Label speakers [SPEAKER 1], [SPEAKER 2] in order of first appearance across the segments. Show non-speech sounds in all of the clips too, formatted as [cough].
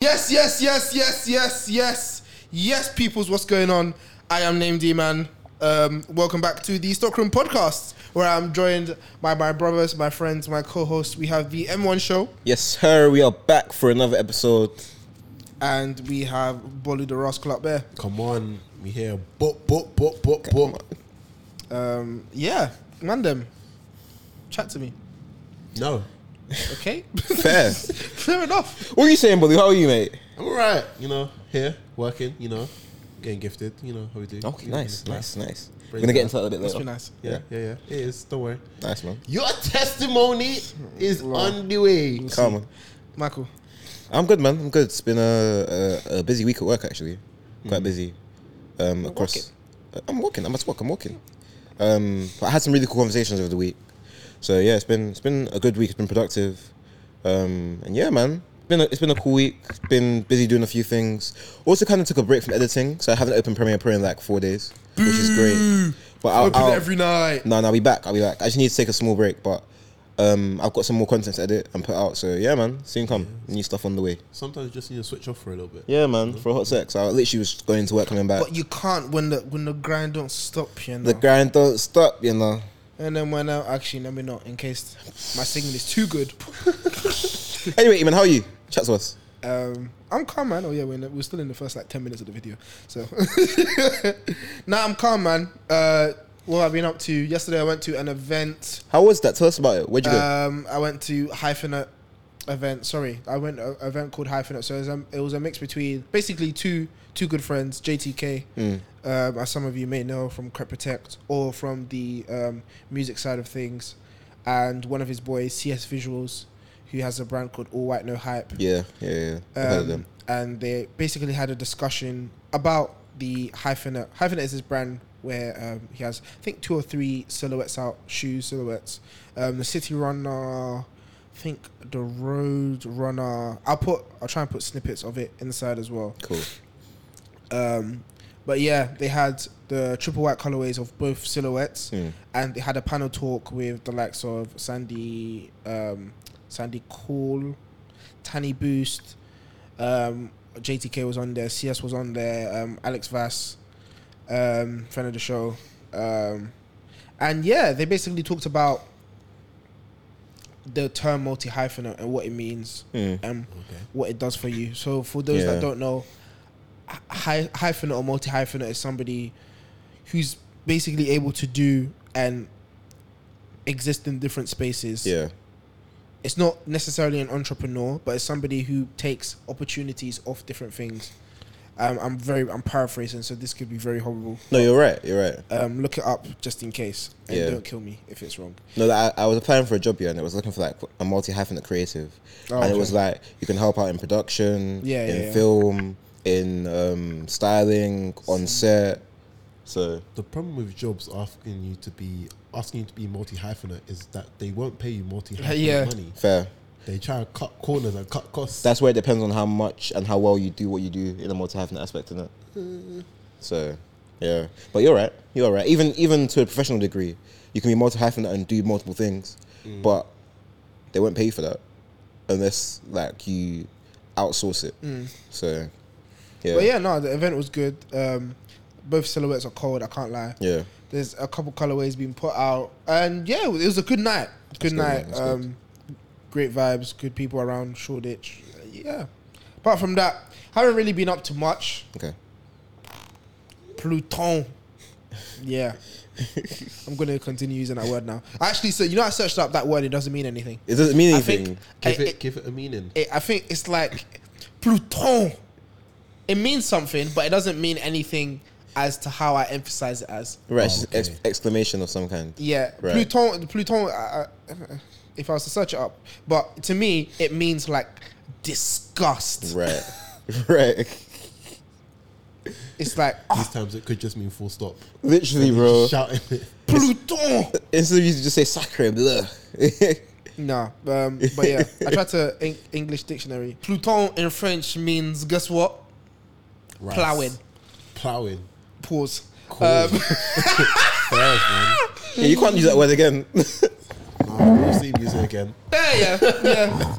[SPEAKER 1] Yes, yes, yes, yes, yes, yes, yes, peoples. What's going on? I am Name D Man. Um, welcome back to the Stockroom Podcast, where I'm joined by my brothers, my friends, my co-hosts. We have the M1 Show
[SPEAKER 2] Yes, sir. We are back for another episode.
[SPEAKER 1] and we have Bolu the Rascal up there.
[SPEAKER 3] Come on, we hear bop bop bop bop bop.
[SPEAKER 1] Um, yeah, man, them chat to me,
[SPEAKER 3] No,
[SPEAKER 1] okay? [laughs]
[SPEAKER 3] [laughs]
[SPEAKER 2] Fair.
[SPEAKER 1] Fair enough.
[SPEAKER 2] what are you saying, buddy? How are you, mate?
[SPEAKER 3] I'm alright. You know, here working. You know, getting gifted. You know how we do.
[SPEAKER 2] Okay,
[SPEAKER 3] You know,
[SPEAKER 2] nice,
[SPEAKER 3] it's
[SPEAKER 2] nice, nice. We're
[SPEAKER 3] Bring
[SPEAKER 2] gonna
[SPEAKER 3] it
[SPEAKER 2] get
[SPEAKER 3] up.
[SPEAKER 2] into that a bit
[SPEAKER 1] Must be
[SPEAKER 2] later.
[SPEAKER 1] nice.
[SPEAKER 3] Yeah, yeah, yeah. It is. Don't worry.
[SPEAKER 2] Nice, man.
[SPEAKER 3] Your testimony is on the way.
[SPEAKER 2] Come on.
[SPEAKER 1] Michael,
[SPEAKER 2] I'm good, man. I'm good. It's been a, a, a busy week at work, actually. Quite busy. Um, across. Uh, I'm walking. I'm at work. I'm walking. Um, but I had some really cool conversations over the week. So yeah, it's been it's been a good week. It's been productive. Um, and yeah, man, it's been a, it's been a cool week. It's been busy doing a few things. Also, kind of took a break from editing, so I haven't opened Premiere Pro in like four days, which is great. But I'll,
[SPEAKER 1] open
[SPEAKER 2] I'll-
[SPEAKER 1] every night.
[SPEAKER 2] no, no, I'll be back. I'll be back. I just need to take a small break, but um, I've got some more content to edit and put out. So yeah, man, soon come. New stuff on the way.
[SPEAKER 3] Sometimes you just need to switch off for a little bit.
[SPEAKER 2] Yeah, man, for a hot sex. I literally was going to work, coming back.
[SPEAKER 1] But you can't when the when the grind don't stop, you know.
[SPEAKER 2] The grind don't stop,
[SPEAKER 1] [laughs]
[SPEAKER 2] you know.
[SPEAKER 1] And then when I actually let me not in case my signal is too good.
[SPEAKER 2] Anyway, Eamon, how are you? Chat to us.
[SPEAKER 1] Um, I'm calm, man. Oh yeah, we're, in the, we're still in the first like ten minutes of the video, so [laughs] nah, I'm calm, man. Uh, what I've been up to yesterday, I went to an event.
[SPEAKER 2] How was that? Tell us about it. Where'd you go?
[SPEAKER 1] Um, I went to hyphenate event. Sorry, I went to an event called hyphenate. So it was, a, it was a mix between basically two two good friends, JTK, um, as some of you may know from Crep Protect or from the um, music side of things, and one of his boys, CS Visuals, who has a brand called All White No Hype.
[SPEAKER 2] Yeah, yeah, yeah. I've heard of
[SPEAKER 1] Um,
[SPEAKER 2] them.
[SPEAKER 1] and they basically had a discussion about the hyphenate. Hyphenate is his brand where um, he has, I think, two or three silhouettes out, shoe silhouettes. Um, the City Runner, I think the Road Runner. I'll put, I'll try and put snippets of it inside as well.
[SPEAKER 2] Cool.
[SPEAKER 1] Um, but yeah, they had the triple white colorways of both silhouettes,
[SPEAKER 2] Mm.
[SPEAKER 1] and they had a panel talk with the likes of Sandy, um, Sandy Cool, Tanny Boost, um, JTK was on there, CS was on there, um, Alex Vass, um, friend of the show, um, and yeah, they basically talked about the term multi hyphenate and what it means,
[SPEAKER 2] Mm.
[SPEAKER 1] um,
[SPEAKER 3] Okay.
[SPEAKER 1] what it does for you. So for those
[SPEAKER 2] Yeah.
[SPEAKER 1] that don't know, hy- hyphenate or multi hyphenate is somebody who's basically able to do and exist in different spaces.
[SPEAKER 2] Yeah,
[SPEAKER 1] It's not necessarily an entrepreneur, but it's somebody who takes opportunities off different things. Um, I'm very I'm paraphrasing, so this could be very horrible.
[SPEAKER 2] no, you're right. You're right.
[SPEAKER 1] Um, look it up just in case, and
[SPEAKER 2] Yeah.
[SPEAKER 1] don't kill me if it's wrong.
[SPEAKER 2] No, like, I, I was applying for a job here and I was looking for like a multi hyphenate creative,
[SPEAKER 1] Oh,
[SPEAKER 2] and
[SPEAKER 1] okay.
[SPEAKER 2] it was like you can help out in production,
[SPEAKER 1] Yeah,
[SPEAKER 2] in
[SPEAKER 1] yeah, yeah.
[SPEAKER 2] film, in um, styling, on set. So
[SPEAKER 3] The problem with jobs asking you to be asking you to be multi hyphenate is that they won't pay you multi hyphenate
[SPEAKER 1] Yeah.
[SPEAKER 3] money.
[SPEAKER 2] fair.
[SPEAKER 3] They try to cut corners and cut costs.
[SPEAKER 2] That's where it depends on how much and how well you do what you do in a multi hyphenate aspect, isn't it? So yeah, but you're right. You're right. Even even to a professional degree, you can be multi hyphenate and do multiple things, but they won't pay you for that unless like you outsource it. So yeah,
[SPEAKER 1] But yeah, no, the event was good. Um, both silhouettes are cold. I can't lie.
[SPEAKER 2] yeah.
[SPEAKER 1] There's a couple colorways being put out, and yeah, it was a good night. Good
[SPEAKER 2] good,
[SPEAKER 1] night.
[SPEAKER 2] man. That's good.
[SPEAKER 1] um, Great vibes. Good people around Shoreditch. Uh, Yeah. Apart from that, haven't really been up to much.
[SPEAKER 2] Okay.
[SPEAKER 1] Pluton. Yeah. I'm gonna continue using that word now. Actually, so you know, I searched up that word. It doesn't mean anything.
[SPEAKER 2] It doesn't mean
[SPEAKER 1] I
[SPEAKER 2] anything.
[SPEAKER 1] think. I,
[SPEAKER 3] give it, give it a meaning.
[SPEAKER 1] it- I think it's like Pluton. It means something, but it doesn't mean anything as to how I emphasize it as.
[SPEAKER 2] right, it's
[SPEAKER 3] Oh,
[SPEAKER 2] just ex-
[SPEAKER 3] okay.
[SPEAKER 2] exclamation of some kind.
[SPEAKER 1] Yeah,
[SPEAKER 2] Right.
[SPEAKER 1] Pluton. Pluton. Uh, uh, if I was to search it up, but to me, it means like disgust.
[SPEAKER 2] Right. right.
[SPEAKER 1] It's
[SPEAKER 2] [laughs]
[SPEAKER 1] like
[SPEAKER 3] These
[SPEAKER 1] ah,
[SPEAKER 3] times it could just mean full stop.
[SPEAKER 2] Literally, bro.
[SPEAKER 3] Shouting it.
[SPEAKER 1] Pluton.
[SPEAKER 2] Instead of you just say sacre, bleh.
[SPEAKER 1] No, um, but yeah, I tried
[SPEAKER 2] [laughs]
[SPEAKER 1] to en- English dictionary. Pluton in French means guess what?
[SPEAKER 3] Rice.
[SPEAKER 1] Plowing.
[SPEAKER 3] Plowing.
[SPEAKER 2] Um.
[SPEAKER 1] Pause.
[SPEAKER 3] Cool. [laughs]
[SPEAKER 1] Um,
[SPEAKER 3] Fairs, man.
[SPEAKER 2] [laughs] yeah, you can't use that word again.
[SPEAKER 3] Nah, we'll see music again.
[SPEAKER 2] [laughs]
[SPEAKER 1] yeah, yeah, yeah.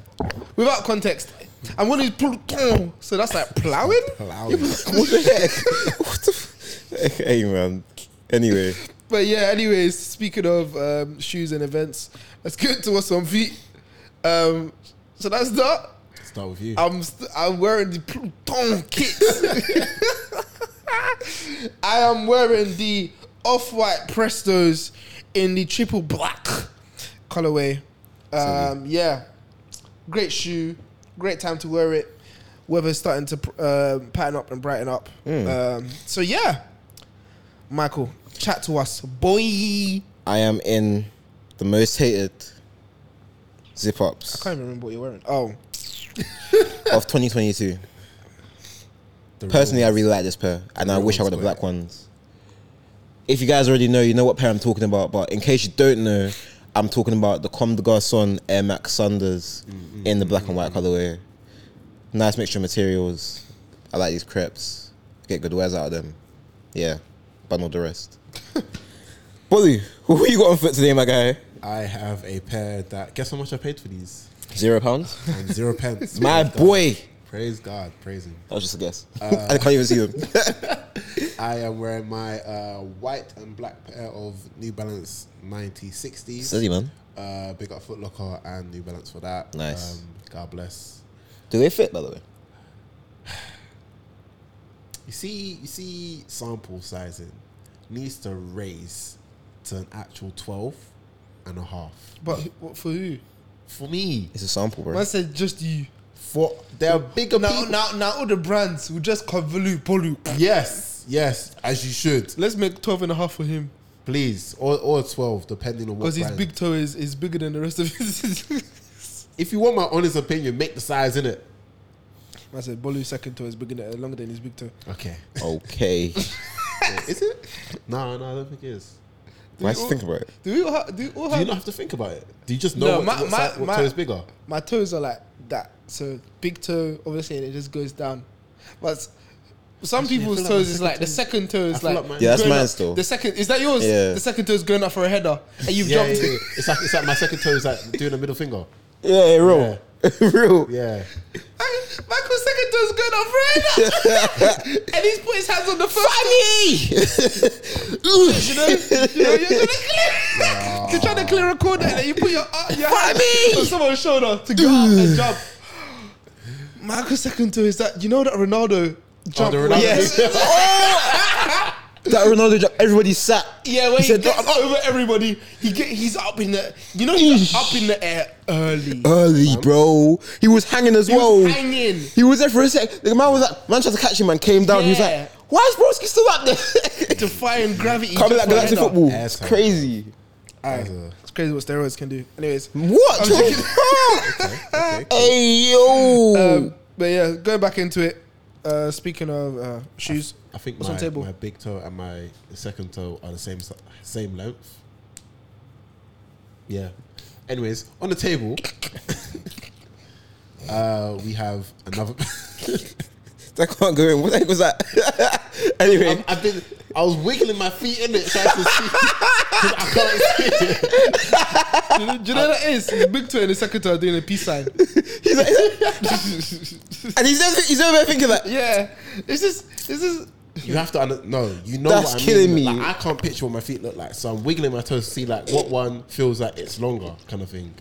[SPEAKER 1] Without context, And one is pluton, so that's like plowing.
[SPEAKER 2] [laughs] what the heck? what the f- Hey, man. Anyway,
[SPEAKER 1] But yeah, anyways, speaking of um, shoes and events, let's get to what's on feet. Um, so that's that.
[SPEAKER 3] Start with you.
[SPEAKER 2] Oh.
[SPEAKER 1] I'm st- I'm wearing the Pluton kit. [laughs] I am wearing the off-white Prestos in the triple black colorway. Um, yeah, great shoe, great time to wear it. Weather's starting to pr- um pattern up and brighten up.
[SPEAKER 3] Mm.
[SPEAKER 1] Um, so yeah, Michael, chat to us, boy. I
[SPEAKER 2] I am in the most hated zip ups
[SPEAKER 1] can't even remember what you're wearing. Oh,
[SPEAKER 2] of 2022.
[SPEAKER 3] The real
[SPEAKER 2] Personally, I
[SPEAKER 3] ones.
[SPEAKER 2] really like this pair, and I
[SPEAKER 3] Real
[SPEAKER 2] wish I
[SPEAKER 3] ones,
[SPEAKER 2] got the
[SPEAKER 3] boy.
[SPEAKER 2] black ones. If you guys already know, you know what pair I'm talking about. But in case you don't know, I'm talking about the Comme des Garçons Air Max Sunders in the black and white colorway. Nice mixture of materials. I like these crepes. Get good wears out of them. Yeah, but not the rest. [laughs] Bolly, who you got on foot today, my guy?
[SPEAKER 3] I have a pair that. Guess how much I paid for these?
[SPEAKER 2] [laughs] Zero pounds.
[SPEAKER 3] And zero
[SPEAKER 2] [laughs]
[SPEAKER 3] pence.
[SPEAKER 2] My
[SPEAKER 3] Praise God.
[SPEAKER 2] boy.
[SPEAKER 3] Praise God. Praise Him.
[SPEAKER 2] That was just a guess. [laughs] I can't even see them.
[SPEAKER 3] I am wearing my uh, white and black pair of New Balance 9060s.
[SPEAKER 2] Steady, man.
[SPEAKER 3] Uh, big up Foot Locker and New Balance for that. Um,
[SPEAKER 2] Nice.
[SPEAKER 3] God bless.
[SPEAKER 2] Do they fit, by the way?
[SPEAKER 3] You see, you see, sample sizing needs to raise to an actual 12 and a half.
[SPEAKER 1] but who- what for who?
[SPEAKER 3] For me,
[SPEAKER 2] It's a sample, bro.
[SPEAKER 1] I said just you.
[SPEAKER 3] for they're bigger
[SPEAKER 1] Now,
[SPEAKER 3] people.
[SPEAKER 1] now, now, all the brands will just convolute Polu.
[SPEAKER 3] Yes, yes, as you should.
[SPEAKER 1] Let's make 12 and a half for him
[SPEAKER 3] Please, or, or 12, depending on what.
[SPEAKER 1] because his
[SPEAKER 3] brand.
[SPEAKER 1] big toe is, is bigger than the rest of his. [laughs]
[SPEAKER 3] If you want my honest opinion, make the size in it.
[SPEAKER 1] I said Bolu's second toe is bigger than, longer than his big toe.
[SPEAKER 3] Okay.
[SPEAKER 1] [laughs]
[SPEAKER 2] Okay.
[SPEAKER 3] is it? [laughs] No, no, I don't think it is.
[SPEAKER 2] Why do you think about it?
[SPEAKER 1] Do we all have? Do, we all
[SPEAKER 3] Do
[SPEAKER 1] have
[SPEAKER 3] you not have to think about it? Do you just know
[SPEAKER 1] No,
[SPEAKER 3] what,
[SPEAKER 1] my-
[SPEAKER 3] what,
[SPEAKER 1] my-
[SPEAKER 3] si- what
[SPEAKER 1] my-
[SPEAKER 3] toe is [laughs] bigger?
[SPEAKER 1] my toes are like that. So big toe, obviously, and it just goes down. But s- some
[SPEAKER 3] Actually, I
[SPEAKER 1] people's
[SPEAKER 3] feel like
[SPEAKER 1] toes
[SPEAKER 3] my
[SPEAKER 1] is
[SPEAKER 3] second
[SPEAKER 1] like the
[SPEAKER 3] toe-
[SPEAKER 1] second toe
[SPEAKER 3] I
[SPEAKER 1] is
[SPEAKER 3] feel
[SPEAKER 1] like.
[SPEAKER 3] like mine-
[SPEAKER 2] Yeah, that's
[SPEAKER 1] going
[SPEAKER 2] mine
[SPEAKER 1] up-
[SPEAKER 2] still.
[SPEAKER 1] The second is that yours?
[SPEAKER 2] Yeah.
[SPEAKER 1] The second toe is going up for a header, and you've
[SPEAKER 3] Yeah,
[SPEAKER 1] jumped.
[SPEAKER 3] yeah, yeah. It's like it's like my second toe is like doing a middle finger.
[SPEAKER 2] Yeah, real. [laughs] real.
[SPEAKER 3] Yeah.
[SPEAKER 1] I- Michael's second toe is going up for a header, and he's put his hands on the first. You know, you know, you're trying to clear. You're trying to clear a corner, and then you put your uh, your hand on someone's shoulder to go up and jump. Michael second toe is that you know that Ronaldo jump.
[SPEAKER 3] the Ronaldo
[SPEAKER 1] yes. [laughs]
[SPEAKER 3] [laughs] jump.
[SPEAKER 1] Oh!
[SPEAKER 2] [laughs] that Ronaldo job, everybody sat.
[SPEAKER 1] Yeah, when he,
[SPEAKER 2] said, "No,
[SPEAKER 1] gets over everybody, he get he's up in the you know he's up in the air early.
[SPEAKER 2] Early, bro. He was hanging as
[SPEAKER 1] Um, He was
[SPEAKER 2] well.
[SPEAKER 1] hanging.
[SPEAKER 2] He was there for a sec. The man was like, man tried to catch him and came down. He was
[SPEAKER 1] Yeah.
[SPEAKER 2] like, why is Broski still up there? [laughs]
[SPEAKER 1] Defying gravity.
[SPEAKER 2] Coming
[SPEAKER 1] just
[SPEAKER 2] like
[SPEAKER 1] for a
[SPEAKER 2] Galaxy
[SPEAKER 1] header.
[SPEAKER 2] football.
[SPEAKER 3] Ass
[SPEAKER 2] It's
[SPEAKER 3] time.
[SPEAKER 2] crazy.
[SPEAKER 1] Aye.
[SPEAKER 3] a-
[SPEAKER 1] It's crazy what steroids can do. Anyways,
[SPEAKER 2] What?
[SPEAKER 1] I'm joking.
[SPEAKER 3] Okay.
[SPEAKER 2] [laughs] hey, yo.
[SPEAKER 1] um, but yeah, going back into it. Uh, speaking of uh, shoes,
[SPEAKER 3] I think
[SPEAKER 1] what's
[SPEAKER 3] my,
[SPEAKER 1] on table?
[SPEAKER 3] my big toe and my second toe are the same si- same length. Yeah. Anyways, on the table, [laughs] uh, we have another. [laughs]
[SPEAKER 2] that can't go in. What the heck was that? [laughs] anyway.
[SPEAKER 3] I've, I've been. I was wiggling my feet in it, so I could see. 'Cause I can't see it.
[SPEAKER 1] do, you, [laughs] do you know what that is? The big toe and the second toe are doing a peace sign.
[SPEAKER 2] he's like, and he's never, he's never thinking
[SPEAKER 1] [laughs]
[SPEAKER 2] that.
[SPEAKER 1] yeah, it's just this is
[SPEAKER 3] You have to under- no. You know
[SPEAKER 2] That's
[SPEAKER 3] what I mean.
[SPEAKER 2] killing me.
[SPEAKER 3] Like, I can't picture what my feet look like, so I'm wiggling my toes to see like what one feels like it's longer, kind of thing.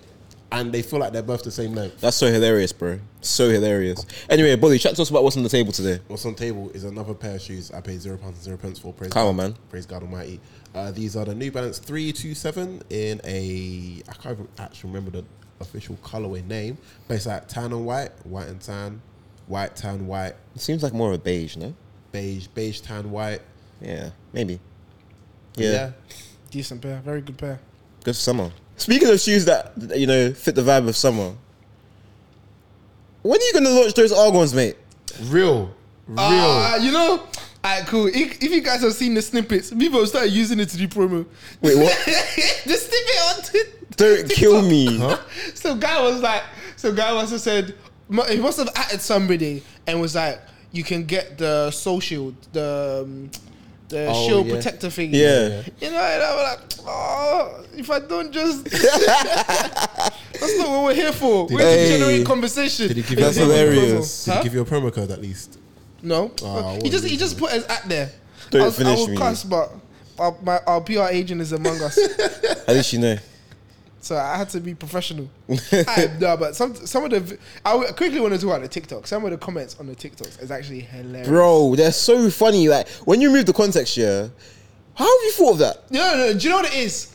[SPEAKER 3] And they feel like they're both the same length.
[SPEAKER 2] That's so hilarious, bro. So hilarious. Anyway, Bolly, chat to us about what's on the table today.
[SPEAKER 3] What's on table is another pair of shoes. I paid zero pounds and zero pence for. Praise
[SPEAKER 2] Come
[SPEAKER 3] God.
[SPEAKER 2] on, man.
[SPEAKER 3] Praise God Almighty. Uh, these are the New Balance three two seven in a I can't even actually remember the official colorway name, but it's like tan and white, white and tan, white tan white,
[SPEAKER 2] It seems like more of a beige, no?
[SPEAKER 3] beige beige tan white.
[SPEAKER 2] Yeah, maybe. Yeah,
[SPEAKER 1] decent pair, very good pair.
[SPEAKER 2] good for summer. Speaking of shoes that you know fit the vibe of summer, when are you gonna launch those Argons, mate?
[SPEAKER 3] real, real.
[SPEAKER 1] Ah, you know, alright, cool. If, if you guys have seen the snippets, people have started using it to do promo.
[SPEAKER 2] Wait, what?
[SPEAKER 1] [laughs] the snippet on Twitter. [laughs]
[SPEAKER 2] Don't kill me.
[SPEAKER 1] So guy was like, so guy must have said, mu- he must have added somebody and was like, you can get the soul shield, the um, the
[SPEAKER 3] Oh,
[SPEAKER 1] shield
[SPEAKER 3] yeah.
[SPEAKER 1] protector thing.
[SPEAKER 2] Yeah.
[SPEAKER 3] [laughs]
[SPEAKER 1] You know, and I'm like, oh, if I don't just. That's not what we're here for.
[SPEAKER 3] Did
[SPEAKER 1] we're here
[SPEAKER 2] he-
[SPEAKER 1] to
[SPEAKER 2] Hey.
[SPEAKER 1] generate conversation.
[SPEAKER 3] Did he give
[SPEAKER 1] It's
[SPEAKER 2] That's
[SPEAKER 3] you a
[SPEAKER 1] not
[SPEAKER 3] promo code?
[SPEAKER 2] hilarious.
[SPEAKER 3] Did
[SPEAKER 1] Huh?
[SPEAKER 3] he give you a promo code at least?
[SPEAKER 1] No,
[SPEAKER 3] Ah,
[SPEAKER 1] he
[SPEAKER 3] what
[SPEAKER 1] just
[SPEAKER 3] a
[SPEAKER 1] he just put us at there.
[SPEAKER 2] Don't
[SPEAKER 1] I was,
[SPEAKER 2] finish
[SPEAKER 1] I will
[SPEAKER 2] me.
[SPEAKER 1] cuss, but our, my our PR agent is among us,
[SPEAKER 2] At least you know.
[SPEAKER 1] so I had to be professional. [laughs] I, no, but some some of the vi- I w- quickly want to talk about the TikTok. Some of the comments on the TikToks is actually hilarious.
[SPEAKER 2] Bro, they're so funny. Like, when you remove the context here, how have you thought of that?
[SPEAKER 1] No, no, no. Do you know what it is?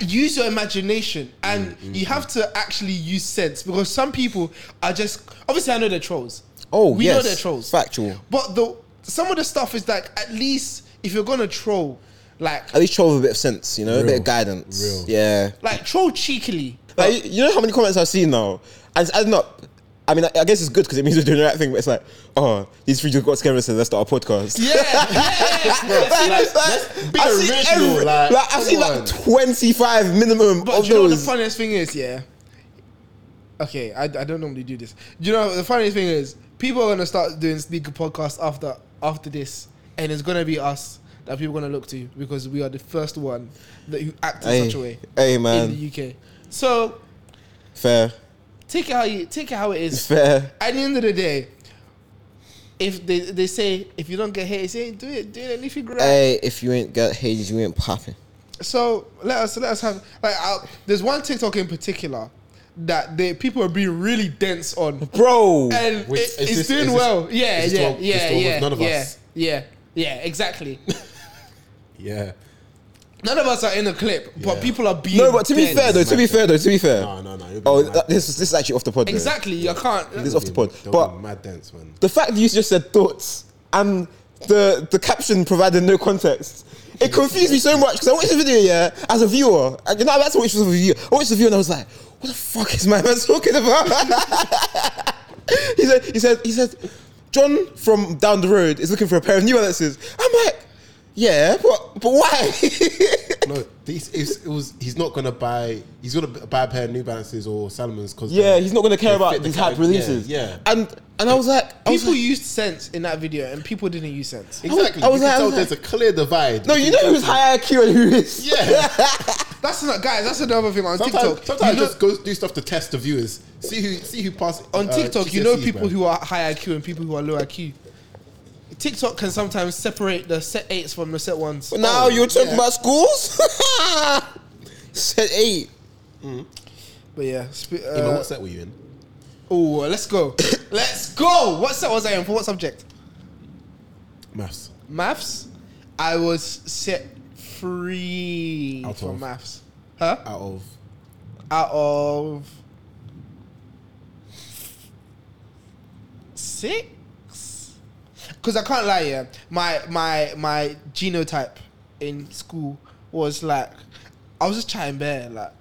[SPEAKER 1] Use your imagination, and
[SPEAKER 2] Mm,
[SPEAKER 1] you have to actually use sense because some people are just obviously I know they're trolls.
[SPEAKER 2] Oh,
[SPEAKER 1] we know
[SPEAKER 2] yes.
[SPEAKER 1] they're trolls.
[SPEAKER 2] Factual.
[SPEAKER 1] But the some of the stuff is like at least if you're gonna troll, like
[SPEAKER 2] At least show a bit of sense, you know, a bit
[SPEAKER 3] Real.
[SPEAKER 2] of guidance.
[SPEAKER 3] Real.
[SPEAKER 2] Yeah.
[SPEAKER 1] like troll cheekily.
[SPEAKER 2] Like, you know how many comments I've seen now? And it's adding up. I mean, I, I guess it's good because it means we're doing the right thing, but it's like, oh, these three just got together and said, let's start our podcast.
[SPEAKER 1] Yeah,
[SPEAKER 2] [laughs]
[SPEAKER 1] yeah, yeah.
[SPEAKER 2] Like,
[SPEAKER 3] be
[SPEAKER 2] I've seen
[SPEAKER 3] original,
[SPEAKER 2] every-
[SPEAKER 3] like,
[SPEAKER 2] like, I've seen
[SPEAKER 3] come
[SPEAKER 2] like
[SPEAKER 3] on.
[SPEAKER 2] 25 minimum
[SPEAKER 1] But
[SPEAKER 2] of
[SPEAKER 1] do you know what the
[SPEAKER 2] those.
[SPEAKER 1] funniest thing is? Yeah. Okay, I, I don't normally do this. Do you know the funniest thing is people are gonna start doing sneaker podcasts after after this, and it's gonna be us that people are gonna look to because we are the first one that who act in such a
[SPEAKER 2] hey,
[SPEAKER 1] way
[SPEAKER 2] hey, man.
[SPEAKER 1] in the UK. So
[SPEAKER 2] Fair.
[SPEAKER 1] take it how you take it how it is.
[SPEAKER 2] Fair.
[SPEAKER 1] At the end of the day, if they they say if you don't get hate, say do it, do it, and if you grow.
[SPEAKER 2] Hey, if you ain't got Hades, you ain't popping.
[SPEAKER 1] So let us let us have like i there's one TikTok in particular that they people are being really dense on,
[SPEAKER 2] Bro.
[SPEAKER 1] and
[SPEAKER 3] Which-
[SPEAKER 1] it,
[SPEAKER 3] is
[SPEAKER 1] it's
[SPEAKER 3] this-
[SPEAKER 1] doing
[SPEAKER 3] is this-
[SPEAKER 1] well. yeah,
[SPEAKER 3] is this
[SPEAKER 1] yeah,
[SPEAKER 3] the one-
[SPEAKER 1] yeah,
[SPEAKER 3] this the one with
[SPEAKER 1] yeah,
[SPEAKER 3] none of
[SPEAKER 1] yeah,
[SPEAKER 3] us?
[SPEAKER 1] yeah, yeah,
[SPEAKER 3] [laughs]
[SPEAKER 1] exactly.
[SPEAKER 3] Yeah.
[SPEAKER 1] none of us are in a clip, but
[SPEAKER 3] Yeah.
[SPEAKER 1] people are being
[SPEAKER 2] No, but to be
[SPEAKER 1] dense.
[SPEAKER 2] fair though, to be fair though, to be fair.
[SPEAKER 3] No, no, no. you'll be
[SPEAKER 2] Oh,
[SPEAKER 3] mad.
[SPEAKER 2] that, this is this is actually off the pod. though.
[SPEAKER 1] exactly. You can't.
[SPEAKER 2] This is off the pod.
[SPEAKER 3] They'll
[SPEAKER 2] But
[SPEAKER 3] be mad dense, man.
[SPEAKER 2] the fact that you just said thoughts and the the caption provided no context, it confused me so much because I watched the video yeah as a viewer. And you know that's what it was a viewer. I watched the video and I was like, what the fuck is my man [laughs] talking about? [laughs] he said he said he said John from down the road is looking for a pair of New Balances. I'm like, yeah, but but why? [laughs]
[SPEAKER 3] No, these it's, it was. He's not gonna buy. He's gonna b- buy a pair of New Balances or Salomons because
[SPEAKER 2] yeah, he's not gonna care
[SPEAKER 3] They
[SPEAKER 2] about
[SPEAKER 3] fit the
[SPEAKER 2] these hype
[SPEAKER 3] category, yeah,
[SPEAKER 2] releases.
[SPEAKER 3] yeah.
[SPEAKER 2] and and I was like, I was
[SPEAKER 1] People
[SPEAKER 2] like,
[SPEAKER 1] used sense in that video, and people didn't use sense.
[SPEAKER 3] exactly.
[SPEAKER 2] I was
[SPEAKER 3] you
[SPEAKER 2] like- I
[SPEAKER 3] can
[SPEAKER 2] was
[SPEAKER 3] tell there's a clear divide.
[SPEAKER 2] No, you know who's high IQ and who is.
[SPEAKER 3] Yeah.
[SPEAKER 2] [laughs]
[SPEAKER 1] That's not, guys. That's another thing on
[SPEAKER 3] Sometimes,
[SPEAKER 1] [laughs] TikTok.
[SPEAKER 3] sometimes
[SPEAKER 1] you know,
[SPEAKER 3] just go do stuff to test the viewers. See who see who uh, passes
[SPEAKER 1] on TikTok,
[SPEAKER 3] E,
[SPEAKER 1] you know people who are high IQ and people who are low IQ. TikTok can sometimes separate the set eights from the set ones. Oh,
[SPEAKER 2] Now you're talking
[SPEAKER 1] [laughs]
[SPEAKER 2] about schools? [laughs] Set eight.
[SPEAKER 1] But yeah, sp-
[SPEAKER 3] Hey, man,
[SPEAKER 1] uh,
[SPEAKER 3] what set were you in?
[SPEAKER 1] oh, let's go, let's go. What set was I in for? What subject?
[SPEAKER 3] Maths.
[SPEAKER 1] Maths. I was set three
[SPEAKER 3] Out
[SPEAKER 1] for
[SPEAKER 3] of.
[SPEAKER 1] maths. Huh?
[SPEAKER 3] Out of
[SPEAKER 1] Out of six. Because I can't lie, yeah. My my my genotype in school was like I was just chatting bare, like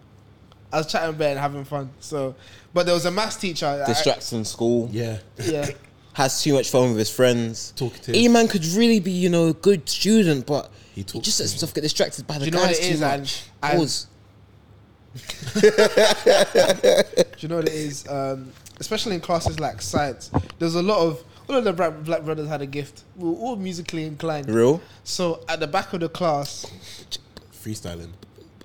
[SPEAKER 1] I was chatting bare and having fun. So, but there was a maths teacher. that I-
[SPEAKER 2] Distracts in school.
[SPEAKER 3] yeah. [laughs]
[SPEAKER 1] yeah.
[SPEAKER 2] Has too much fun with his friends.
[SPEAKER 3] Talkative.
[SPEAKER 2] E man could really be, you know, a good student, but he,
[SPEAKER 3] He talks
[SPEAKER 2] just lets
[SPEAKER 3] too
[SPEAKER 2] himself get distracted by the
[SPEAKER 1] you know what
[SPEAKER 2] guys
[SPEAKER 1] it
[SPEAKER 2] too
[SPEAKER 1] is, Ange?
[SPEAKER 2] much.
[SPEAKER 1] I-
[SPEAKER 2] Pause.
[SPEAKER 1] Do you know what it is? Um, especially in classes like science, there's a lot of all of the black, black brothers had a gift. We were all musically inclined.
[SPEAKER 2] Real?
[SPEAKER 1] So at the back of the class,
[SPEAKER 3] freestyling.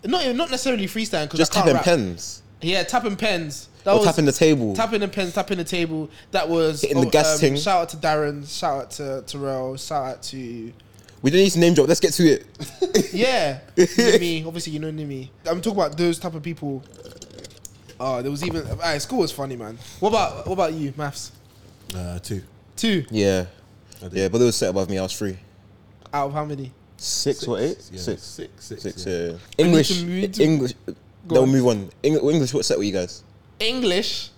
[SPEAKER 1] not even- not necessarily freestyling because
[SPEAKER 2] Just
[SPEAKER 1] I can't
[SPEAKER 2] tapping
[SPEAKER 1] rap.
[SPEAKER 2] pens.
[SPEAKER 1] Yeah, tapping pens. That
[SPEAKER 2] or tapping the table.
[SPEAKER 1] tapping the pens, tapping the table. That was oh, um,
[SPEAKER 2] Hitting the gas thing.
[SPEAKER 1] Shout out to Darren. Shout out to Terrell. Shout out
[SPEAKER 2] [laughs]
[SPEAKER 1] to
[SPEAKER 2] we don't need to name drop. Let's get
[SPEAKER 1] [laughs]
[SPEAKER 2] to it.
[SPEAKER 1] yeah, Nimi. Obviously, you know Nimi. I'm talking about those type of people. Oh, there was even. Alright, school was funny, man. What about what about you, maths?
[SPEAKER 3] Uh, two.
[SPEAKER 1] Two
[SPEAKER 2] Yeah.
[SPEAKER 3] I did.
[SPEAKER 2] Yeah, but they were set above me. I was free.
[SPEAKER 1] out of how many?
[SPEAKER 2] Six, or eight?
[SPEAKER 3] Yeah,
[SPEAKER 2] Six.
[SPEAKER 3] Six. Six.
[SPEAKER 2] Six,
[SPEAKER 3] yeah.
[SPEAKER 2] yeah. English.
[SPEAKER 1] to move to-
[SPEAKER 2] English.
[SPEAKER 1] Go
[SPEAKER 2] No, we'll
[SPEAKER 1] on.
[SPEAKER 2] move on. Eng- English, what set were you guys?
[SPEAKER 1] English.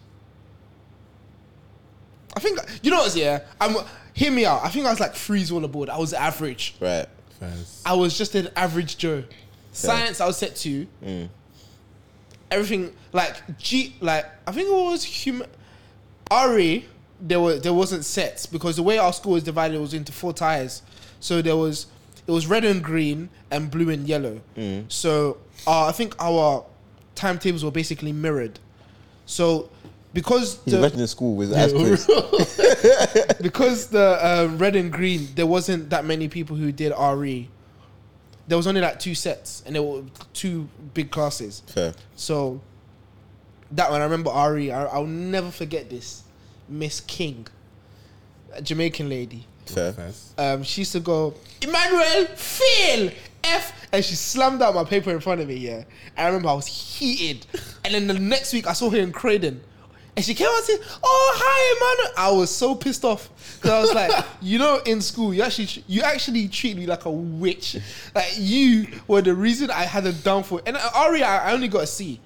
[SPEAKER 1] I think you know what's yeah. I'm hear me out. I think I was like freeze all aboard. I was average.
[SPEAKER 2] Right.
[SPEAKER 3] Fairs.
[SPEAKER 1] I was just an average Joe. Science, I was set two. Everything like G, like I think it was human. RE, there were there wasn't sets because the way our school was divided was into four tiers. So there was it was red and green and blue and yellow. So uh, I think our timetables were basically mirrored. So because
[SPEAKER 2] He's
[SPEAKER 1] the,
[SPEAKER 2] imagine in school
[SPEAKER 1] [laughs]
[SPEAKER 2] with as close.
[SPEAKER 1] because the um, red and green, there wasn't that many people who did E. RE. There was only like two sets, and there were two big classes.
[SPEAKER 2] Fair.
[SPEAKER 1] So that one, I remember Ari. I, I'll never forget this. Miss King, a Jamaican lady.
[SPEAKER 2] Fair.
[SPEAKER 3] First.
[SPEAKER 1] Um, she used to go, Emmanuel, Phil, F, and she slammed out my paper in front of me. Yeah, I remember I was heated. And then the next week, I saw her in Croydon, and she came out and said, "Oh, hi, Emmanuel." I was so pissed off because I was like, [laughs] you know, in school, you actually you actually treat me like a witch. Like you were the reason I had a downfall. And uh, Ari, I I only got a C.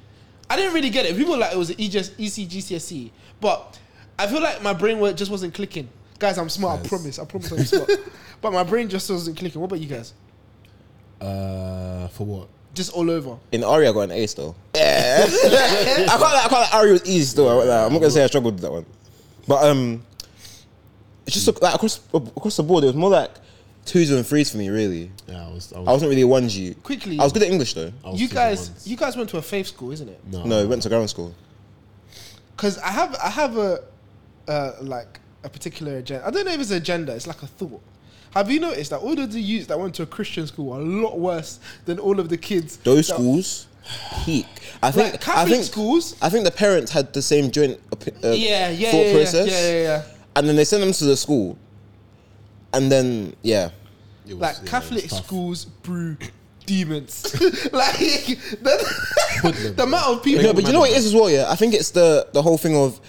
[SPEAKER 1] I didn't really get it. People were like it was E an EGS, ECGCSE, E. but I feel like my brain work just wasn't clicking. Guys, I'm smart. I
[SPEAKER 3] Yes.
[SPEAKER 1] promise. I promise I'm
[SPEAKER 2] [laughs]
[SPEAKER 1] smart. but my brain just wasn't clicking. What about you guys?
[SPEAKER 3] Uh, for what?
[SPEAKER 1] Just all over.
[SPEAKER 2] In Ari, I got an A still. Yeah. [laughs] I can't. lie- I can't. Like, E Ari was easy still. I won't lie. I'm not gonna say I struggled with that one, but um, it's just like across across the board. It was more like twos and threes for me. Really,
[SPEAKER 3] Yeah, I was. I was,
[SPEAKER 2] I wasn't really a one G.
[SPEAKER 1] Quickly.
[SPEAKER 2] I was good at English though.
[SPEAKER 3] I was
[SPEAKER 1] You
[SPEAKER 3] teaching
[SPEAKER 1] guys,
[SPEAKER 3] once.
[SPEAKER 1] you guys went to a faith school, isn't it?
[SPEAKER 3] no,
[SPEAKER 2] No, we went to grammar school.
[SPEAKER 1] Because I have, I have a, uh, like a particular agenda. I don't know if it's agenda. It's like a thought. Have you noticed that all of the youths that went to a Christian school are a lot worse than all of the kids?
[SPEAKER 2] Those
[SPEAKER 1] that-
[SPEAKER 2] schools, peak. I think.
[SPEAKER 1] Like,
[SPEAKER 2] I
[SPEAKER 1] Catholic
[SPEAKER 2] think
[SPEAKER 1] schools?
[SPEAKER 2] I think the parents had the same joint opi- uh,
[SPEAKER 1] Yeah, yeah,
[SPEAKER 2] thought
[SPEAKER 1] yeah, yeah,
[SPEAKER 2] process,
[SPEAKER 1] yeah, yeah, yeah.
[SPEAKER 2] and then they send them to the school, and then yeah,
[SPEAKER 3] It was-
[SPEAKER 1] Like
[SPEAKER 3] yeah, it
[SPEAKER 1] Catholic
[SPEAKER 3] was tough.
[SPEAKER 1] schools brew demons. [laughs] like the, the amount of people.
[SPEAKER 2] no, but you know what it is as well. Yeah, I think it's the the whole thing of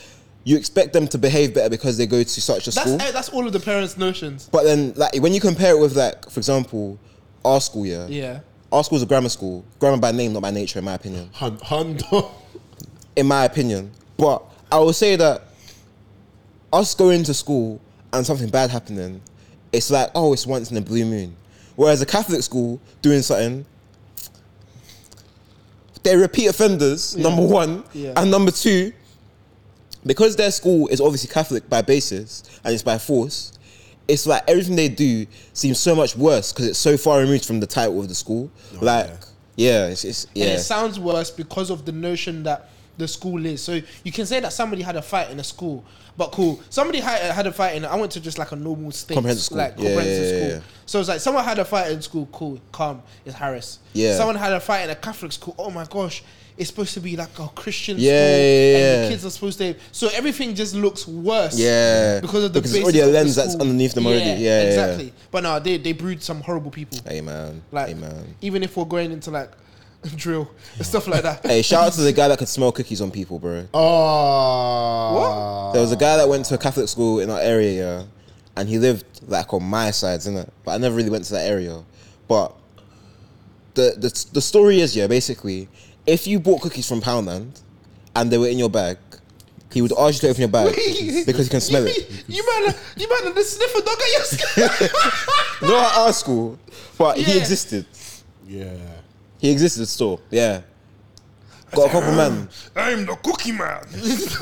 [SPEAKER 2] you expect them to behave better because they go to such a
[SPEAKER 1] That's eh,
[SPEAKER 2] school,
[SPEAKER 1] that's all of the parents' notions.
[SPEAKER 2] but then like when you compare it with like for example, our school. Yeah,
[SPEAKER 1] Yeah.
[SPEAKER 2] our school's a grammar school. Grammar by name, not by nature, in my opinion.
[SPEAKER 3] Hun- [laughs] Hundo.
[SPEAKER 2] in my opinion. But I will say that us going to school and something bad happening, it's like, oh, it's once in a blue moon. Whereas a Catholic school doing something, they're repeat offenders, number one.
[SPEAKER 1] Yeah.
[SPEAKER 2] And number two, because their school is obviously Catholic by basis and it's by force, it's like everything they do seems so much worse because it's so far removed from the title of the school. like, yeah, it's, it's yeah.
[SPEAKER 1] Oh, and it sounds worse because of the notion that the school is. So you can say that somebody had a fight in a school, but cool, somebody had, had a fight in. I went to just like a normal state,
[SPEAKER 2] Comprehensive school.
[SPEAKER 1] like
[SPEAKER 2] Yeah,
[SPEAKER 1] comprehensive
[SPEAKER 2] yeah, yeah,
[SPEAKER 1] school.
[SPEAKER 2] yeah.
[SPEAKER 1] So it's like someone had a fight in school. Cool, calm. It's Harris.
[SPEAKER 2] Yeah.
[SPEAKER 1] Someone had a fight in a Catholic school. Oh my gosh. It's supposed to be like a Christian
[SPEAKER 2] Yeah,
[SPEAKER 1] school,
[SPEAKER 2] yeah,
[SPEAKER 1] and the
[SPEAKER 2] yeah.
[SPEAKER 1] kids are supposed to. So everything just looks worse,
[SPEAKER 2] Yeah.
[SPEAKER 1] because of the
[SPEAKER 2] Because
[SPEAKER 1] basis
[SPEAKER 2] it's already a
[SPEAKER 1] of the
[SPEAKER 2] lens that's
[SPEAKER 1] school.
[SPEAKER 2] underneath them already. Yeah, yeah, yeah.
[SPEAKER 1] exactly. But no, they they brewed some horrible people.
[SPEAKER 2] Hey man.
[SPEAKER 1] Like,
[SPEAKER 2] hey man.
[SPEAKER 1] even if we're going into like [laughs] drill and stuff like that. [laughs]
[SPEAKER 2] Hey, shout out to the guy that could smell cookies on people, bro.
[SPEAKER 3] Oh. Ah.
[SPEAKER 2] There was a guy that went to a Catholic school in our area, yeah, and he lived like on my sides, innit? But I never really went to that area. But the the the story is, yeah, basically, if you bought cookies from Poundland and they were in your bag, he would ask you to open your
[SPEAKER 1] [laughs]
[SPEAKER 2] bag because he can smell
[SPEAKER 1] you,
[SPEAKER 2] it.
[SPEAKER 1] You man, you man, the sniffer dog at your
[SPEAKER 2] [laughs]
[SPEAKER 1] skin.
[SPEAKER 2] Not at our school, but he
[SPEAKER 1] Yeah.
[SPEAKER 2] existed.
[SPEAKER 3] Yeah.
[SPEAKER 2] He existed still, yeah. Got a couple man.
[SPEAKER 1] I'm the cookie man.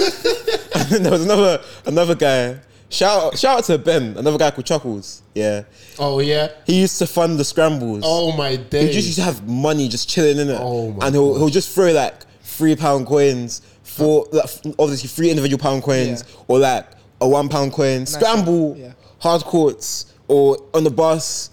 [SPEAKER 2] And then [laughs] there was another another guy. Shout out, shout out to Ben, another guy called Chuckles. Yeah,
[SPEAKER 3] Oh yeah.
[SPEAKER 2] he used to fund the scrambles.
[SPEAKER 3] Oh my
[SPEAKER 2] he
[SPEAKER 3] days.
[SPEAKER 2] just used to have money just chilling in it,
[SPEAKER 3] Oh my
[SPEAKER 2] and he'll,
[SPEAKER 3] God.
[SPEAKER 2] he'll just throw like three pound coins for like, f- obviously three individual pound coins
[SPEAKER 1] Yeah.
[SPEAKER 2] or like a one pound coin scramble,
[SPEAKER 1] yeah.
[SPEAKER 2] hard courts or on the bus,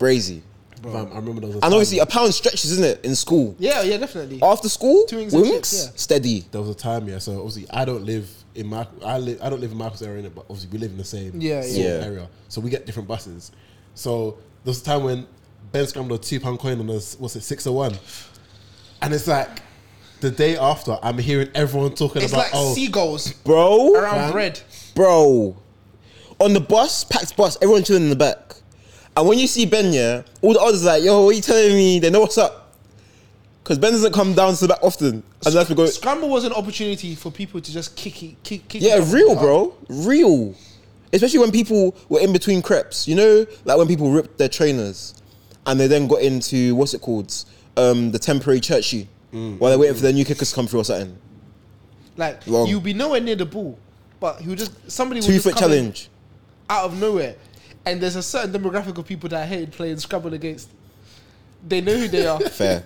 [SPEAKER 2] brazy.
[SPEAKER 3] Fam, I remember there was a
[SPEAKER 2] And
[SPEAKER 3] time,
[SPEAKER 2] obviously a pound stretches, isn't it, in school?
[SPEAKER 1] Yeah, yeah, definitely.
[SPEAKER 2] After school,
[SPEAKER 1] Two wings
[SPEAKER 2] wings,
[SPEAKER 1] and chips, yeah.
[SPEAKER 2] steady.
[SPEAKER 3] there was a time, yeah. So obviously, I don't live in my, I live, I don't live in Michael's area, innit, but obviously we live in the same,
[SPEAKER 1] Yeah,
[SPEAKER 3] sort
[SPEAKER 2] yeah.
[SPEAKER 3] of
[SPEAKER 2] Yeah.
[SPEAKER 3] area. So we get different buses. So there was a time when Ben scrambled a two pound coin on us. What's it, six or one? And it's like the day after, I'm hearing everyone talking
[SPEAKER 1] It's
[SPEAKER 3] about
[SPEAKER 1] like
[SPEAKER 3] oh,
[SPEAKER 1] seagulls
[SPEAKER 2] Bro,
[SPEAKER 1] around
[SPEAKER 3] man.
[SPEAKER 1] bread.
[SPEAKER 2] bro. On the bus, packed bus, everyone chilling in the back. And when you see Ben, yeah, all the others are like, yo, what are you telling me? They know what's up. Because Ben doesn't come down to the back often. And that's because,
[SPEAKER 1] Scramble was an opportunity for people to just kick it, kick, kick
[SPEAKER 2] yeah,
[SPEAKER 1] each other
[SPEAKER 2] real,
[SPEAKER 1] out.
[SPEAKER 2] bro. Real. Especially when people were in between crepes. You know, like when people ripped their trainers and they then got into, what's it called? Um, the temporary church shoe. While they're waiting for their new kickers to come through or something.
[SPEAKER 1] Like
[SPEAKER 2] Wrong.
[SPEAKER 1] you'll be nowhere near the ball, but he would just somebody would
[SPEAKER 2] Two
[SPEAKER 1] just
[SPEAKER 2] foot
[SPEAKER 1] come in
[SPEAKER 2] challenge.
[SPEAKER 1] out of nowhere. And there's a certain demographic of people that I hated playing Scrabble against. They know who they are.
[SPEAKER 2] Fair.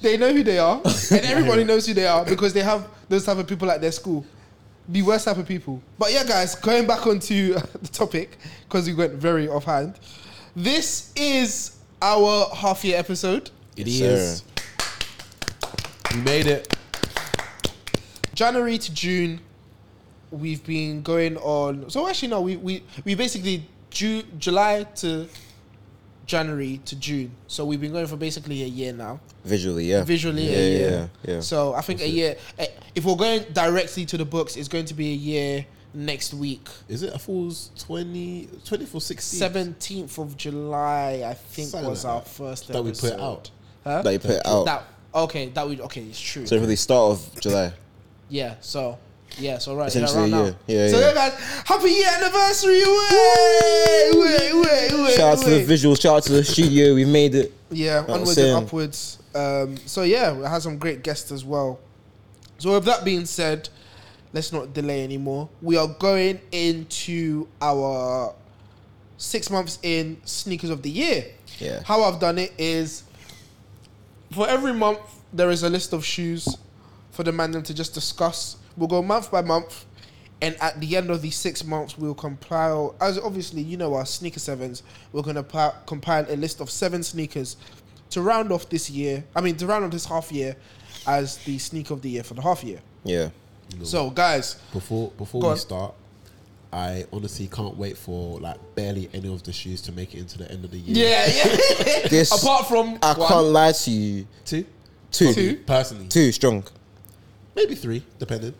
[SPEAKER 1] They know who they are, and everybody knows who they are because they have those type of people at their school. The worst type of people. But yeah, guys, going back onto [laughs] uh, the topic because we went very offhand. This is our half year episode.
[SPEAKER 3] it
[SPEAKER 2] Yes,
[SPEAKER 3] is.
[SPEAKER 2] sir.
[SPEAKER 3] We made it.
[SPEAKER 1] January to June, we've been going on. So actually, no, we we we basically Ju- July to January to June. So we've been going for basically a year now.
[SPEAKER 2] Visually, yeah.
[SPEAKER 1] Visually,
[SPEAKER 2] yeah,
[SPEAKER 1] a
[SPEAKER 2] yeah,
[SPEAKER 1] year.
[SPEAKER 2] yeah, yeah.
[SPEAKER 1] So I think a year. eh, If we're going directly to the books, it's going to be a year next week.
[SPEAKER 3] Is it a fool's 20, 24, 16?
[SPEAKER 1] Seventeenth of July, I think,
[SPEAKER 3] Something
[SPEAKER 1] was
[SPEAKER 3] like
[SPEAKER 1] our
[SPEAKER 3] that.
[SPEAKER 1] first
[SPEAKER 3] That we put
[SPEAKER 1] episode.
[SPEAKER 3] out.
[SPEAKER 1] Huh?
[SPEAKER 2] That you put it out.
[SPEAKER 1] That okay? That we okay? It's true.
[SPEAKER 2] oh. so from the start of July.
[SPEAKER 1] Yeah, so yeah, so right.
[SPEAKER 2] Essentially,
[SPEAKER 1] yeah, right
[SPEAKER 2] yeah,
[SPEAKER 1] now.
[SPEAKER 2] yeah,
[SPEAKER 1] So
[SPEAKER 2] yeah.
[SPEAKER 1] guys, happy year anniversary! Way, way, way, way,
[SPEAKER 2] Shout out to the
[SPEAKER 1] way.
[SPEAKER 2] visual. Shout out to the studio. We made it.
[SPEAKER 1] yeah,
[SPEAKER 2] I'm
[SPEAKER 1] onwards
[SPEAKER 2] saying.
[SPEAKER 1] and upwards. Um, so yeah, we had some great guests as well. So with that being said, let's not delay anymore. We are going into our six months in sneakers of the year.
[SPEAKER 2] Yeah.
[SPEAKER 1] How I've done it is for every month there is a list of shoes for the man them to just discuss. We'll go month by month, and at the end of these six months, we'll compile. As obviously you know our sneaker sevens, we're gonna pa- compile a list of seven sneakers to round off this year. I mean to round off this half year as the sneaker of the year for the half year.
[SPEAKER 2] Yeah.
[SPEAKER 1] So guys,
[SPEAKER 3] Before before
[SPEAKER 1] Go
[SPEAKER 3] we
[SPEAKER 1] on.
[SPEAKER 3] start, I honestly can't wait for like barely any of the shoes to make it into the end of the year.
[SPEAKER 1] yeah,
[SPEAKER 2] [laughs]
[SPEAKER 1] yeah. [laughs]
[SPEAKER 2] This-
[SPEAKER 1] Apart from
[SPEAKER 2] I
[SPEAKER 1] one,
[SPEAKER 2] can't lie to you.
[SPEAKER 3] Two?
[SPEAKER 1] Two.
[SPEAKER 2] Two. Two.
[SPEAKER 3] Personally.
[SPEAKER 2] strong.
[SPEAKER 3] Maybe three, depending.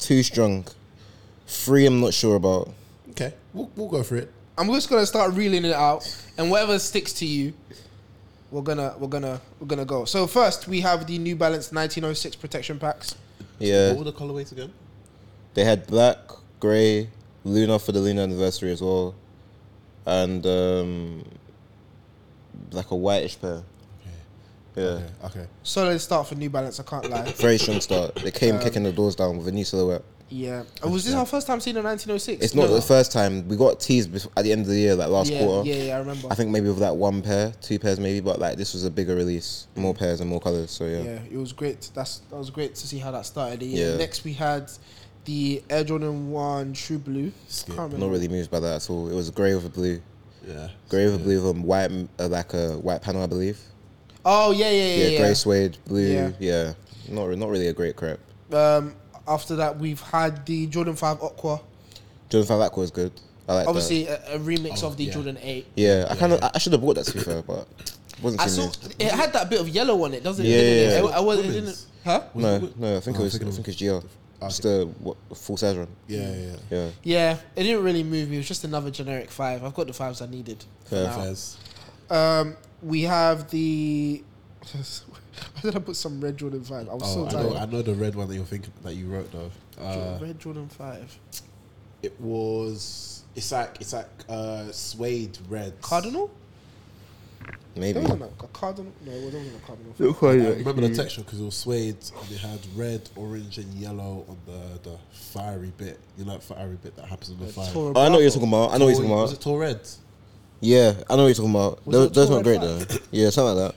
[SPEAKER 2] Two strong. Three, I'm not sure about.
[SPEAKER 3] Okay. We'll, we'll go for it.
[SPEAKER 1] I'm just gonna start reeling it out, and whatever sticks to you, we're gonna we're gonna we're gonna go. So first, we have the New Balance 1906 protection packs.
[SPEAKER 2] Yeah.
[SPEAKER 3] What were the colorways again?
[SPEAKER 2] They had black, grey, Luna for the Luna anniversary as well, and um, like a whitish pair. Yeah.
[SPEAKER 3] Okay. okay.
[SPEAKER 1] Solid start for New Balance. I can't lie.
[SPEAKER 2] Very strong start. They
[SPEAKER 1] Um,
[SPEAKER 2] came kicking the doors down with a new silhouette.
[SPEAKER 1] Yeah. Oh, was this our first time seeing a 1906?
[SPEAKER 2] It's not
[SPEAKER 1] No.
[SPEAKER 2] the first time. We got teased bef- at the end of the year, like last
[SPEAKER 1] yeah,
[SPEAKER 2] quarter.
[SPEAKER 1] Yeah, yeah, I remember.
[SPEAKER 2] I think maybe with like one pair, two pairs maybe, but like this was a bigger release, more pairs and more colors. So yeah,
[SPEAKER 1] yeah, it was great. That's that was great to see how that started. the year.
[SPEAKER 2] Yeah.
[SPEAKER 1] Next, we had the Air Jordan One True Blue.
[SPEAKER 3] Skip.
[SPEAKER 1] Can't
[SPEAKER 2] not
[SPEAKER 1] remember.
[SPEAKER 2] really moved by that at all. It was grey with a blue,
[SPEAKER 3] Yeah.
[SPEAKER 2] grey with a blue with a white, uh, like a white panel, I believe.
[SPEAKER 1] Oh yeah, yeah,
[SPEAKER 2] Yeah,
[SPEAKER 1] yeah. yeah.
[SPEAKER 2] grey suede, blue.
[SPEAKER 1] Yeah.
[SPEAKER 2] Yeah. not re- not really a great crep.
[SPEAKER 1] Um, after that, we've had the Jordan Five Aqua.
[SPEAKER 2] Jordan Van Lack was good. I like that.
[SPEAKER 1] Obviously, a, a remix
[SPEAKER 3] Oh,
[SPEAKER 1] of the
[SPEAKER 3] yeah.
[SPEAKER 1] Jordan Eight.
[SPEAKER 2] Yeah, I kind of I- I should have bought that to be fair, but wasn't
[SPEAKER 1] I
[SPEAKER 2] too
[SPEAKER 1] saw
[SPEAKER 2] moved.
[SPEAKER 1] it had that bit of yellow on it, doesn't
[SPEAKER 2] Yeah,
[SPEAKER 1] it? Didn't
[SPEAKER 2] yeah,
[SPEAKER 1] it?
[SPEAKER 2] yeah.
[SPEAKER 1] I, I was, it
[SPEAKER 3] Women's.
[SPEAKER 1] didn't. Huh?
[SPEAKER 2] No, no, I think
[SPEAKER 3] Oh,
[SPEAKER 2] it was I think
[SPEAKER 3] thinking of-
[SPEAKER 2] it was GR. Just a what, a full size run.
[SPEAKER 3] Yeah, yeah, yeah.
[SPEAKER 2] Yeah,
[SPEAKER 1] Yeah, it didn't really move me. It was just another generic five. I've got the fives I needed.
[SPEAKER 2] fair.
[SPEAKER 1] Wow.
[SPEAKER 3] Fairs.
[SPEAKER 1] Um, we have the. [laughs] Why did I put some red Jordan five? I was
[SPEAKER 3] Oh,
[SPEAKER 1] so
[SPEAKER 3] I
[SPEAKER 1] tired.
[SPEAKER 3] know, I know the red one that you're thinking that you wrote though.
[SPEAKER 1] Jo-
[SPEAKER 3] Uh,
[SPEAKER 1] red Jordan five.
[SPEAKER 3] it was. It's like it's like uh, suede red.
[SPEAKER 1] Cardinal? It
[SPEAKER 2] Maybe.
[SPEAKER 1] wasn't a, a cardinal. No, it wasn't a cardinal.
[SPEAKER 3] I remember
[SPEAKER 2] Mm.
[SPEAKER 3] the texture because it was suede and it had red, orange, and yellow on the, the fiery bit. You know, that fiery bit that happens on the fire.
[SPEAKER 1] Toro
[SPEAKER 2] Oh, I know what you're
[SPEAKER 1] Bravo.
[SPEAKER 2] talking about. I know what you're talking
[SPEAKER 3] Was
[SPEAKER 2] about.
[SPEAKER 3] it tall red?
[SPEAKER 2] Yeah, I know what you're talking about.
[SPEAKER 1] Was
[SPEAKER 2] Those,
[SPEAKER 1] it
[SPEAKER 2] those
[SPEAKER 1] two
[SPEAKER 2] weren't great
[SPEAKER 1] or
[SPEAKER 2] though. [laughs] Yeah, something like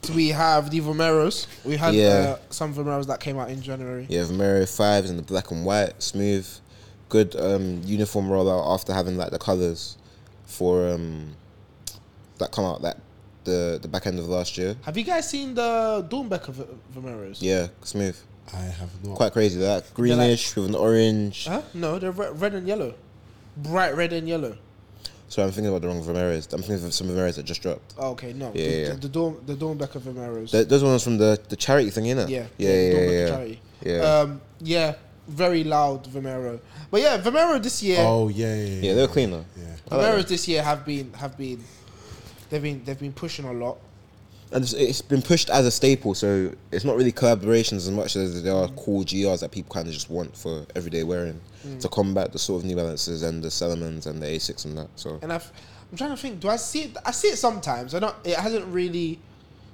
[SPEAKER 2] that.
[SPEAKER 1] We have the Vomeros. We had
[SPEAKER 2] Yeah.
[SPEAKER 1] uh, some Vomeros that came out in January.
[SPEAKER 2] Yeah, Vomero fives and the black and white, smooth, good um, uniform rollout after having like the colours for um, that come out like the the back end of last year.
[SPEAKER 1] Have you guys seen the Dornbecker v- Vomeros?
[SPEAKER 2] Yeah, smooth.
[SPEAKER 3] I have not.
[SPEAKER 2] Quite crazy. That greenish with an orange.
[SPEAKER 1] Huh? No, they're re- red and yellow. Bright red and yellow.
[SPEAKER 2] Sorry, I'm thinking about the wrong Vomeros. I'm thinking of some Vomeros that just dropped.
[SPEAKER 1] Oh, okay, no.
[SPEAKER 2] Yeah,
[SPEAKER 1] the,
[SPEAKER 2] yeah.
[SPEAKER 1] The, the Dawn, the Dawnbecker Vomeros.
[SPEAKER 2] Th- those ones from the, the charity thing, innit?
[SPEAKER 1] yeah,
[SPEAKER 2] Yeah, yeah,
[SPEAKER 1] Dawn
[SPEAKER 2] yeah.
[SPEAKER 1] Becker
[SPEAKER 2] yeah.
[SPEAKER 1] Charity.
[SPEAKER 2] Yeah.
[SPEAKER 1] Um, yeah, very loud Vomero. But yeah, Vomero this year,
[SPEAKER 3] Oh yeah, yeah, yeah.
[SPEAKER 2] Yeah, they were clean though.
[SPEAKER 3] Yeah.
[SPEAKER 2] I like
[SPEAKER 1] Vomeros this year have been have been, they've been they've been pushing a lot.
[SPEAKER 2] And it's, it's been pushed as a staple, so it's not really collaborations as much as there are cool GRs that people kind of just want for everyday wearing
[SPEAKER 1] Mm.
[SPEAKER 2] to combat the sort of New Balances and the Salomons and the A6 and that. So
[SPEAKER 1] And I've, I'm trying to think. Do I see it? I see it sometimes. I don't. It hasn't really,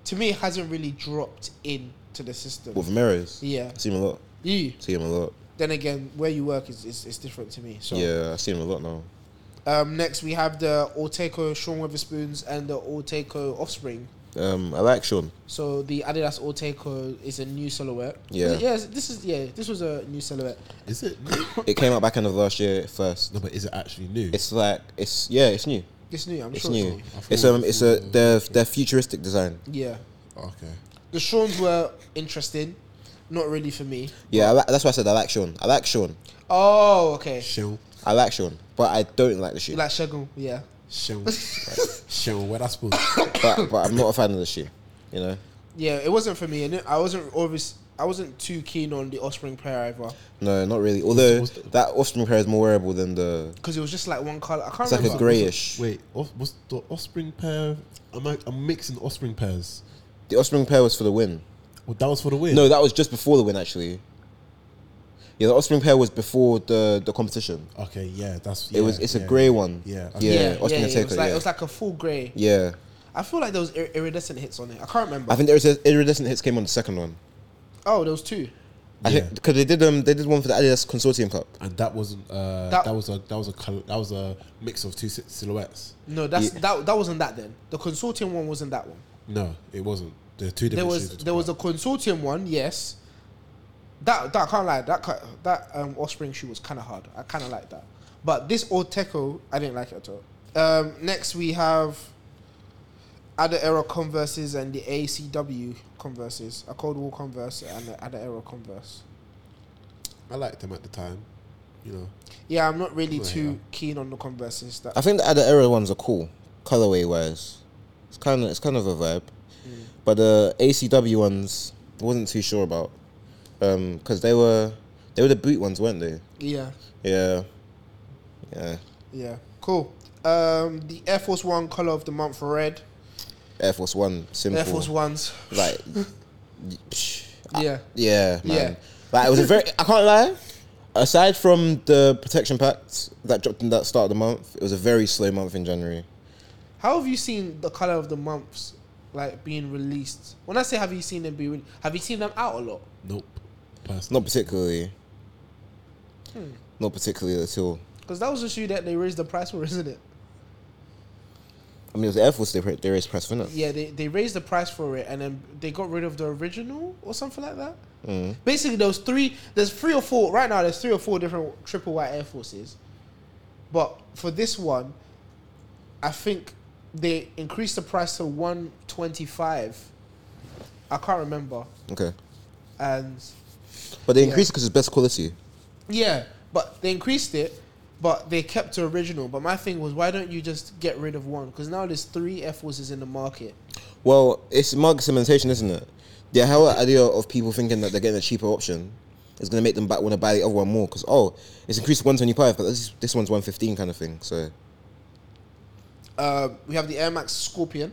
[SPEAKER 1] to me, it hasn't really dropped into the system.
[SPEAKER 2] with mirrors,
[SPEAKER 1] Yeah.
[SPEAKER 2] I see them a lot.
[SPEAKER 1] You.
[SPEAKER 2] See them a lot.
[SPEAKER 1] Then again, where you work is, is, is different to me. So
[SPEAKER 2] Yeah, I see them a lot now.
[SPEAKER 1] Um, next, we have the Orteco Sean Witherspoons and the Orteco Offspring.
[SPEAKER 2] Um, I like Sean.
[SPEAKER 1] So the Adidas Orteco is a new silhouette.
[SPEAKER 2] Yeah.
[SPEAKER 1] Is it- yes. This is yeah. This was a new silhouette.
[SPEAKER 3] Is it?
[SPEAKER 2] [laughs] It came out back end of last year first.
[SPEAKER 3] no, but is it actually new?
[SPEAKER 2] It's like it's yeah, it's new.
[SPEAKER 1] It's new. I'm
[SPEAKER 2] It's
[SPEAKER 1] sure
[SPEAKER 2] new.
[SPEAKER 1] it's
[SPEAKER 2] It's um, it's a their their futuristic design.
[SPEAKER 1] new. Yeah.
[SPEAKER 3] okay.
[SPEAKER 1] The Sean's were interesting. not really for me.
[SPEAKER 2] Yeah, I li- that's why I said I like Sean. I like Sean.
[SPEAKER 1] Oh, okay.
[SPEAKER 3] Shill,
[SPEAKER 2] I like Sean, but I don't like the shoe.
[SPEAKER 1] You like Shagun, yeah.
[SPEAKER 3] shill, shill. Where that's supposed.
[SPEAKER 1] [coughs]
[SPEAKER 2] but, but I'm not a fan of the shoe. You know,
[SPEAKER 1] Yeah, it wasn't for me, and it- I wasn't obvious. I wasn't too keen on the offspring pair either
[SPEAKER 2] no, not really. Although
[SPEAKER 3] What's the- what's
[SPEAKER 2] that offspring pair is more wearable than the.
[SPEAKER 1] because it was just like one color. I can't
[SPEAKER 2] It's like
[SPEAKER 1] remember.
[SPEAKER 2] a grayish.
[SPEAKER 3] [coughs] Wait, off, what's the offspring pair? I'm like, I'm mixing offspring pairs.
[SPEAKER 2] The offspring pair was for the win.
[SPEAKER 3] Well, that was for the win.
[SPEAKER 2] No, that was just before the win actually. Yeah, the offspring pair was before the the competition.
[SPEAKER 3] Okay, yeah, that's.
[SPEAKER 2] it was
[SPEAKER 3] yeah,
[SPEAKER 2] it's a
[SPEAKER 3] yeah.
[SPEAKER 2] grey one.
[SPEAKER 3] Yeah, okay.
[SPEAKER 2] yeah,
[SPEAKER 1] yeah, yeah,
[SPEAKER 2] Austin
[SPEAKER 1] yeah, it,
[SPEAKER 2] and
[SPEAKER 1] was
[SPEAKER 2] Taker,
[SPEAKER 1] like,
[SPEAKER 2] yeah.
[SPEAKER 1] it was like a full gray.
[SPEAKER 2] yeah.
[SPEAKER 1] I feel like there was ir- iridescent hits on it. I can't remember.
[SPEAKER 2] I think there was iridescent hits came on the second one.
[SPEAKER 1] oh, there was two.
[SPEAKER 2] I
[SPEAKER 3] Yeah.
[SPEAKER 2] think because they did um they did one for the Adidas Consortium Cup.
[SPEAKER 3] And that wasn't. Uh,
[SPEAKER 1] That-
[SPEAKER 3] that, was a that was a col- that was a mix of two si- silhouettes.
[SPEAKER 1] No, that's
[SPEAKER 2] Yeah.
[SPEAKER 1] that. That wasn't that then. The consortium one wasn't that one.
[SPEAKER 3] No, it wasn't. There are two different.
[SPEAKER 1] There
[SPEAKER 3] shades
[SPEAKER 1] was
[SPEAKER 3] of
[SPEAKER 1] there was a
[SPEAKER 3] black.
[SPEAKER 1] consortium one. Yes. That that I can't lie. That ki- that um, offspring shoe was kind of hard. I kind of like that. But this Orteco, I didn't like it at all. Um, next we have Ada Era Converses and the ACW Converses, a Cold War Converse and the Ada Era Converse.
[SPEAKER 3] I liked them at the time. You know,
[SPEAKER 1] Yeah, I'm not really
[SPEAKER 3] Right,
[SPEAKER 1] too
[SPEAKER 3] yeah.
[SPEAKER 1] keen on the Converses. That
[SPEAKER 2] I think the other era ones are cool, colorway wise. It's kind of it's kind of a vibe, but the ACW ones I wasn't too sure about, um, because they were they were the boot ones, weren't they?
[SPEAKER 1] yeah,
[SPEAKER 2] Yeah, yeah.
[SPEAKER 1] yeah, cool. Um, the Air Force One color of the month for red.
[SPEAKER 2] Air Force One, simple.
[SPEAKER 1] Air Force Ones.
[SPEAKER 2] like, y- psh, I-
[SPEAKER 1] Yeah.
[SPEAKER 2] yeah, man.
[SPEAKER 1] Yeah.
[SPEAKER 2] Like it was a very. I can't lie. Aside from the protection pact that dropped in that start of the month, it was a very slow month in January.
[SPEAKER 1] How have you seen the color of the months like being released? When I say have you seen them be, re- have you seen them out a lot?
[SPEAKER 3] nope. Personally,
[SPEAKER 2] Not particularly. Not particularly at all.
[SPEAKER 1] Because that was the shoe that they raised the price for, [laughs] isn't it?
[SPEAKER 2] I mean, it was the Air Force they pra- they raised press, wasn't it?
[SPEAKER 1] Yeah, they, they raised the price for it, and then they got rid of the original or something like that. Basically, those three, there's three or four right now. There's three or four different triple white Air Forces, but for this one, I think they increased the price to one twenty five. I can't remember,
[SPEAKER 2] Okay,
[SPEAKER 1] and
[SPEAKER 2] but they
[SPEAKER 1] Yeah.
[SPEAKER 2] increased because it's best quality.
[SPEAKER 1] Yeah, but they increased it, but they kept the original. But my thing was, why don't you just get rid of one? Because now there's three F forces in the market.
[SPEAKER 2] Well, it's market segmentation, isn't it? The whole idea of people thinking that they're getting a cheaper option is going to make them want to buy the other one more because oh, it's increased to one twenty five, but this this one's one fifteen kind of thing. So
[SPEAKER 1] Uh, we have the Air Max Scorpion.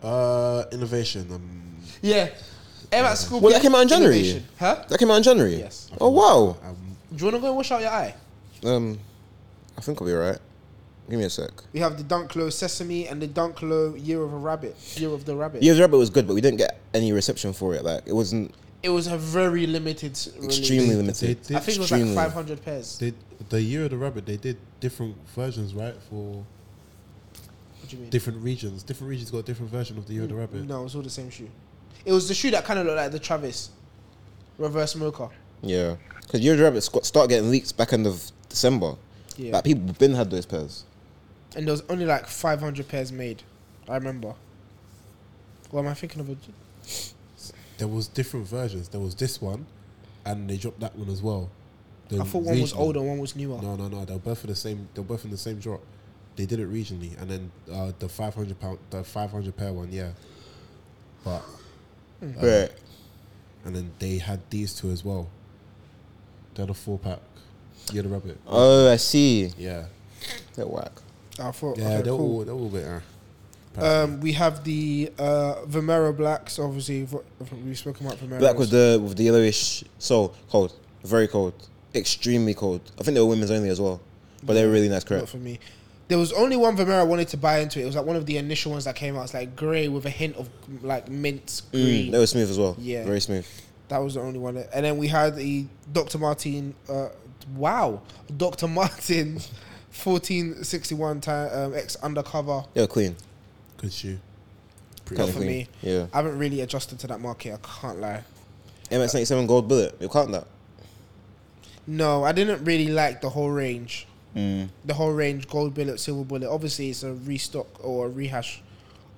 [SPEAKER 3] uh, innovation. Um,
[SPEAKER 1] Yeah, Air Max Scorpion.
[SPEAKER 2] Well, that came out in January.
[SPEAKER 1] Innovation. huh?
[SPEAKER 2] that came out in January.
[SPEAKER 1] Yes.
[SPEAKER 2] Oh wow.
[SPEAKER 3] um,
[SPEAKER 1] Do you want to go and wash out your eye?
[SPEAKER 2] Um, I think I'll be alright. Give me a sec.
[SPEAKER 1] We have the Dunk Low Sesame and the Dunk Low Year of a Rabbit. Year of the Rabbit.
[SPEAKER 2] Year's Rabbit was good, but we didn't get any reception for it. Like it wasn't
[SPEAKER 1] It was a very limited. s- release.
[SPEAKER 2] extremely
[SPEAKER 3] they
[SPEAKER 2] limited.
[SPEAKER 3] did.
[SPEAKER 1] I think it was
[SPEAKER 2] extremely-
[SPEAKER 1] like 500 pairs.
[SPEAKER 3] they, the year of the rabbit. They did different versions, right? For
[SPEAKER 1] What do you mean?
[SPEAKER 3] different regions. Different regions got a different version of the year of the rabbit.
[SPEAKER 1] Mm, No, it was all the same shoe. It was the shoe that kind of looked like the Travis reverse mocha.
[SPEAKER 2] Yeah, because Year's Rabbit squ- start getting leaks back end of December.
[SPEAKER 1] Yeah.
[SPEAKER 2] Like people been had those pairs.
[SPEAKER 1] and there was only like 500 pairs made. I remember. Well, am I thinking of a?
[SPEAKER 3] There was different versions. There was this one, and they dropped that one as well. The
[SPEAKER 1] I thought one was
[SPEAKER 3] regional-
[SPEAKER 1] older, one was newer.
[SPEAKER 3] No, no, no. They were both in the same. They were both in the same drop. They did it regionally, and then uh, the five hundred pound, the five hundred pair one, yeah. But
[SPEAKER 1] Mm.
[SPEAKER 2] Right.
[SPEAKER 3] and then they had these two as well. They had a four pack. Yeah, the rabbit.
[SPEAKER 2] Oh, I see.
[SPEAKER 3] Yeah,
[SPEAKER 2] They're whack.
[SPEAKER 1] I thought.
[SPEAKER 3] yeah.
[SPEAKER 1] okay,
[SPEAKER 3] they're
[SPEAKER 1] cool.
[SPEAKER 3] all they're all a bit. Uh,
[SPEAKER 1] Um, we have the uh, Vomero blacks. Obviously, vo- we've spoken about Vomero.
[SPEAKER 2] Black with the with the yellowish sole. Cold. Very cold. Extremely cold. I think they were women's only as well, but they were really nice.
[SPEAKER 1] not
[SPEAKER 2] Correct.
[SPEAKER 1] for me. There was only one Vomero I wanted to buy into. It was like one of the initial ones that came out. It's like grey with a hint of like mint green.
[SPEAKER 2] Mm, they were smooth as well.
[SPEAKER 1] Yeah.
[SPEAKER 2] Very smooth.
[SPEAKER 1] That was the only one. And then we had the Dr. Martin. Uh, wow, Dr. [laughs] Martin, fourteen sixty one time um, X undercover.
[SPEAKER 2] They were clean.
[SPEAKER 3] good shoe. Pretty
[SPEAKER 2] Kind
[SPEAKER 1] Not
[SPEAKER 2] of
[SPEAKER 1] for
[SPEAKER 2] clean.
[SPEAKER 1] me.
[SPEAKER 2] Yeah.
[SPEAKER 1] I haven't really adjusted to that market. I can't lie.
[SPEAKER 2] MX ninety seven gold bullet. You count that.
[SPEAKER 1] No, I didn't really like the whole range.
[SPEAKER 2] Mm.
[SPEAKER 1] The whole range, gold bullet, silver bullet. Obviously, it's a restock or a rehash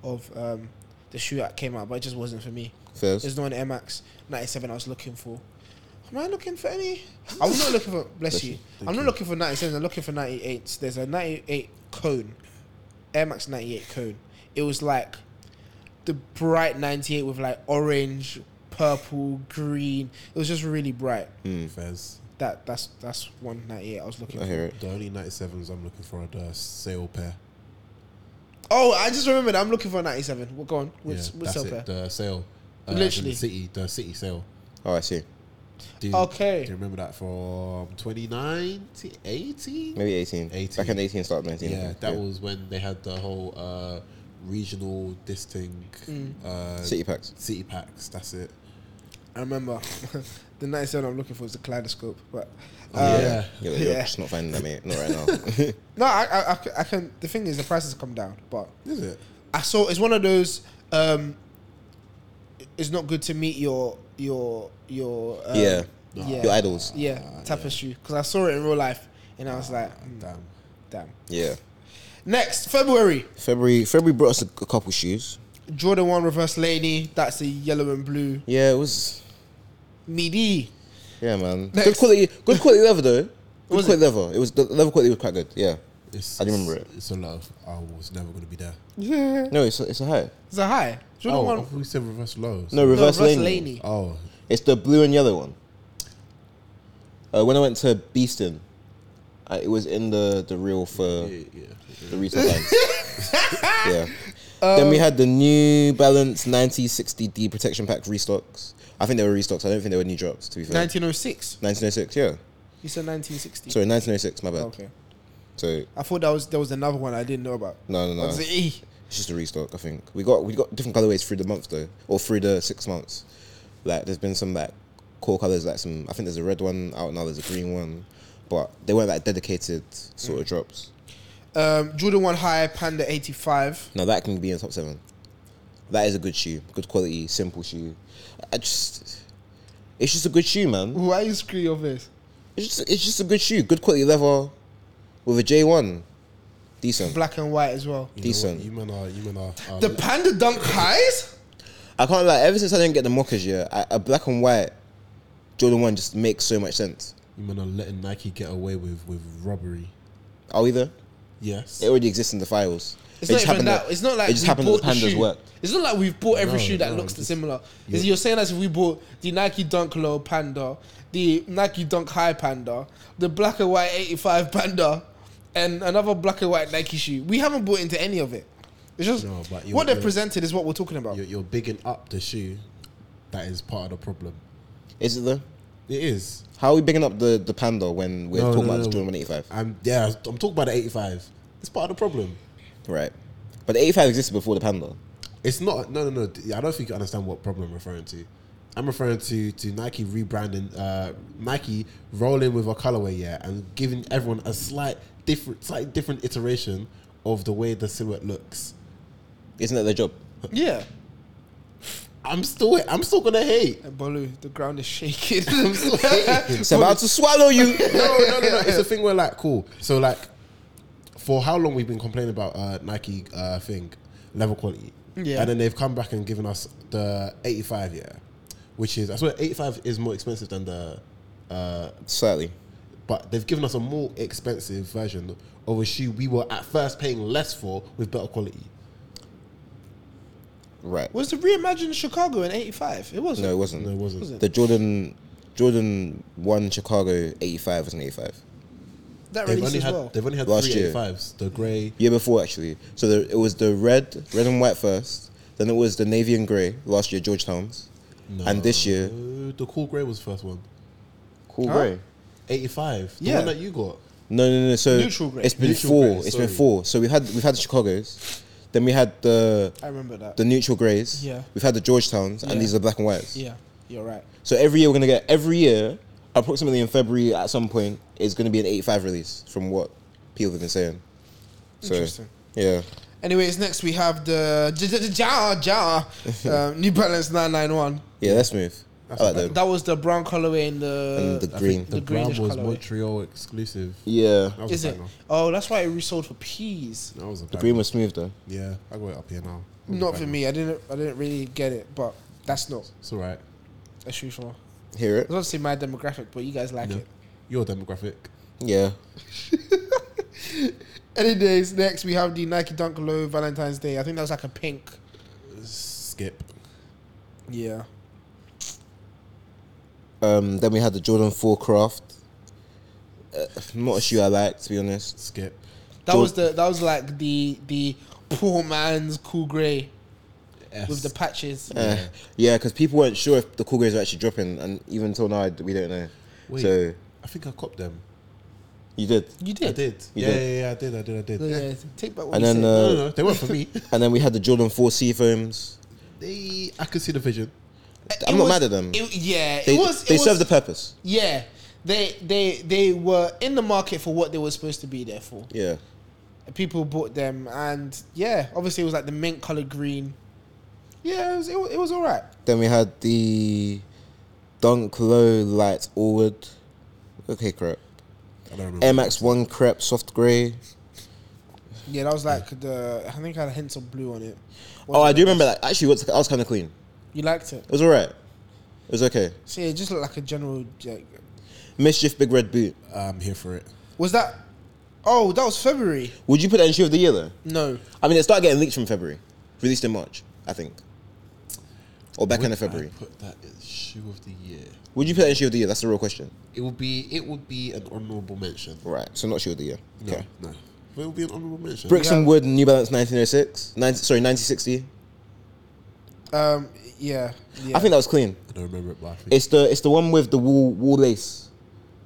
[SPEAKER 1] of um, the shoe that came out, but it just wasn't for me.
[SPEAKER 2] Fairs.
[SPEAKER 1] There's no an Air Max 97 I was looking for. Am I looking for any? I was not looking for. Bless, you. I'm not looking for 97s. I'm looking for 98s. There's a 98 cone, Air Max 98 cone. It was like the bright 98 with like orange, purple, green. It was just really bright.
[SPEAKER 3] Hmm. Fez.
[SPEAKER 1] That that's that's one 98 I was looking
[SPEAKER 2] I
[SPEAKER 1] for.
[SPEAKER 2] hear it.
[SPEAKER 3] The only 97s I'm looking for are the sale pair.
[SPEAKER 1] Oh, I just remembered. I'm looking for a 97. Well, go on. What's,
[SPEAKER 3] yeah,
[SPEAKER 1] what's
[SPEAKER 3] that's
[SPEAKER 1] up
[SPEAKER 3] it.
[SPEAKER 1] there?
[SPEAKER 3] The sale. Uh,
[SPEAKER 1] Literally.
[SPEAKER 3] The city, the city sale.
[SPEAKER 2] Oh, I see.
[SPEAKER 3] Do you,
[SPEAKER 1] Okay.
[SPEAKER 3] Do you remember that from 2019, 18?
[SPEAKER 2] Maybe 18.
[SPEAKER 3] 18.
[SPEAKER 2] Back in 18, start 19.
[SPEAKER 3] Yeah, that was when they had the whole uh, regional this thing,
[SPEAKER 1] Mm.
[SPEAKER 3] uh,
[SPEAKER 2] City packs.
[SPEAKER 3] city packs. That's it.
[SPEAKER 1] I remember [laughs] the 97 I'm looking for is the kaleidoscope, but
[SPEAKER 3] Oh,
[SPEAKER 1] um,
[SPEAKER 3] yeah.
[SPEAKER 2] You're,
[SPEAKER 1] Yeah.
[SPEAKER 2] you're just not finding that, mate. Not right
[SPEAKER 1] [laughs]
[SPEAKER 2] now.
[SPEAKER 1] no,
[SPEAKER 2] [laughs]
[SPEAKER 1] I, I, I c- I can. The thing is, the prices come down, but
[SPEAKER 3] Is it?
[SPEAKER 1] I saw it's one of those. Um, it's not good to meet your your your um,
[SPEAKER 2] yeah.
[SPEAKER 1] yeah
[SPEAKER 2] Your idols.
[SPEAKER 1] yeah tapestry because I saw it in real life and I was like mm,
[SPEAKER 3] Damn.
[SPEAKER 1] damn.
[SPEAKER 2] Yeah.
[SPEAKER 1] Next February,
[SPEAKER 2] February February brought us a, a couple shoes.
[SPEAKER 1] Jordan One Reverse Laney. That's the yellow and blue
[SPEAKER 2] Yeah, it was.
[SPEAKER 1] midi.
[SPEAKER 2] Yeah, man. Good
[SPEAKER 1] Next.
[SPEAKER 2] quality. Good quality leather though. Good
[SPEAKER 1] Was
[SPEAKER 2] quality leather. It was the leather quality was quite good. Yeah.
[SPEAKER 3] It's,
[SPEAKER 2] I do remember
[SPEAKER 3] it's- It's a lot of. I was never going to be there.
[SPEAKER 1] Yeah,
[SPEAKER 2] No, it's a, it's a high.
[SPEAKER 1] it's a high Jordan
[SPEAKER 3] Oh,
[SPEAKER 1] One.
[SPEAKER 3] I thought you said reverse lows.
[SPEAKER 2] No, reverse,
[SPEAKER 1] no, reverse
[SPEAKER 2] lane.
[SPEAKER 1] Laney.
[SPEAKER 3] Oh,
[SPEAKER 2] It's the blue and yellow one. Uh, when I went to Beeston, I, it was in the the reel for
[SPEAKER 3] yeah, yeah. Um,
[SPEAKER 2] the retail lines.
[SPEAKER 3] [laughs]
[SPEAKER 2] yeah. then we had the New Balance 9060D protection pack restocks. I think they were restocks. I don't think they were new drops. To be fair,
[SPEAKER 1] 1906.
[SPEAKER 2] 1906. Yeah.
[SPEAKER 1] You said 1960.
[SPEAKER 2] Sorry, 1906. My bad.
[SPEAKER 1] Okay.
[SPEAKER 2] So
[SPEAKER 1] I thought that was there was another one I didn't know about.
[SPEAKER 2] no, no, no.
[SPEAKER 1] What's the E?
[SPEAKER 2] It's just a restock, I think. We got we got different colorways through the month though, or through the six months. Like there's been some like core colors, like some I think there's a red one out now, there's a green one, but they weren't like dedicated sort of drops.
[SPEAKER 1] Um, Jordan One High Panda 85.
[SPEAKER 2] Now that can be in top seven. That is a good shoe, good quality, simple shoe. I just, it's just a good shoe, man.
[SPEAKER 1] Why are you screwing your face?
[SPEAKER 2] It's just it's just a good shoe, good quality leather, with a J one, decent.
[SPEAKER 1] Black and white as well.
[SPEAKER 3] You know what?
[SPEAKER 2] Decent.
[SPEAKER 3] You men are. You men are. uh, are
[SPEAKER 1] The Panda Dunk Highs.
[SPEAKER 2] I can't lie. Ever since I didn't get the mockers, yeah, I, a black and white Jordan one just makes so much sense.
[SPEAKER 3] you men are letting Nike get away with with robbery.
[SPEAKER 2] Are we there?
[SPEAKER 3] Yes.
[SPEAKER 2] Oh, It already exists in the files.
[SPEAKER 1] It's
[SPEAKER 2] It
[SPEAKER 1] not
[SPEAKER 2] just
[SPEAKER 1] even
[SPEAKER 2] happened
[SPEAKER 1] that. It's not like
[SPEAKER 2] it just
[SPEAKER 1] we
[SPEAKER 2] happened that
[SPEAKER 1] bought
[SPEAKER 2] the
[SPEAKER 1] the
[SPEAKER 2] pandas
[SPEAKER 1] shoe.
[SPEAKER 2] worked.
[SPEAKER 1] It's not like we've bought every
[SPEAKER 3] No,
[SPEAKER 1] shoe that
[SPEAKER 3] no,
[SPEAKER 1] looks the
[SPEAKER 3] just-
[SPEAKER 1] similar. Is You're saying as if we bought the Nike Dunk Low Panda, the Nike Dunk High Panda, the black and white 85 Panda, and another black and white Nike shoe. We haven't bought into any of it. It's just
[SPEAKER 3] No, but you-
[SPEAKER 1] what they've
[SPEAKER 3] you-
[SPEAKER 1] presented is what we're talking about.
[SPEAKER 3] You're, you're bigging up the shoe. That is part of the problem.
[SPEAKER 2] Is it though?
[SPEAKER 3] It is.
[SPEAKER 2] How are we picking up the, the panda when we're
[SPEAKER 3] No,
[SPEAKER 2] talking
[SPEAKER 3] no,
[SPEAKER 2] about the
[SPEAKER 3] no.
[SPEAKER 2] Jordan 185?
[SPEAKER 3] I'm yeah. I'm talking about the 85. It's part of the problem.
[SPEAKER 2] Right. But the 85 existed before the panda.
[SPEAKER 3] It's not. No, no, no. I don't think you understand what problem I'm referring to. I'm referring to to Nike rebranding, uh, Nike rolling with a colorway, yeah, and giving everyone a slight different, slight different iteration of the way the silhouette looks.
[SPEAKER 2] Isn't that their job?
[SPEAKER 1] yeah.
[SPEAKER 3] I'm still, I'm still gonna hate.
[SPEAKER 1] And Bolu, the ground is
[SPEAKER 2] [laughs]
[SPEAKER 1] shaking.
[SPEAKER 3] I'm still hating.
[SPEAKER 2] It's about to swallow you.
[SPEAKER 3] [laughs] no, no, no, no.
[SPEAKER 1] [laughs]
[SPEAKER 3] It's a thing where like, cool. So like, for how long we've been complaining about uh, Nike uh, thing level quality,
[SPEAKER 1] Yeah.
[SPEAKER 3] and then they've come back and given us the eighty five, yeah, which is I swear eighty five is more expensive than the, uh,
[SPEAKER 2] Slightly.
[SPEAKER 3] but they've given us a more expensive version of a shoe we were at first paying less for with better quality.
[SPEAKER 2] Right.
[SPEAKER 1] was the reimagined Chicago in '85? It wasn't.
[SPEAKER 2] No, it
[SPEAKER 3] No, it
[SPEAKER 2] wasn't.
[SPEAKER 3] wasn't.
[SPEAKER 1] Was it?
[SPEAKER 2] The Jordan Jordan 1 Chicago 85 was an 85.
[SPEAKER 1] that
[SPEAKER 3] They've
[SPEAKER 1] release
[SPEAKER 3] only
[SPEAKER 1] as
[SPEAKER 3] had
[SPEAKER 1] well.
[SPEAKER 3] they've only had
[SPEAKER 2] Last
[SPEAKER 3] three
[SPEAKER 2] year.
[SPEAKER 3] eighty fives. The grey.
[SPEAKER 2] Year before, actually. So the, it was the red, red and white first. Then it was the navy and grey last year, Georgetown's. And this year,
[SPEAKER 3] No, the cool grey was the first one.
[SPEAKER 2] cool
[SPEAKER 1] Huh?
[SPEAKER 2] grey.
[SPEAKER 3] 85. The
[SPEAKER 1] Yeah.
[SPEAKER 3] one that you got.
[SPEAKER 2] No, no, no. So
[SPEAKER 1] Neutral grey.
[SPEAKER 2] It's been
[SPEAKER 3] Neutral
[SPEAKER 2] four.
[SPEAKER 3] grey,
[SPEAKER 2] It's
[SPEAKER 3] sorry.
[SPEAKER 2] been four. So we had we've had the Chicago's, then we had the
[SPEAKER 1] I remember that.
[SPEAKER 2] the neutral greys.
[SPEAKER 1] Yeah.
[SPEAKER 2] We've had the Georgetowns,
[SPEAKER 1] Yeah.
[SPEAKER 2] and these are the black and whites.
[SPEAKER 1] yeah, you're right.
[SPEAKER 2] So every year we're gonna get every year, approximately in February at some point, is gonna be an eighty-five release from what people have been saying. So,
[SPEAKER 1] Interesting.
[SPEAKER 2] Yeah.
[SPEAKER 1] Anyways, next we have the J- J- J- Jar Jar um, New Balance 991.
[SPEAKER 2] Yeah, that's smooth. I like them.
[SPEAKER 1] That was the brown colorway in the
[SPEAKER 2] And the
[SPEAKER 3] I
[SPEAKER 2] green.
[SPEAKER 3] think the,
[SPEAKER 1] The
[SPEAKER 3] brown
[SPEAKER 1] greenish
[SPEAKER 3] was
[SPEAKER 1] colourway.
[SPEAKER 3] Montreal exclusive.
[SPEAKER 2] yeah.
[SPEAKER 3] That was
[SPEAKER 1] Is
[SPEAKER 3] a
[SPEAKER 1] it?
[SPEAKER 3] banger.
[SPEAKER 1] Oh, that's why it resold for peas.
[SPEAKER 3] That was a
[SPEAKER 2] The green was smooth though.
[SPEAKER 3] Yeah, I got it up here now.
[SPEAKER 1] Not for me. I didn't. I didn't really get it, but That's not
[SPEAKER 3] It's all right.
[SPEAKER 1] a shoe from.
[SPEAKER 2] Hear it?
[SPEAKER 1] It's obviously my demographic, but you guys like
[SPEAKER 3] No.
[SPEAKER 1] it.
[SPEAKER 3] Your demographic.
[SPEAKER 2] Yeah.
[SPEAKER 1] Any days next, we have the Nike Dunk Low Valentine's Day. I think that was like a pink.
[SPEAKER 3] Skip.
[SPEAKER 1] Yeah.
[SPEAKER 2] Um, then we had the Jordan 4 Craft. Uh, not a shoe I like, to be honest.
[SPEAKER 3] Skip.
[SPEAKER 1] That
[SPEAKER 2] Jor-
[SPEAKER 1] was the that was like the the poor man's cool grey
[SPEAKER 3] S.
[SPEAKER 1] with the patches.
[SPEAKER 2] Uh, yeah, because people weren't sure if the cool grades were actually dropping, and even until now, I- we don't know.
[SPEAKER 3] Wait.
[SPEAKER 2] So,
[SPEAKER 3] I think I copped them.
[SPEAKER 2] you did.
[SPEAKER 1] You
[SPEAKER 3] I
[SPEAKER 1] did.
[SPEAKER 3] did.
[SPEAKER 2] You
[SPEAKER 3] Yeah,
[SPEAKER 2] did.
[SPEAKER 3] yeah, yeah, I did. I did. I did.
[SPEAKER 1] Yeah, yeah, Take back what
[SPEAKER 2] And
[SPEAKER 1] you
[SPEAKER 2] then,
[SPEAKER 1] said.
[SPEAKER 2] uh,
[SPEAKER 3] No, no, no. They weren't for me. [laughs]
[SPEAKER 2] And then we had the Jordan 4 Seafoams.
[SPEAKER 3] they, I could see the vision.
[SPEAKER 2] I'm
[SPEAKER 1] It
[SPEAKER 2] not
[SPEAKER 1] was-
[SPEAKER 2] mad at them.
[SPEAKER 1] It, yeah,
[SPEAKER 2] They,
[SPEAKER 1] it was.
[SPEAKER 2] they
[SPEAKER 1] it
[SPEAKER 2] served the
[SPEAKER 1] was,
[SPEAKER 2] purpose.
[SPEAKER 1] Yeah, they they they were in the market for what they were supposed to be there for.
[SPEAKER 2] Yeah.
[SPEAKER 1] People bought them, and yeah, obviously it was like the mint color green. Yeah, it was it, was- it was all right.
[SPEAKER 2] Then we had the Dunk Low Light Allwood. Okay, correct.
[SPEAKER 3] I don't remember.
[SPEAKER 2] Air Max 1 Crepe Soft Grey.
[SPEAKER 1] Yeah, that was like the I think it had hints of blue on it.
[SPEAKER 2] Oh, I do remember that. Actually, it was- that was kind of clean. It
[SPEAKER 1] You liked it.
[SPEAKER 2] was alright. It was okay.
[SPEAKER 1] See, it just looked like a general. Like,
[SPEAKER 2] Mischief Big Red Boot.
[SPEAKER 3] I'm here for it.
[SPEAKER 1] was that? Oh, that was February.
[SPEAKER 2] Would you put that in shoe of the year though?
[SPEAKER 1] No,
[SPEAKER 2] I mean, it started getting leaked from February, released in March, I think, or back end of February.
[SPEAKER 3] I put that as shoe of the year.
[SPEAKER 2] Would you put that in shoe of the year? That's the real question.
[SPEAKER 3] It would be. It would be an honourable mention.
[SPEAKER 2] Right. So not shoe of the year.
[SPEAKER 3] No,
[SPEAKER 2] Okay.
[SPEAKER 3] no. But it would be an honourable mention.
[SPEAKER 2] Bricks
[SPEAKER 1] Yeah.
[SPEAKER 2] and Wood New Balance 1906. 90, sorry, 1960.
[SPEAKER 1] um, yeah, yeah.
[SPEAKER 2] I think that was clean.
[SPEAKER 3] I don't remember it, but I think.
[SPEAKER 2] It's the it's the one with the wool wool lace,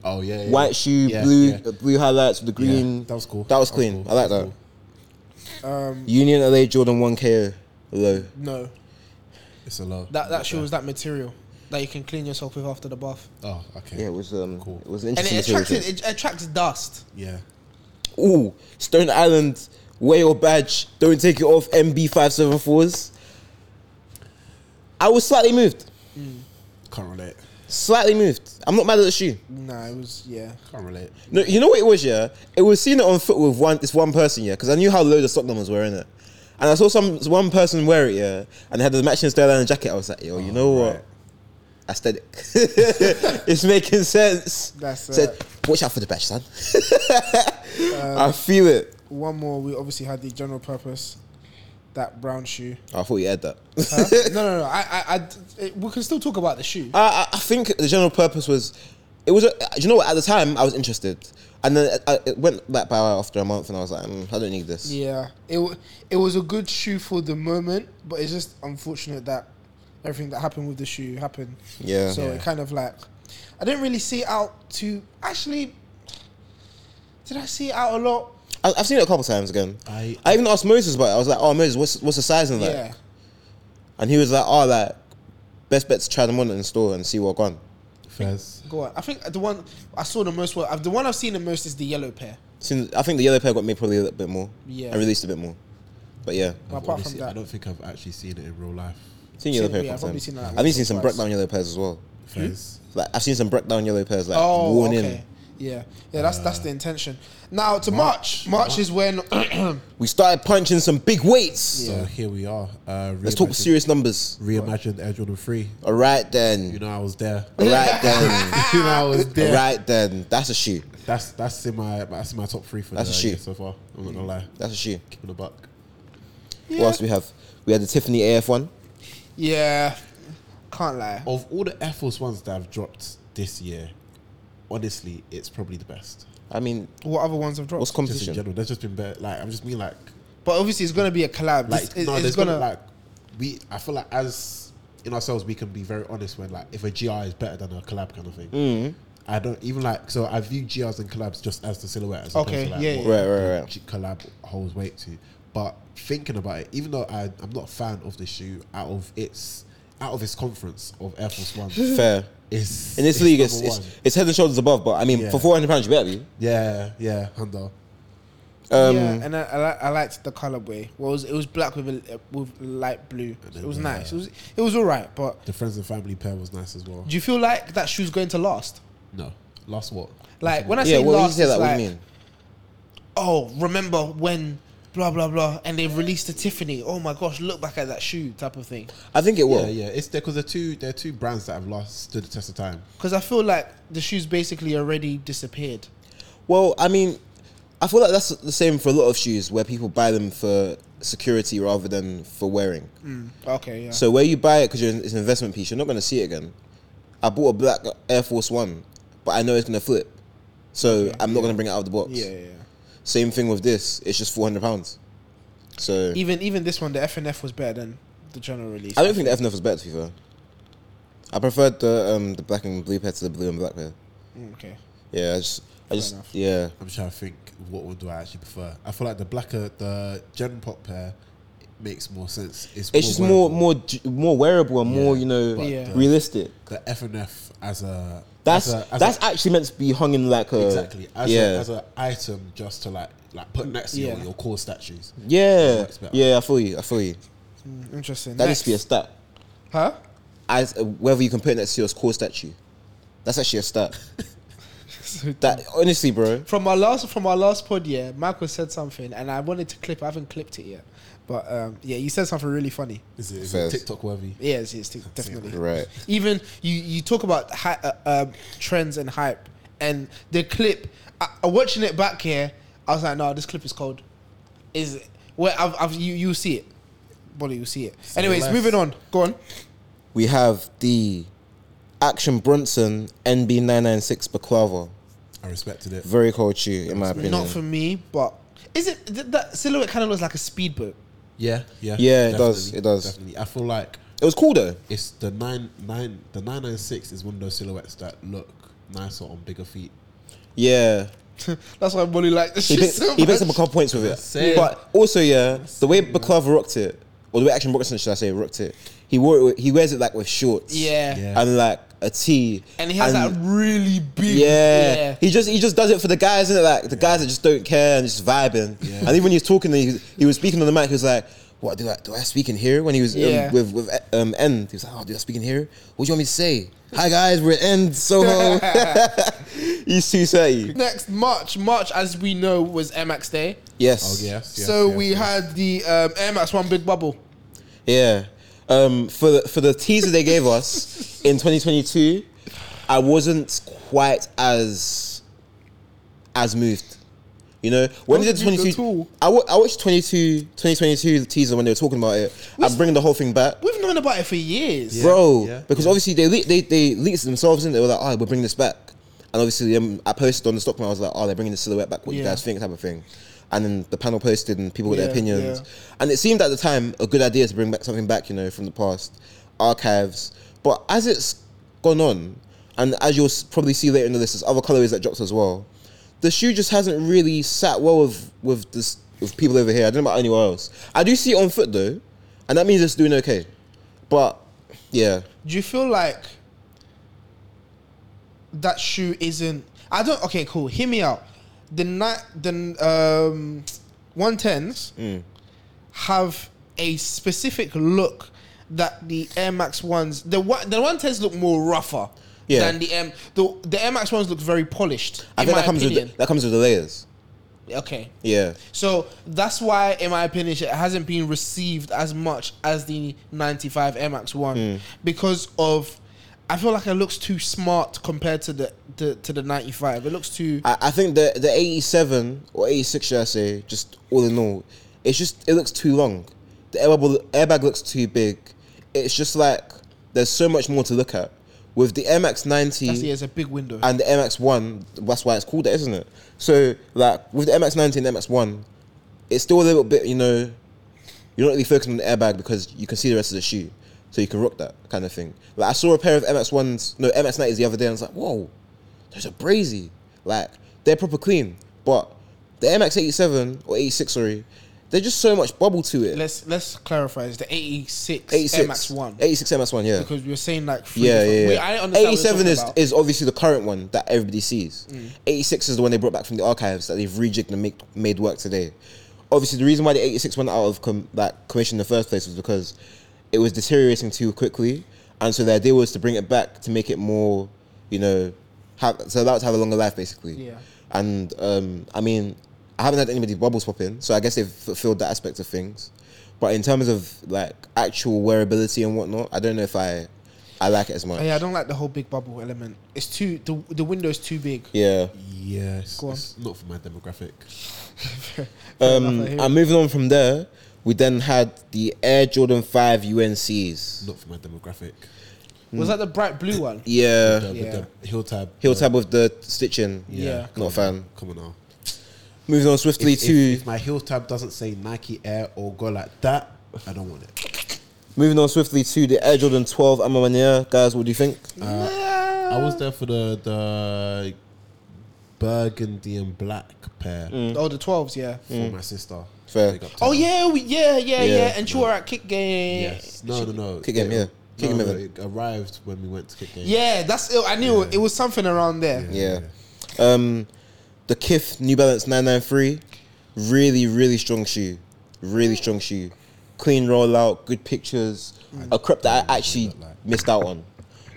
[SPEAKER 3] oh yeah. yeah.
[SPEAKER 2] white shoe,
[SPEAKER 3] Yeah,
[SPEAKER 2] blue
[SPEAKER 3] yeah.
[SPEAKER 2] uh, blue highlights with the green.
[SPEAKER 3] Yeah, that was cool.
[SPEAKER 2] That was
[SPEAKER 3] That was
[SPEAKER 2] clean.
[SPEAKER 3] cool.
[SPEAKER 2] I like
[SPEAKER 3] That
[SPEAKER 2] that.
[SPEAKER 3] was
[SPEAKER 1] um,
[SPEAKER 2] Union LA Jordan 1KO low.
[SPEAKER 1] no,
[SPEAKER 3] It's a low.
[SPEAKER 1] that that shoe was that material that you can clean yourself with after the bath,
[SPEAKER 3] Oh, okay.
[SPEAKER 2] Yeah, it was um,
[SPEAKER 3] Cool.
[SPEAKER 2] it was an
[SPEAKER 1] and
[SPEAKER 2] interesting.
[SPEAKER 1] it
[SPEAKER 2] material
[SPEAKER 1] attracted
[SPEAKER 2] choice.
[SPEAKER 1] it attracts dust.
[SPEAKER 3] Yeah.
[SPEAKER 2] Ooh, Stone Island, wear your badge, don't take it off, MB574s. I was slightly moved.
[SPEAKER 3] Can't relate.
[SPEAKER 2] Slightly moved. I'm not mad at the shoe.
[SPEAKER 1] Nah, it was yeah.
[SPEAKER 3] Can't relate.
[SPEAKER 2] No, you know what it was, yeah? It was seeing it on foot with one this one person, yeah, because I knew how low the sock numbers were in it. And I saw some one person wear it, yeah, and they had the matching Stone Island jacket. I was like, yo, you know
[SPEAKER 3] Oh,
[SPEAKER 2] what?
[SPEAKER 3] right.
[SPEAKER 2] Aesthetic. [laughs] it's making sense.
[SPEAKER 1] That's, uh,
[SPEAKER 2] Said, watch out for the badge, son. [laughs]
[SPEAKER 3] Uh,
[SPEAKER 2] I feel it.
[SPEAKER 1] One more. We obviously had the general purpose. That brown
[SPEAKER 2] [laughs]
[SPEAKER 1] shoe.
[SPEAKER 2] I thought you had that.
[SPEAKER 3] uh,
[SPEAKER 1] Huh? no, no, no. I, I, I it- we can still talk about the shoe.
[SPEAKER 2] I, I I think the general purpose was, it was. A, you know what? At the time, I was interested, and then I, it went back by after a month, and I was like, mm, I don't need this.
[SPEAKER 1] Yeah, it wa- it was a good shoe for the moment, but it's just unfortunate that everything that happened with the shoe happened.
[SPEAKER 2] Yeah.
[SPEAKER 1] So
[SPEAKER 3] Yeah.
[SPEAKER 1] it kind of like I didn't really see it out to actually. Did I see it out a lot?
[SPEAKER 2] I, I've seen it a couple times again.
[SPEAKER 3] I-
[SPEAKER 2] I even asked Moses about it. I was like, Oh, Moses, what's what's the size of that?
[SPEAKER 1] Yeah,
[SPEAKER 2] And he was like, Oh, like best bet to try them on in store and see what gone.
[SPEAKER 3] Fez.
[SPEAKER 1] go on. I think the one I saw the most was the one I've seen the most is the yellow pair.
[SPEAKER 2] Since I think the yellow pair got made probably a little bit more.
[SPEAKER 1] Yeah.
[SPEAKER 2] And released a bit more. But yeah,
[SPEAKER 1] But
[SPEAKER 3] I've
[SPEAKER 1] apart
[SPEAKER 3] honestly-
[SPEAKER 1] from that-
[SPEAKER 3] I don't think I've actually seen it in real life.
[SPEAKER 2] seen yellow
[SPEAKER 1] Seen-
[SPEAKER 2] pair. a
[SPEAKER 1] yeah, I've
[SPEAKER 2] couple
[SPEAKER 1] probably
[SPEAKER 2] times.
[SPEAKER 1] seen that
[SPEAKER 2] I've even seen
[SPEAKER 1] once or
[SPEAKER 2] some
[SPEAKER 1] twice.
[SPEAKER 2] breakdown yellow pairs as well.
[SPEAKER 1] Hmm?
[SPEAKER 3] Fez.
[SPEAKER 2] Like I've seen some breakdown yellow pairs like
[SPEAKER 1] oh,
[SPEAKER 2] worn
[SPEAKER 1] okay.
[SPEAKER 2] in.
[SPEAKER 1] Yeah, yeah. That's that's the intention. Now to March. March, is when [coughs]
[SPEAKER 2] We started punching some big weights.
[SPEAKER 3] So here we are. Uh,
[SPEAKER 2] Let's talk
[SPEAKER 3] reimagined-
[SPEAKER 2] serious numbers.
[SPEAKER 3] Reimagined Air Jordan Three.
[SPEAKER 2] All right then.
[SPEAKER 3] You know I
[SPEAKER 2] [laughs]
[SPEAKER 3] was there.
[SPEAKER 2] All right
[SPEAKER 3] [laughs]
[SPEAKER 2] then.
[SPEAKER 3] you know I was
[SPEAKER 2] All
[SPEAKER 3] there.
[SPEAKER 2] right then. That's a shoe.
[SPEAKER 3] That's that's in my that's in my top three for
[SPEAKER 2] That's
[SPEAKER 3] the
[SPEAKER 2] a shoe.
[SPEAKER 3] year so far. I'm not gonna lie.
[SPEAKER 2] That's a shoe.
[SPEAKER 3] Keeping a buck.
[SPEAKER 2] What else we have? We had the Tiffany AF1.
[SPEAKER 1] [clears throat] yeah, can't lie.
[SPEAKER 3] Of all the Air Force ones that I've dropped this year, honestly, it's probably the best.
[SPEAKER 2] I mean,
[SPEAKER 1] What other ones have dropped?
[SPEAKER 2] what's
[SPEAKER 3] Just in
[SPEAKER 2] competition?
[SPEAKER 3] general, there's just been better. Like I'm just mean like
[SPEAKER 1] But obviously, it's going to be a collab.
[SPEAKER 3] like
[SPEAKER 1] It's- it's,
[SPEAKER 3] no,
[SPEAKER 1] it's
[SPEAKER 3] there's
[SPEAKER 1] gonna,
[SPEAKER 3] gonna like we. I feel like as in ourselves, we can be very honest when like if a GR is better than a collab kind of thing.
[SPEAKER 2] Mm.
[SPEAKER 3] I don't even like so I view GRs and collabs just as the silhouette as
[SPEAKER 1] Okay,
[SPEAKER 3] opposed to like
[SPEAKER 1] yeah,
[SPEAKER 3] what
[SPEAKER 2] yeah. Right, right, right.
[SPEAKER 3] the collab holds weight to. But thinking about it, even though I, I'm not a fan of the shoe, out of its out of its conference of Air
[SPEAKER 2] [laughs]
[SPEAKER 3] Force One,
[SPEAKER 2] Fair.
[SPEAKER 3] is
[SPEAKER 2] In this league, it's,
[SPEAKER 3] number
[SPEAKER 2] it's,
[SPEAKER 3] one.
[SPEAKER 2] it's head and shoulders above, but I mean,
[SPEAKER 3] Yeah.
[SPEAKER 2] for 400 pounds, you better be.
[SPEAKER 3] yeah, yeah, Honda.
[SPEAKER 2] Um,
[SPEAKER 1] yeah, and I, I, li- I liked the colorway. Well, it was, it was black with a, with light blue. It was nice. It was it was all right. But
[SPEAKER 3] The friends and family pair was nice as well.
[SPEAKER 1] do you feel like that shoe's going to last?
[SPEAKER 3] No, last what?
[SPEAKER 1] Like when I
[SPEAKER 2] yeah,
[SPEAKER 1] say
[SPEAKER 2] what would you
[SPEAKER 1] last,
[SPEAKER 2] say
[SPEAKER 1] it's
[SPEAKER 2] that
[SPEAKER 1] like,
[SPEAKER 2] would mean?
[SPEAKER 1] oh, remember when blah blah blah, and they've released a Tiffany. Oh my gosh, look back at that shoe type of thing.
[SPEAKER 2] I think it will.
[SPEAKER 3] Yeah, yeah. It's because they're two they're two brands that have lost stood the test of time.
[SPEAKER 1] Because I feel like the shoe's basically already disappeared.
[SPEAKER 2] Well, I mean, I feel like that's the same for a lot of shoes where people buy them for security rather than for wearing.
[SPEAKER 1] Okay, yeah.
[SPEAKER 2] So where you buy it because it's an investment piece, you're not going to see it again. I bought a black Air Force One, but I know it's going to flip, so I'm not going to bring it out of the box.
[SPEAKER 1] yeah, yeah, yeah.
[SPEAKER 2] Same thing with this. It's just four hundred pounds. So
[SPEAKER 1] Even even this one, the FNF was better than the general release.
[SPEAKER 2] I don't think the FNF was better. To be fair, I preferred the um, the black and blue pair to the blue and black pair.
[SPEAKER 1] Mm, okay.
[SPEAKER 2] Yeah, I just, I just,
[SPEAKER 1] enough.
[SPEAKER 2] yeah.
[SPEAKER 3] I'm trying to think what one do I actually prefer. I feel like the blacker the Gen Pop pair makes more sense. It's,
[SPEAKER 2] It's just more,
[SPEAKER 3] wearable.
[SPEAKER 2] more, j- more wearable and more,
[SPEAKER 3] Yeah.
[SPEAKER 2] you know,
[SPEAKER 1] But Yeah. the-
[SPEAKER 2] realistic.
[SPEAKER 3] the F and F as a
[SPEAKER 2] That's
[SPEAKER 3] as a, as
[SPEAKER 2] that's
[SPEAKER 3] a,
[SPEAKER 2] actually meant to be hung in like a
[SPEAKER 3] exactly as
[SPEAKER 2] yeah,
[SPEAKER 3] a, as an item just to like like put next to
[SPEAKER 1] Yeah.
[SPEAKER 3] your, your core statues.
[SPEAKER 2] yeah,
[SPEAKER 3] works better.
[SPEAKER 2] yeah. I feel you. I feel you.
[SPEAKER 1] Mm, interesting.
[SPEAKER 2] That
[SPEAKER 1] Next.
[SPEAKER 2] needs to be a stat.
[SPEAKER 1] huh?
[SPEAKER 2] As uh, whether you can put it next to your core statue, that's actually
[SPEAKER 1] [laughs]
[SPEAKER 2] a stat. that honestly, bro.
[SPEAKER 1] From our last from our last pod, yeah, Michael said something, and I wanted to clip. I haven't clipped it yet, but um, yeah, you said something really funny.
[SPEAKER 3] Is it, is it
[SPEAKER 2] Fairs.
[SPEAKER 3] TikTok worthy?
[SPEAKER 1] Yeah, it's, it's definitely
[SPEAKER 2] Right.
[SPEAKER 1] Even you you talk about hy- uh, um, trends and hype, and the clip. I, I watching it back here, I was like, no, this clip is cold. Is where I've, I've you you see it, Bolly, you see it.
[SPEAKER 3] So
[SPEAKER 1] Anyways,
[SPEAKER 3] less-
[SPEAKER 1] moving on. Go on.
[SPEAKER 2] We have the Action Bronson NB nine nine six Baklava.
[SPEAKER 3] I respected it.
[SPEAKER 2] Very cold shoe, in my opinion.
[SPEAKER 1] Not for me, but is it th- that silhouette kind of looks like a speedboat?
[SPEAKER 3] Yeah, yeah,
[SPEAKER 2] Yeah, it does,
[SPEAKER 3] definitely,
[SPEAKER 2] it does.
[SPEAKER 3] Definitely, I feel like
[SPEAKER 2] it was cool though.
[SPEAKER 3] it's the nine nine the nine nine six is one of those silhouettes that look nicer on bigger feet.
[SPEAKER 2] Yeah.
[SPEAKER 1] That's why Bolly liked the
[SPEAKER 2] He,
[SPEAKER 1] shit
[SPEAKER 2] picked,
[SPEAKER 1] so
[SPEAKER 2] he picked
[SPEAKER 1] much.
[SPEAKER 2] up a couple points with
[SPEAKER 3] I
[SPEAKER 2] it.
[SPEAKER 3] say-
[SPEAKER 2] But also, yeah, the way Baklava rocked it, or the way Action Bronson, should I say, rocked it, he wore it, with- he wears it like with shorts.
[SPEAKER 1] Yeah.
[SPEAKER 3] Yeah.
[SPEAKER 2] And like a tee.
[SPEAKER 1] And he has
[SPEAKER 2] and-
[SPEAKER 1] that really
[SPEAKER 3] [laughs]
[SPEAKER 1] big.
[SPEAKER 2] Yeah. he just he just does it for the guys, isn't it? Like the guys that just don't care and just vibing.
[SPEAKER 3] Yeah.
[SPEAKER 2] And even when he was talking, he was, he was speaking on the mic. He was like, "What do I do? I speak in here?" When he was um,
[SPEAKER 1] Yeah.
[SPEAKER 2] with with um, End, he was like, "Oh, do I speak in here? What do you want me to say? Hi guys, we're at End
[SPEAKER 3] [laughs]
[SPEAKER 2] Soho." [laughs] He's too certain.
[SPEAKER 1] Next March, March as we know was Air Max Day.
[SPEAKER 2] Yes.
[SPEAKER 3] Oh yes, yes
[SPEAKER 1] so
[SPEAKER 3] yes,
[SPEAKER 1] we
[SPEAKER 3] yes.
[SPEAKER 1] had the um, Air Max One Big Bubble.
[SPEAKER 2] Yeah. Um, for the for the teaser they gave [laughs] us in 2022, I wasn't quite as as moved. You know, when they did
[SPEAKER 1] Wasn't moved at
[SPEAKER 2] 22,
[SPEAKER 1] all.
[SPEAKER 2] I wa- I watched 22, 2022 the teaser when they were talking about it. I'm bringing the whole thing back,
[SPEAKER 1] We've known about it for years.
[SPEAKER 3] Yeah.
[SPEAKER 2] bro,
[SPEAKER 3] yeah.
[SPEAKER 2] because obviously they le- they they leaked themselves in. They were like, "Oh, we're bringing this back," and obviously um, I posted on the stock market. I was like, "Oh, they're bringing the silhouette back. What you
[SPEAKER 1] Yeah.
[SPEAKER 2] guys think?" type of thing. And then the panel posted, and people got their
[SPEAKER 1] Yeah,
[SPEAKER 2] opinions.
[SPEAKER 1] yeah.
[SPEAKER 2] And it seemed at the time a good idea to bring back something back, you know, from the past archives. But as it's gone on, and as you'll s- probably see later in the list, there's other colorways that dropped as well. The shoe just hasn't really sat well with with this with people over here. I don't know about anywhere else. I do see it on foot though, and that means it's doing okay. But yeah,
[SPEAKER 1] Do you feel like that shoe isn't? I don't. Okay, cool. Hear me out. The night the um one tens
[SPEAKER 2] Mm.
[SPEAKER 1] have a specific look that the Air Max ones the one the one tens look more rougher.
[SPEAKER 2] Yeah.
[SPEAKER 1] Than the M, the, the Air Max ones look very polished.
[SPEAKER 2] I
[SPEAKER 1] in
[SPEAKER 2] think
[SPEAKER 1] my
[SPEAKER 2] that comes
[SPEAKER 1] opinion.
[SPEAKER 2] with that comes with the layers.
[SPEAKER 1] okay,
[SPEAKER 2] Yeah,
[SPEAKER 1] So that's why, in my opinion, it hasn't been received as much as the 95 Air Max One
[SPEAKER 2] Hmm.
[SPEAKER 1] because of. I feel like it looks too smart compared to the, the to the 95. It looks too.
[SPEAKER 2] I, I think the the eighty seven or eighty six, should I say? Just all in all, it's just it looks too long. The airbag, airbag looks too big. It's just like there's so much more to look at with the MX ninety.
[SPEAKER 1] That's, yeah, it's a big window.
[SPEAKER 2] and the MX1, that's why it's called that, isn't it? So, like, with the MX90 and the MX1, it's still a little bit, you know, you're not really focusing on the airbag because you can see the rest of the shoe. So you can rock that kind of thing. Like, I saw a pair of MX1s, no, MX90s the other day, and I was like, whoa, those are brazy. Like, they're proper clean. But the MX87 or 86, sorry, they're just so much bubble to it.
[SPEAKER 1] let's let's clarify. It's the 86,
[SPEAKER 2] 86
[SPEAKER 1] Air Max One
[SPEAKER 2] 86 MX1, yeah.
[SPEAKER 1] because we were saying like three
[SPEAKER 2] Yeah,
[SPEAKER 1] different-
[SPEAKER 2] yeah,
[SPEAKER 1] We-
[SPEAKER 2] yeah.
[SPEAKER 1] I understand what you're
[SPEAKER 2] 87
[SPEAKER 1] talking
[SPEAKER 2] is,
[SPEAKER 1] about. Mm.
[SPEAKER 2] is obviously the current one that everybody sees. 86 is the one they brought back from the archives that they've rejigged and make, made work today. Obviously, the reason why the 86 went out of com- that commission in the first place was because it was deteriorating too quickly. And so the idea was to bring it back to make it more, you know, have, to allow it to have a longer life, basically.
[SPEAKER 1] Yeah.
[SPEAKER 2] And um, I mean, I I haven't had anybody bubbles pop in, so I guess they've fulfilled that aspect of things. But in terms of like actual wearability and whatnot, I don't know if I I like it as much.
[SPEAKER 1] Oh, yeah, I don't like the whole big bubble element. It's too the the window's too big.
[SPEAKER 2] Yeah.
[SPEAKER 3] Yes,
[SPEAKER 1] Go on.
[SPEAKER 3] it's not for my demographic.
[SPEAKER 2] Um,
[SPEAKER 1] enough, I hear
[SPEAKER 2] and moving on from there, we then had the Air Jordan Five UNCs.
[SPEAKER 3] Not for my demographic.
[SPEAKER 1] Was that the bright blue one?
[SPEAKER 2] Yeah,
[SPEAKER 3] The,
[SPEAKER 1] Yeah.
[SPEAKER 3] the hill tab. uh,
[SPEAKER 2] heel tab with the stitching.
[SPEAKER 1] Yeah.
[SPEAKER 2] Not a fan.
[SPEAKER 3] Come on now.
[SPEAKER 2] Moving on swiftly
[SPEAKER 3] If,
[SPEAKER 2] to
[SPEAKER 3] if, if my heel tab doesn't say Nike Air or go like that, I don't want it.
[SPEAKER 2] moving on swiftly to the Air Jordan Twelve Amamania. Guys, what do you think?
[SPEAKER 3] I
[SPEAKER 2] Ah.
[SPEAKER 3] was there for the the burgundy and black pair
[SPEAKER 1] Oh, the twelves, yeah.
[SPEAKER 3] for my sister.
[SPEAKER 2] Mm, Fair.
[SPEAKER 3] Big up to
[SPEAKER 1] Oh
[SPEAKER 3] her.
[SPEAKER 1] yeah, we, yeah, yeah,
[SPEAKER 2] Yeah.
[SPEAKER 1] yeah, And you were at kick game.
[SPEAKER 3] Yes. No, no, no.
[SPEAKER 2] Kick game,
[SPEAKER 3] It-
[SPEAKER 2] yeah. Kick
[SPEAKER 3] no,
[SPEAKER 2] game
[SPEAKER 3] no,
[SPEAKER 2] event.
[SPEAKER 3] It arrived when we went to kick game.
[SPEAKER 1] Yeah, that's it. I knew it was something around there.
[SPEAKER 2] Yeah. Um, the Kith New Balance 993, really, really strong shoe. Really strong shoe. Clean rollout, good pictures.
[SPEAKER 3] Mm.
[SPEAKER 2] A crep that I actually missed out on.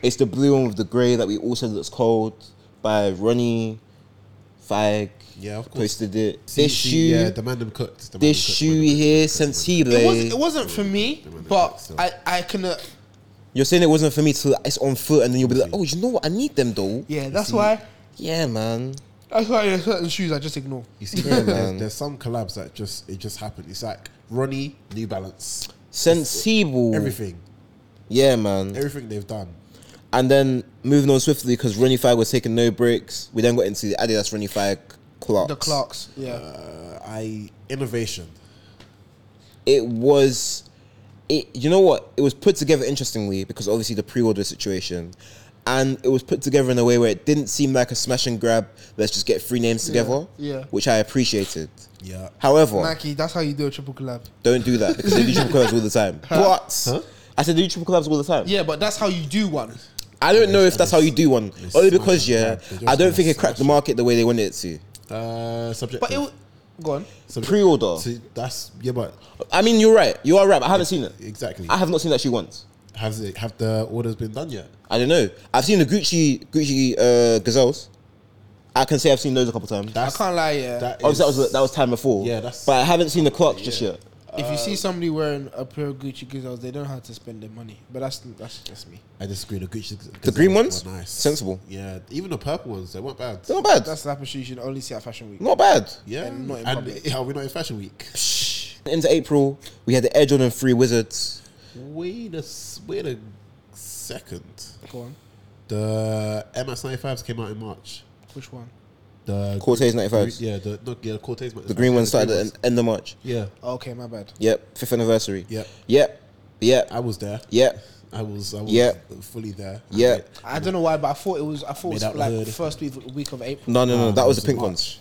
[SPEAKER 2] It's the blue one with the grey that we also looks cold by Ronnie Feig.
[SPEAKER 3] Yeah, of course.
[SPEAKER 2] Posted it.
[SPEAKER 3] See-
[SPEAKER 2] this
[SPEAKER 3] see,
[SPEAKER 2] shoe,
[SPEAKER 3] Yeah, the man them cooked. The man
[SPEAKER 2] this
[SPEAKER 3] them cooked,
[SPEAKER 2] shoe
[SPEAKER 3] man them
[SPEAKER 2] here, Sensible.
[SPEAKER 1] It wasn't. It wasn't for me,
[SPEAKER 3] They were the
[SPEAKER 1] but
[SPEAKER 3] best, so.
[SPEAKER 1] I I can. Uh,
[SPEAKER 2] You're saying it wasn't for me till it's on foot, and then you'll be like, oh, you know what? I need them though.
[SPEAKER 1] yeah, that's why.
[SPEAKER 2] Yeah, man.
[SPEAKER 1] That's why there's certain shoes I just ignore.
[SPEAKER 3] You see, there's, there's, there's some collabs that just it just happened. It's like Ronnie, New Balance,
[SPEAKER 2] Sensible.
[SPEAKER 3] everything,
[SPEAKER 2] Yeah, man.
[SPEAKER 3] everything they've done.
[SPEAKER 2] And then moving on swiftly because Rennie Fag was taking no breaks. We then got into the Adidas Rennie Fag Clarks.
[SPEAKER 1] The Clarks, yeah.
[SPEAKER 3] Uh, I innovation.
[SPEAKER 2] It was, it. You know what? It was put together interestingly because obviously the pre-order situation, and it was put together in a way where it didn't seem like a smash and grab. Let's just get three names together.
[SPEAKER 1] yeah.
[SPEAKER 2] Which I appreciated.
[SPEAKER 3] Yeah.
[SPEAKER 2] However,
[SPEAKER 1] Nike, that's how you do a triple collab.
[SPEAKER 2] don't do that because
[SPEAKER 1] [laughs]
[SPEAKER 2] they do triple collabs all the time. But I said they do triple collabs all the time.
[SPEAKER 1] Yeah, but that's how you do one.
[SPEAKER 2] I don't know if that's how you do one.
[SPEAKER 3] They
[SPEAKER 2] Only
[SPEAKER 3] smash
[SPEAKER 2] because
[SPEAKER 3] and
[SPEAKER 2] yeah,
[SPEAKER 3] grab. They just
[SPEAKER 2] I don't think
[SPEAKER 3] wanna
[SPEAKER 2] it cracked the
[SPEAKER 3] smash
[SPEAKER 2] market the way they wanted it to.
[SPEAKER 3] Uh, subject.
[SPEAKER 1] But it. w- Go on.
[SPEAKER 2] Pre-order.
[SPEAKER 3] So that's yeah, but
[SPEAKER 2] I mean, you're right. You are right. I haven't seen it.
[SPEAKER 3] exactly.
[SPEAKER 2] I have not seen that shoe once.
[SPEAKER 3] Has it have the orders been done yet?
[SPEAKER 2] I don't know. I've seen the Gucci Gucci uh, gazelles. I can say I've seen those a couple times.
[SPEAKER 1] I can't lie. Yeah.
[SPEAKER 3] that
[SPEAKER 2] Obviously, Oh, that
[SPEAKER 3] is-
[SPEAKER 2] was that was time before.
[SPEAKER 3] Yeah, that's-
[SPEAKER 2] But I haven't seen the clocks just yet.
[SPEAKER 1] if you see somebody wearing a pair of Gucci Gazelles, they don't know how to spend their money. But that's that's just me.
[SPEAKER 3] I disagree. The Gucci,
[SPEAKER 2] The green ones,
[SPEAKER 3] were nice,
[SPEAKER 2] sensible.
[SPEAKER 3] Yeah, even the purple ones, they weren't bad.
[SPEAKER 2] They're not bad.
[SPEAKER 1] That's the type of shoe you should only see at Fashion Week.
[SPEAKER 2] not bad.
[SPEAKER 3] Yeah,
[SPEAKER 1] And not in
[SPEAKER 3] and
[SPEAKER 1] public.
[SPEAKER 3] [laughs] yeah, we're not in Fashion Week.
[SPEAKER 2] Into April, we had the Air Jordan Three Wizards.
[SPEAKER 3] Wait a s- wait a second.
[SPEAKER 1] Go on.
[SPEAKER 3] The MS 95s came out in March.
[SPEAKER 1] Which one?
[SPEAKER 3] The
[SPEAKER 2] Cortez ninety
[SPEAKER 3] gre-
[SPEAKER 2] fives.
[SPEAKER 3] yeah, the no, yeah, Cortez.
[SPEAKER 2] The green one started at
[SPEAKER 3] ones.
[SPEAKER 2] the end of March.
[SPEAKER 3] Yeah,
[SPEAKER 1] Okay, my bad.
[SPEAKER 2] Yep, fifth anniversary.
[SPEAKER 3] yeah.
[SPEAKER 2] Yep, yep,
[SPEAKER 3] I was there.
[SPEAKER 2] yep.
[SPEAKER 3] I was. I was
[SPEAKER 2] Yeah.
[SPEAKER 3] fully there.
[SPEAKER 2] Yeah.
[SPEAKER 3] Ah,
[SPEAKER 1] I don't know why, but I thought it was. I thought it was
[SPEAKER 3] Made out
[SPEAKER 1] like
[SPEAKER 3] hood.
[SPEAKER 1] first week, week of April.
[SPEAKER 2] No, no, no.
[SPEAKER 3] Nah,
[SPEAKER 2] that was the
[SPEAKER 3] it
[SPEAKER 2] pink
[SPEAKER 3] Ah, March.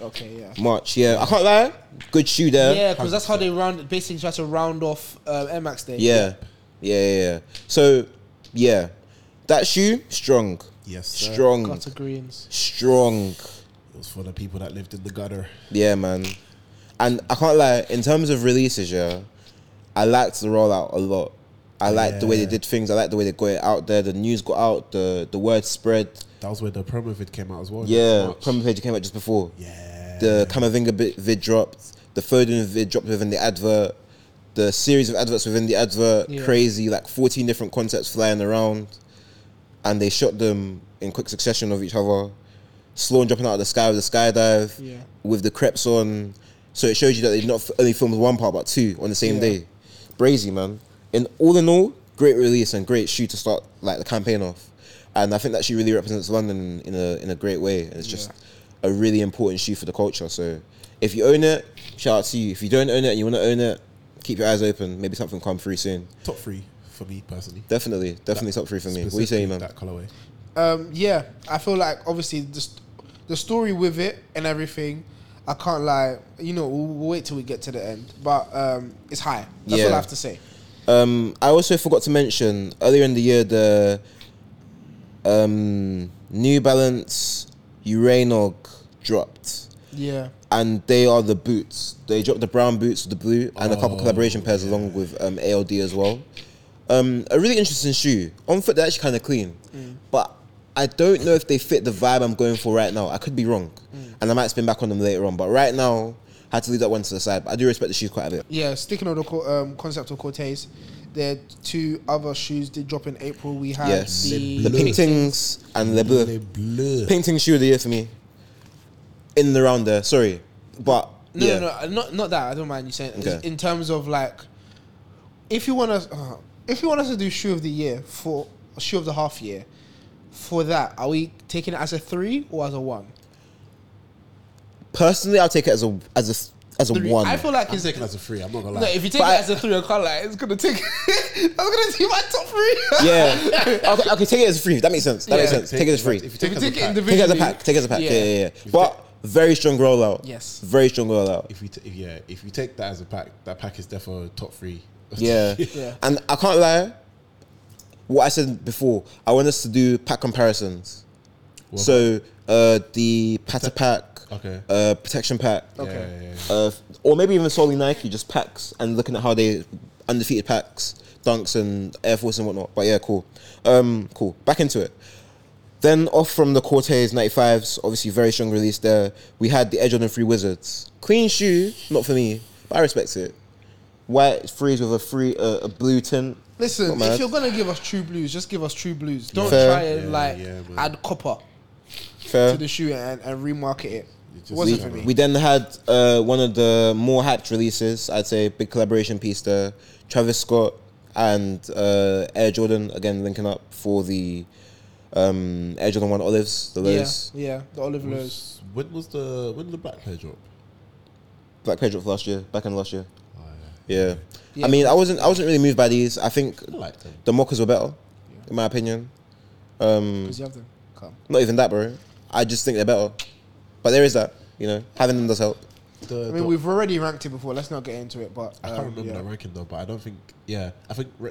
[SPEAKER 2] ones.
[SPEAKER 1] Okay, yeah.
[SPEAKER 2] March. Yeah, I can't lie. Good shoe there.
[SPEAKER 1] Yeah, because that's how they round. Basically, try to round off uh, Air Max Day.
[SPEAKER 2] Yeah. Yeah, yeah, yeah. So, yeah. That shoe, strong.
[SPEAKER 3] Yes, sir.
[SPEAKER 2] Strong.
[SPEAKER 1] Gutter greens.
[SPEAKER 2] Strong.
[SPEAKER 3] It was for the people that lived in the gutter.
[SPEAKER 2] Yeah, man. And I can't lie, in terms of releases, yeah, I liked the rollout a lot. I liked the way they
[SPEAKER 3] Yeah.
[SPEAKER 2] did things. I liked the way they got it out there. The news got out. The the word spread.
[SPEAKER 3] That was where the promo vid came out as well. in
[SPEAKER 2] Yeah,
[SPEAKER 3] March.
[SPEAKER 2] promo page came out just before.
[SPEAKER 3] Yeah.
[SPEAKER 2] The Kamavinga bit- vid dropped. The Foden vid dropped within the advert. The series of adverts within the advert,
[SPEAKER 1] Yeah.
[SPEAKER 2] crazy, like 14 different concepts flying around. And they shot them in quick succession of each other. Sloan dropping out of the sky with the skydive,
[SPEAKER 1] Yeah.
[SPEAKER 2] with the creps on. So it shows you that they not f- only filmed one part, but two on the same
[SPEAKER 1] Yeah.
[SPEAKER 2] day. Brazy, man. And all in all, great release and great shoe to start like the campaign off. And I think that she really represents London in a in a great way. And it's just a really important shoe for the culture. So if you own it, shout out to you. If you don't own it and you want to own it, keep your eyes open. Maybe something come through soon.
[SPEAKER 3] top three for me personally.
[SPEAKER 2] Definitely, definitely top three for me. What do you say,
[SPEAKER 3] Specifically
[SPEAKER 2] man?
[SPEAKER 3] That colorway.
[SPEAKER 1] Um, yeah, I feel like obviously the, st- the story with it and everything. I can't lie. You know, we'll, we'll wait till we get to the end. But um, it's high. That's
[SPEAKER 2] Yeah.
[SPEAKER 1] all I have to say.
[SPEAKER 2] Um, I also forgot to mention earlier in the year the um, New Balance Uranog dropped,
[SPEAKER 1] Yeah.
[SPEAKER 2] and they are the boots. They dropped the brown boots, the blue, and a couple
[SPEAKER 3] Oh,
[SPEAKER 2] collaboration pairs along with um, ALD as well. Um, a really interesting shoe on foot. They're actually kind of clean, but I don't know if they fit the vibe I'm going for right now. I could be wrong, and I might spin back on them later on. But right now, I had to leave that one to the side. But I do respect the shoes quite a bit.
[SPEAKER 1] Yeah, sticking on the co- um, concept of Cortez, their two other shoes did drop in April. We had
[SPEAKER 2] yes,
[SPEAKER 1] the,
[SPEAKER 2] the, paintings and the blue.
[SPEAKER 3] They blur.
[SPEAKER 2] painting shoe of the year for me. In the round there, sorry, but
[SPEAKER 1] No,
[SPEAKER 2] yeah,
[SPEAKER 1] no, no, not not that. I don't mind you saying.
[SPEAKER 2] Okay.
[SPEAKER 1] In terms of like, if you want us, uh, if you want us to do shoe of the year for shoe of the half year, for that, are we taking it as a three or as a one?
[SPEAKER 2] personally, I'll take it as a as a as a
[SPEAKER 1] Three.
[SPEAKER 2] one.
[SPEAKER 1] I feel like
[SPEAKER 3] I'm
[SPEAKER 1] it's.
[SPEAKER 3] taking that as a free. I'm not gonna
[SPEAKER 1] No,
[SPEAKER 3] lie.
[SPEAKER 1] if you take it
[SPEAKER 2] But I-
[SPEAKER 1] as a three, I can't lie. It's gonna take. [laughs] I'm gonna see my top three.
[SPEAKER 2] yeah, okay, okay, take it as free. That makes sense. That
[SPEAKER 1] Yeah.
[SPEAKER 2] makes sense. Take it as free.
[SPEAKER 3] If you
[SPEAKER 1] [laughs] If
[SPEAKER 3] take,
[SPEAKER 1] you
[SPEAKER 3] as a
[SPEAKER 1] take it
[SPEAKER 3] pack-
[SPEAKER 1] individually,
[SPEAKER 2] Take it as a pack. Take it as a pack. Yeah, yeah, yeah.
[SPEAKER 3] you
[SPEAKER 2] But very strong rollout.
[SPEAKER 1] Yes.
[SPEAKER 2] very strong rollout.
[SPEAKER 3] if you t- if- yeah, if you take that as a pack, that pack is definitely top three.
[SPEAKER 2] Yeah.
[SPEAKER 1] [laughs] Yeah.
[SPEAKER 2] And I can't lie, what I said before, I want us to do pack comparisons.
[SPEAKER 3] What
[SPEAKER 2] so uh, the patter pack,
[SPEAKER 3] [laughs] Okay.
[SPEAKER 2] uh, protection pack,
[SPEAKER 1] Okay.
[SPEAKER 3] Yeah, yeah, yeah.
[SPEAKER 2] uh, or maybe even solely Nike, just packs and looking at how they undefeated packs, dunks and Air Force and whatnot. But yeah, cool. Um, cool. Back into it. Then off from the Cortez 95s, obviously very strong release there. We had the Edge on the Free Wizards. Clean shoe, not for me, but I respect it. White freeze with a free uh, a blue tint.
[SPEAKER 1] Listen,
[SPEAKER 2] Not
[SPEAKER 1] if
[SPEAKER 2] mad.
[SPEAKER 1] you're gonna give us true blues, just give us true blues. Don't
[SPEAKER 2] Fair.
[SPEAKER 1] try and
[SPEAKER 3] Yeah,
[SPEAKER 1] like
[SPEAKER 3] yeah, man.
[SPEAKER 1] add copper
[SPEAKER 2] Fair.
[SPEAKER 1] to the shoe and, and remarket it.
[SPEAKER 3] You just-
[SPEAKER 1] Wasn't for me.
[SPEAKER 2] We then had uh, one of the more hyped releases, I'd say, big collaboration piece there. Travis Scott and uh, Air Jordan, again, linking up for the um, Air Jordan 1 Olives, the
[SPEAKER 1] Yeah,
[SPEAKER 2] Lows,
[SPEAKER 1] yeah, the olive
[SPEAKER 3] Mm.
[SPEAKER 1] lows.
[SPEAKER 3] Was- When was the when did the black pair drop?
[SPEAKER 2] Black Pedro for last year, back in last year.
[SPEAKER 3] Oh, yeah.
[SPEAKER 2] Yeah.
[SPEAKER 1] Yeah.
[SPEAKER 2] I mean, I wasn't I wasn't really moved by these. I think
[SPEAKER 3] I like them.
[SPEAKER 2] the mockers were better, in my opinion. Um,
[SPEAKER 1] Because you have them. Come.
[SPEAKER 2] not even that, bro. I just think they're better. But there is that, you know, having them does help.
[SPEAKER 3] The,
[SPEAKER 1] I
[SPEAKER 3] the-
[SPEAKER 1] mean, we've already ranked it before. Let's not get into it. But
[SPEAKER 3] I can't
[SPEAKER 1] um,
[SPEAKER 3] remember
[SPEAKER 1] yeah.
[SPEAKER 3] the ranking though, but I don't think. Yeah, I think re-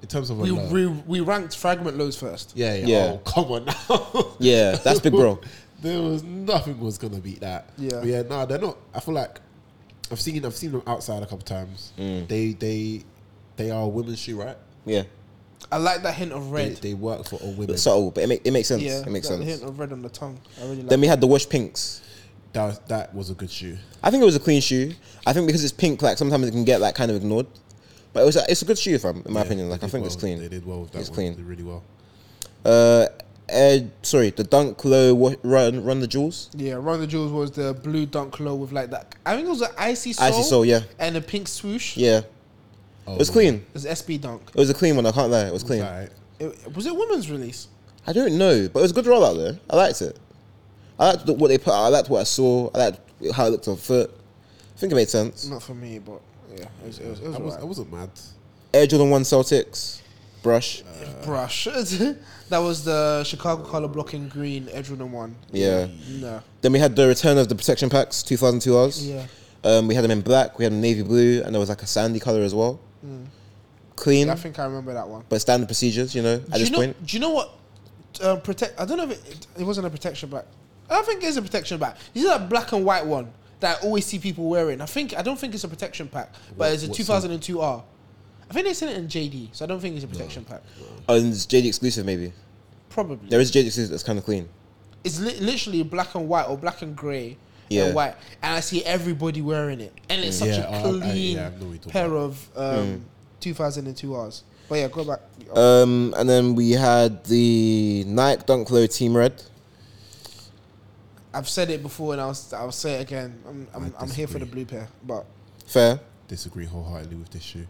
[SPEAKER 3] in terms of a
[SPEAKER 1] We,
[SPEAKER 3] low-
[SPEAKER 1] we we ranked fragment lows first.
[SPEAKER 3] uh, yeah, yeah,
[SPEAKER 2] Yeah.
[SPEAKER 3] Oh, come on now.
[SPEAKER 2] Yeah, that's
[SPEAKER 1] [laughs]
[SPEAKER 2] big, bro.
[SPEAKER 3] [laughs] there was nothing was gonna beat that.
[SPEAKER 1] Yeah.
[SPEAKER 3] but yeah. No, they're not. I feel like I've seen I've seen them outside a couple times.
[SPEAKER 2] Mm.
[SPEAKER 3] They they they are a women's shoe, right?
[SPEAKER 2] Yeah.
[SPEAKER 1] I like that hint of
[SPEAKER 3] They,
[SPEAKER 1] red.
[SPEAKER 3] they work for all women.
[SPEAKER 2] But subtle, but it, make, it makes sense.
[SPEAKER 1] yeah,
[SPEAKER 2] it makes
[SPEAKER 1] that
[SPEAKER 2] sense.
[SPEAKER 1] hint of red on the tongue. I really like.
[SPEAKER 2] Then we had the wash pinks.
[SPEAKER 3] that was, that was a good shoe.
[SPEAKER 2] I think it was a clean shoe. I think because it's pink, like sometimes it can get like kind of ignored. But it was it's a good shoe, fam, in my
[SPEAKER 3] Yeah,
[SPEAKER 2] opinion.
[SPEAKER 3] they
[SPEAKER 2] Like I
[SPEAKER 3] did
[SPEAKER 2] think
[SPEAKER 3] well.
[SPEAKER 2] it's
[SPEAKER 3] They
[SPEAKER 2] clean.
[SPEAKER 3] did well with that
[SPEAKER 2] It's
[SPEAKER 3] one.
[SPEAKER 2] clean.
[SPEAKER 3] They did really well.
[SPEAKER 2] Uh, Air, sorry, the Dunk Low wa- run run the jewels.
[SPEAKER 1] yeah, Ron the Jewels was the blue dunk low with like that. I think it was an icy soul,
[SPEAKER 2] Icy soul, yeah,
[SPEAKER 1] and a pink swoosh.
[SPEAKER 2] yeah.
[SPEAKER 3] Oh,
[SPEAKER 2] It was clean.
[SPEAKER 1] It was SB dunk.
[SPEAKER 2] It was a clean one. I can't lie. It was clean.
[SPEAKER 3] Alright.
[SPEAKER 1] It, was it women's release?
[SPEAKER 2] I don't know, but it was a good rollout though. I liked it. I liked the- what they put out. I liked what I saw. I liked how it looked on foot. I think it made sense.
[SPEAKER 1] Not for me, but yeah, it was. It was, it was
[SPEAKER 3] I, was, I
[SPEAKER 1] alright.
[SPEAKER 3] wasn't mad.
[SPEAKER 2] Air Jordan One Celtics brush.
[SPEAKER 3] Uh,
[SPEAKER 1] Uh, Brush. [laughs] that was the Chicago color blocking green Edgerton one.
[SPEAKER 2] Yeah.
[SPEAKER 1] No.
[SPEAKER 2] Then we had the return of the protection packs, 2002 hours.
[SPEAKER 1] Yeah.
[SPEAKER 2] Um, we had them in black, we had them navy blue, and there was like a sandy color as well.
[SPEAKER 1] Mm.
[SPEAKER 2] Clean,
[SPEAKER 1] I think I remember that one.
[SPEAKER 2] but standard procedures, you know, at
[SPEAKER 1] do
[SPEAKER 2] this
[SPEAKER 1] you know,
[SPEAKER 2] point.
[SPEAKER 1] Do you know what? Uh, protect. I don't know if it, it, it wasn't a protection back. I think it's a protection back. You see that black and white one that I always see people wearing. I think I don't think it's a protection pack, but
[SPEAKER 3] What-
[SPEAKER 1] it's a
[SPEAKER 3] what's
[SPEAKER 1] 2002 R. I think they sent it in JD, so I don't think it's a protection pack.
[SPEAKER 2] Oh, and it's JD exclusive, maybe.
[SPEAKER 1] Probably.
[SPEAKER 2] There is JD exclusive that's kind of clean.
[SPEAKER 1] it's li- literally black and white or black and grey
[SPEAKER 2] Yeah.
[SPEAKER 1] and white, and I see everybody wearing it, and it's such
[SPEAKER 3] Yeah, I- I-
[SPEAKER 1] a
[SPEAKER 3] yeah,
[SPEAKER 1] clean
[SPEAKER 3] I know what you're talking Mm.
[SPEAKER 1] pair of um, 2002 Rs. But yeah, go back.
[SPEAKER 3] Uh,
[SPEAKER 2] Um, and then we had the Nike Dunk Low Team Red.
[SPEAKER 1] I've said it before, and I'll s- I'll say it again. I'm I'm, I'm here for the blue pair, but
[SPEAKER 2] Fair.
[SPEAKER 3] Disagree wholeheartedly with this shoe.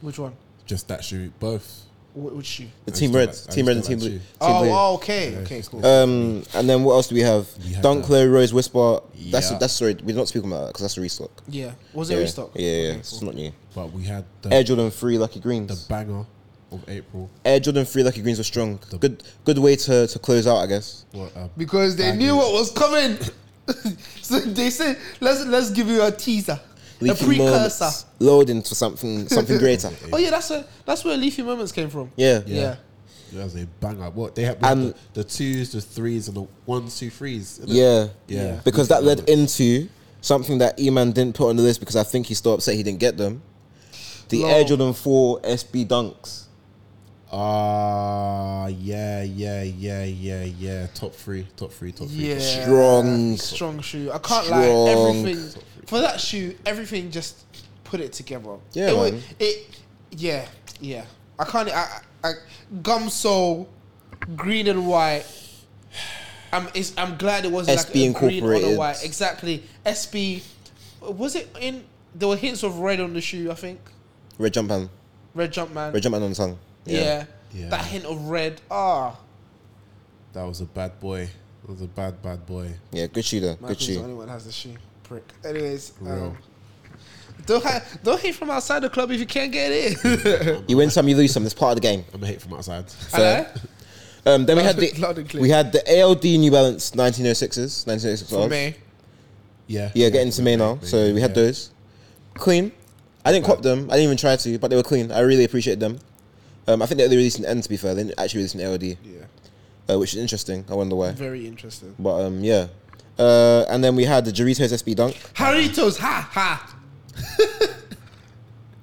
[SPEAKER 1] which one?
[SPEAKER 3] Just that shoe. Both.
[SPEAKER 1] Wh- Which shoe?
[SPEAKER 2] The
[SPEAKER 3] I
[SPEAKER 2] Team
[SPEAKER 3] still
[SPEAKER 2] Red.
[SPEAKER 3] like- I
[SPEAKER 2] team Red and
[SPEAKER 3] still
[SPEAKER 2] Team
[SPEAKER 3] like
[SPEAKER 2] Blue.
[SPEAKER 3] you.
[SPEAKER 2] Team
[SPEAKER 1] Oh,
[SPEAKER 2] Blue.
[SPEAKER 1] oh, okay,
[SPEAKER 3] Yeah,
[SPEAKER 1] okay,
[SPEAKER 3] it's
[SPEAKER 1] cool.
[SPEAKER 3] not-
[SPEAKER 2] Um, and then what else do we have?
[SPEAKER 3] We had
[SPEAKER 2] Dunk
[SPEAKER 3] that.
[SPEAKER 2] Low Rose Whisper. That's
[SPEAKER 3] Yeah.
[SPEAKER 2] that's sorry. We're not speaking about that because that's a restock.
[SPEAKER 1] yeah, was it
[SPEAKER 2] yeah.
[SPEAKER 1] restock?
[SPEAKER 2] Yeah, yeah,
[SPEAKER 1] Okay,
[SPEAKER 2] it's
[SPEAKER 1] cool.
[SPEAKER 2] not new.
[SPEAKER 3] But we had
[SPEAKER 2] Air
[SPEAKER 3] the,
[SPEAKER 2] Jordan Three Lucky
[SPEAKER 3] the
[SPEAKER 2] Greens.
[SPEAKER 3] banger of April.
[SPEAKER 2] Air Jordan Three Lucky Greens were strong. Good good way to to close out, I guess.
[SPEAKER 3] What, uh,
[SPEAKER 1] Because they knew what was coming. [laughs] so they said, "Let's let's give you a teaser, a
[SPEAKER 2] Leafy moments,
[SPEAKER 1] precursor."
[SPEAKER 2] loading for something something [laughs] greater.
[SPEAKER 1] Oh yeah, that's a, that's where leafy moments came from.
[SPEAKER 2] Yeah.
[SPEAKER 1] yeah.
[SPEAKER 3] Yeah. that was a banger. What they had we had
[SPEAKER 2] And-
[SPEAKER 3] the, the twos, the threes, and the ones, two, threes. innit?
[SPEAKER 2] yeah,
[SPEAKER 3] Yeah.
[SPEAKER 2] Because that led into something that Eman didn't put on the list because I think he's still upset he didn't get them. The
[SPEAKER 1] Lol.
[SPEAKER 2] Air Jordan Four SB Dunks.
[SPEAKER 3] Ah, yeah, yeah, yeah, yeah, yeah. Top three, top three, top three.
[SPEAKER 1] Yeah.
[SPEAKER 3] top three.
[SPEAKER 2] Strong.
[SPEAKER 1] Strong shoe. I can't
[SPEAKER 2] Strong.
[SPEAKER 1] lie. Everything for that shoe, everything just put it together.
[SPEAKER 2] Yeah,
[SPEAKER 1] It, wa-
[SPEAKER 2] man.
[SPEAKER 1] it yeah, yeah. I can't. I, I, I gum sole, green and white. I'm. It's, I'm glad it wasn't like
[SPEAKER 2] SB
[SPEAKER 1] a green on a
[SPEAKER 2] incorporated.
[SPEAKER 1] white. Exactly. SB. Was it in? There were hints of red on the shoe. I think
[SPEAKER 2] Red jump man.
[SPEAKER 1] red jump man.
[SPEAKER 2] Red jump man on the tongue.
[SPEAKER 1] yeah.
[SPEAKER 3] Yeah.
[SPEAKER 1] That hint of red. Ah.
[SPEAKER 3] That was a bad boy. That was a bad, bad boy.
[SPEAKER 2] Yeah, good shoe though. Good
[SPEAKER 1] Michael's the
[SPEAKER 2] shoe.
[SPEAKER 1] only one that has the shoe. Prick. Anyways.
[SPEAKER 3] Real.
[SPEAKER 1] Um, don't, ha- don't hate from outside the club if you can't get [laughs] in.
[SPEAKER 2] You win some, you lose some. It's part of the game.
[SPEAKER 3] I'm a hate from outside. [laughs]
[SPEAKER 1] Hello?
[SPEAKER 2] Um, then we
[SPEAKER 1] [laughs]
[SPEAKER 2] had
[SPEAKER 1] Loud-
[SPEAKER 2] the
[SPEAKER 1] loud and clear.
[SPEAKER 2] we had the ALD New Balance 1906s, 1906s.
[SPEAKER 1] For me.
[SPEAKER 3] Yeah.
[SPEAKER 2] Yeah, getting to me now.
[SPEAKER 3] May,
[SPEAKER 2] So we had
[SPEAKER 3] yeah.
[SPEAKER 2] those. Clean. I didn't cop them. I didn't even try to, but they were clean. I really appreciate them. Um, I think they only released an N to be fair. They didn't actually release an ALD,
[SPEAKER 1] Yeah.
[SPEAKER 2] uh, which is interesting. I wonder why.
[SPEAKER 1] Very interesting.
[SPEAKER 2] But um, yeah. Uh, and then we had the Doritos SB Dunk.
[SPEAKER 1] Haritos, ha ha. [laughs] do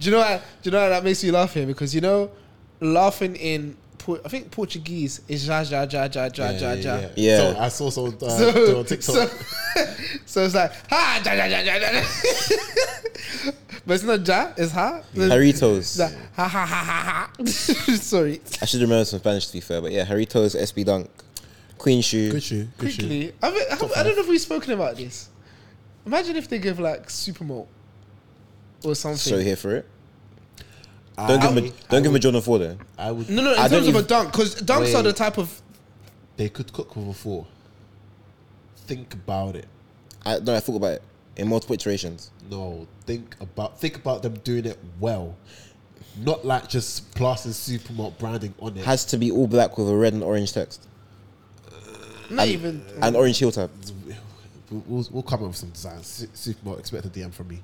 [SPEAKER 1] you know what? Do you know what that makes me laugh here? Because you know, laughing in Por- I think Portuguese is ja ja ja ja ja ja ja.
[SPEAKER 2] Yeah.
[SPEAKER 3] So I saw someone uh, do
[SPEAKER 1] [laughs] So,
[SPEAKER 3] on TikTok.
[SPEAKER 1] so, [laughs] so it's like ha ja ja ja ja ja. ja." [laughs] but it's not ja, it's ha. It's [laughs]
[SPEAKER 2] Haritos.
[SPEAKER 1] like, ha ha ha [laughs] ha ha. Sorry.
[SPEAKER 2] I should remember some Spanish to be fair, but yeah, Haritos SB Dunk. Clean shoe.
[SPEAKER 3] good shoe. Good shoe.
[SPEAKER 1] Quickly, I, mean, I, I don't know if we've spoken about this. Imagine if they give like supermalt or something.
[SPEAKER 2] So here for it.
[SPEAKER 3] I,
[SPEAKER 2] Don't give him a, don't give him a Jordan 4 though.
[SPEAKER 3] I would.
[SPEAKER 1] No, no, in
[SPEAKER 2] I
[SPEAKER 1] terms
[SPEAKER 2] don't
[SPEAKER 1] of a
[SPEAKER 2] even-
[SPEAKER 1] dunk, because dunks are
[SPEAKER 3] Wait.
[SPEAKER 1] the type of.
[SPEAKER 3] They could cook with a four. Think about it.
[SPEAKER 2] I no, I thought about it in multiple iterations.
[SPEAKER 3] No, think about think about them doing it well, not like just plastering supermart branding on it.
[SPEAKER 2] Has to be all black with a red and orange text
[SPEAKER 1] Not even.
[SPEAKER 2] and orange heel tab.
[SPEAKER 3] We'll, we'll, we'll come up with some designs. Su- supermart expect a DM from me.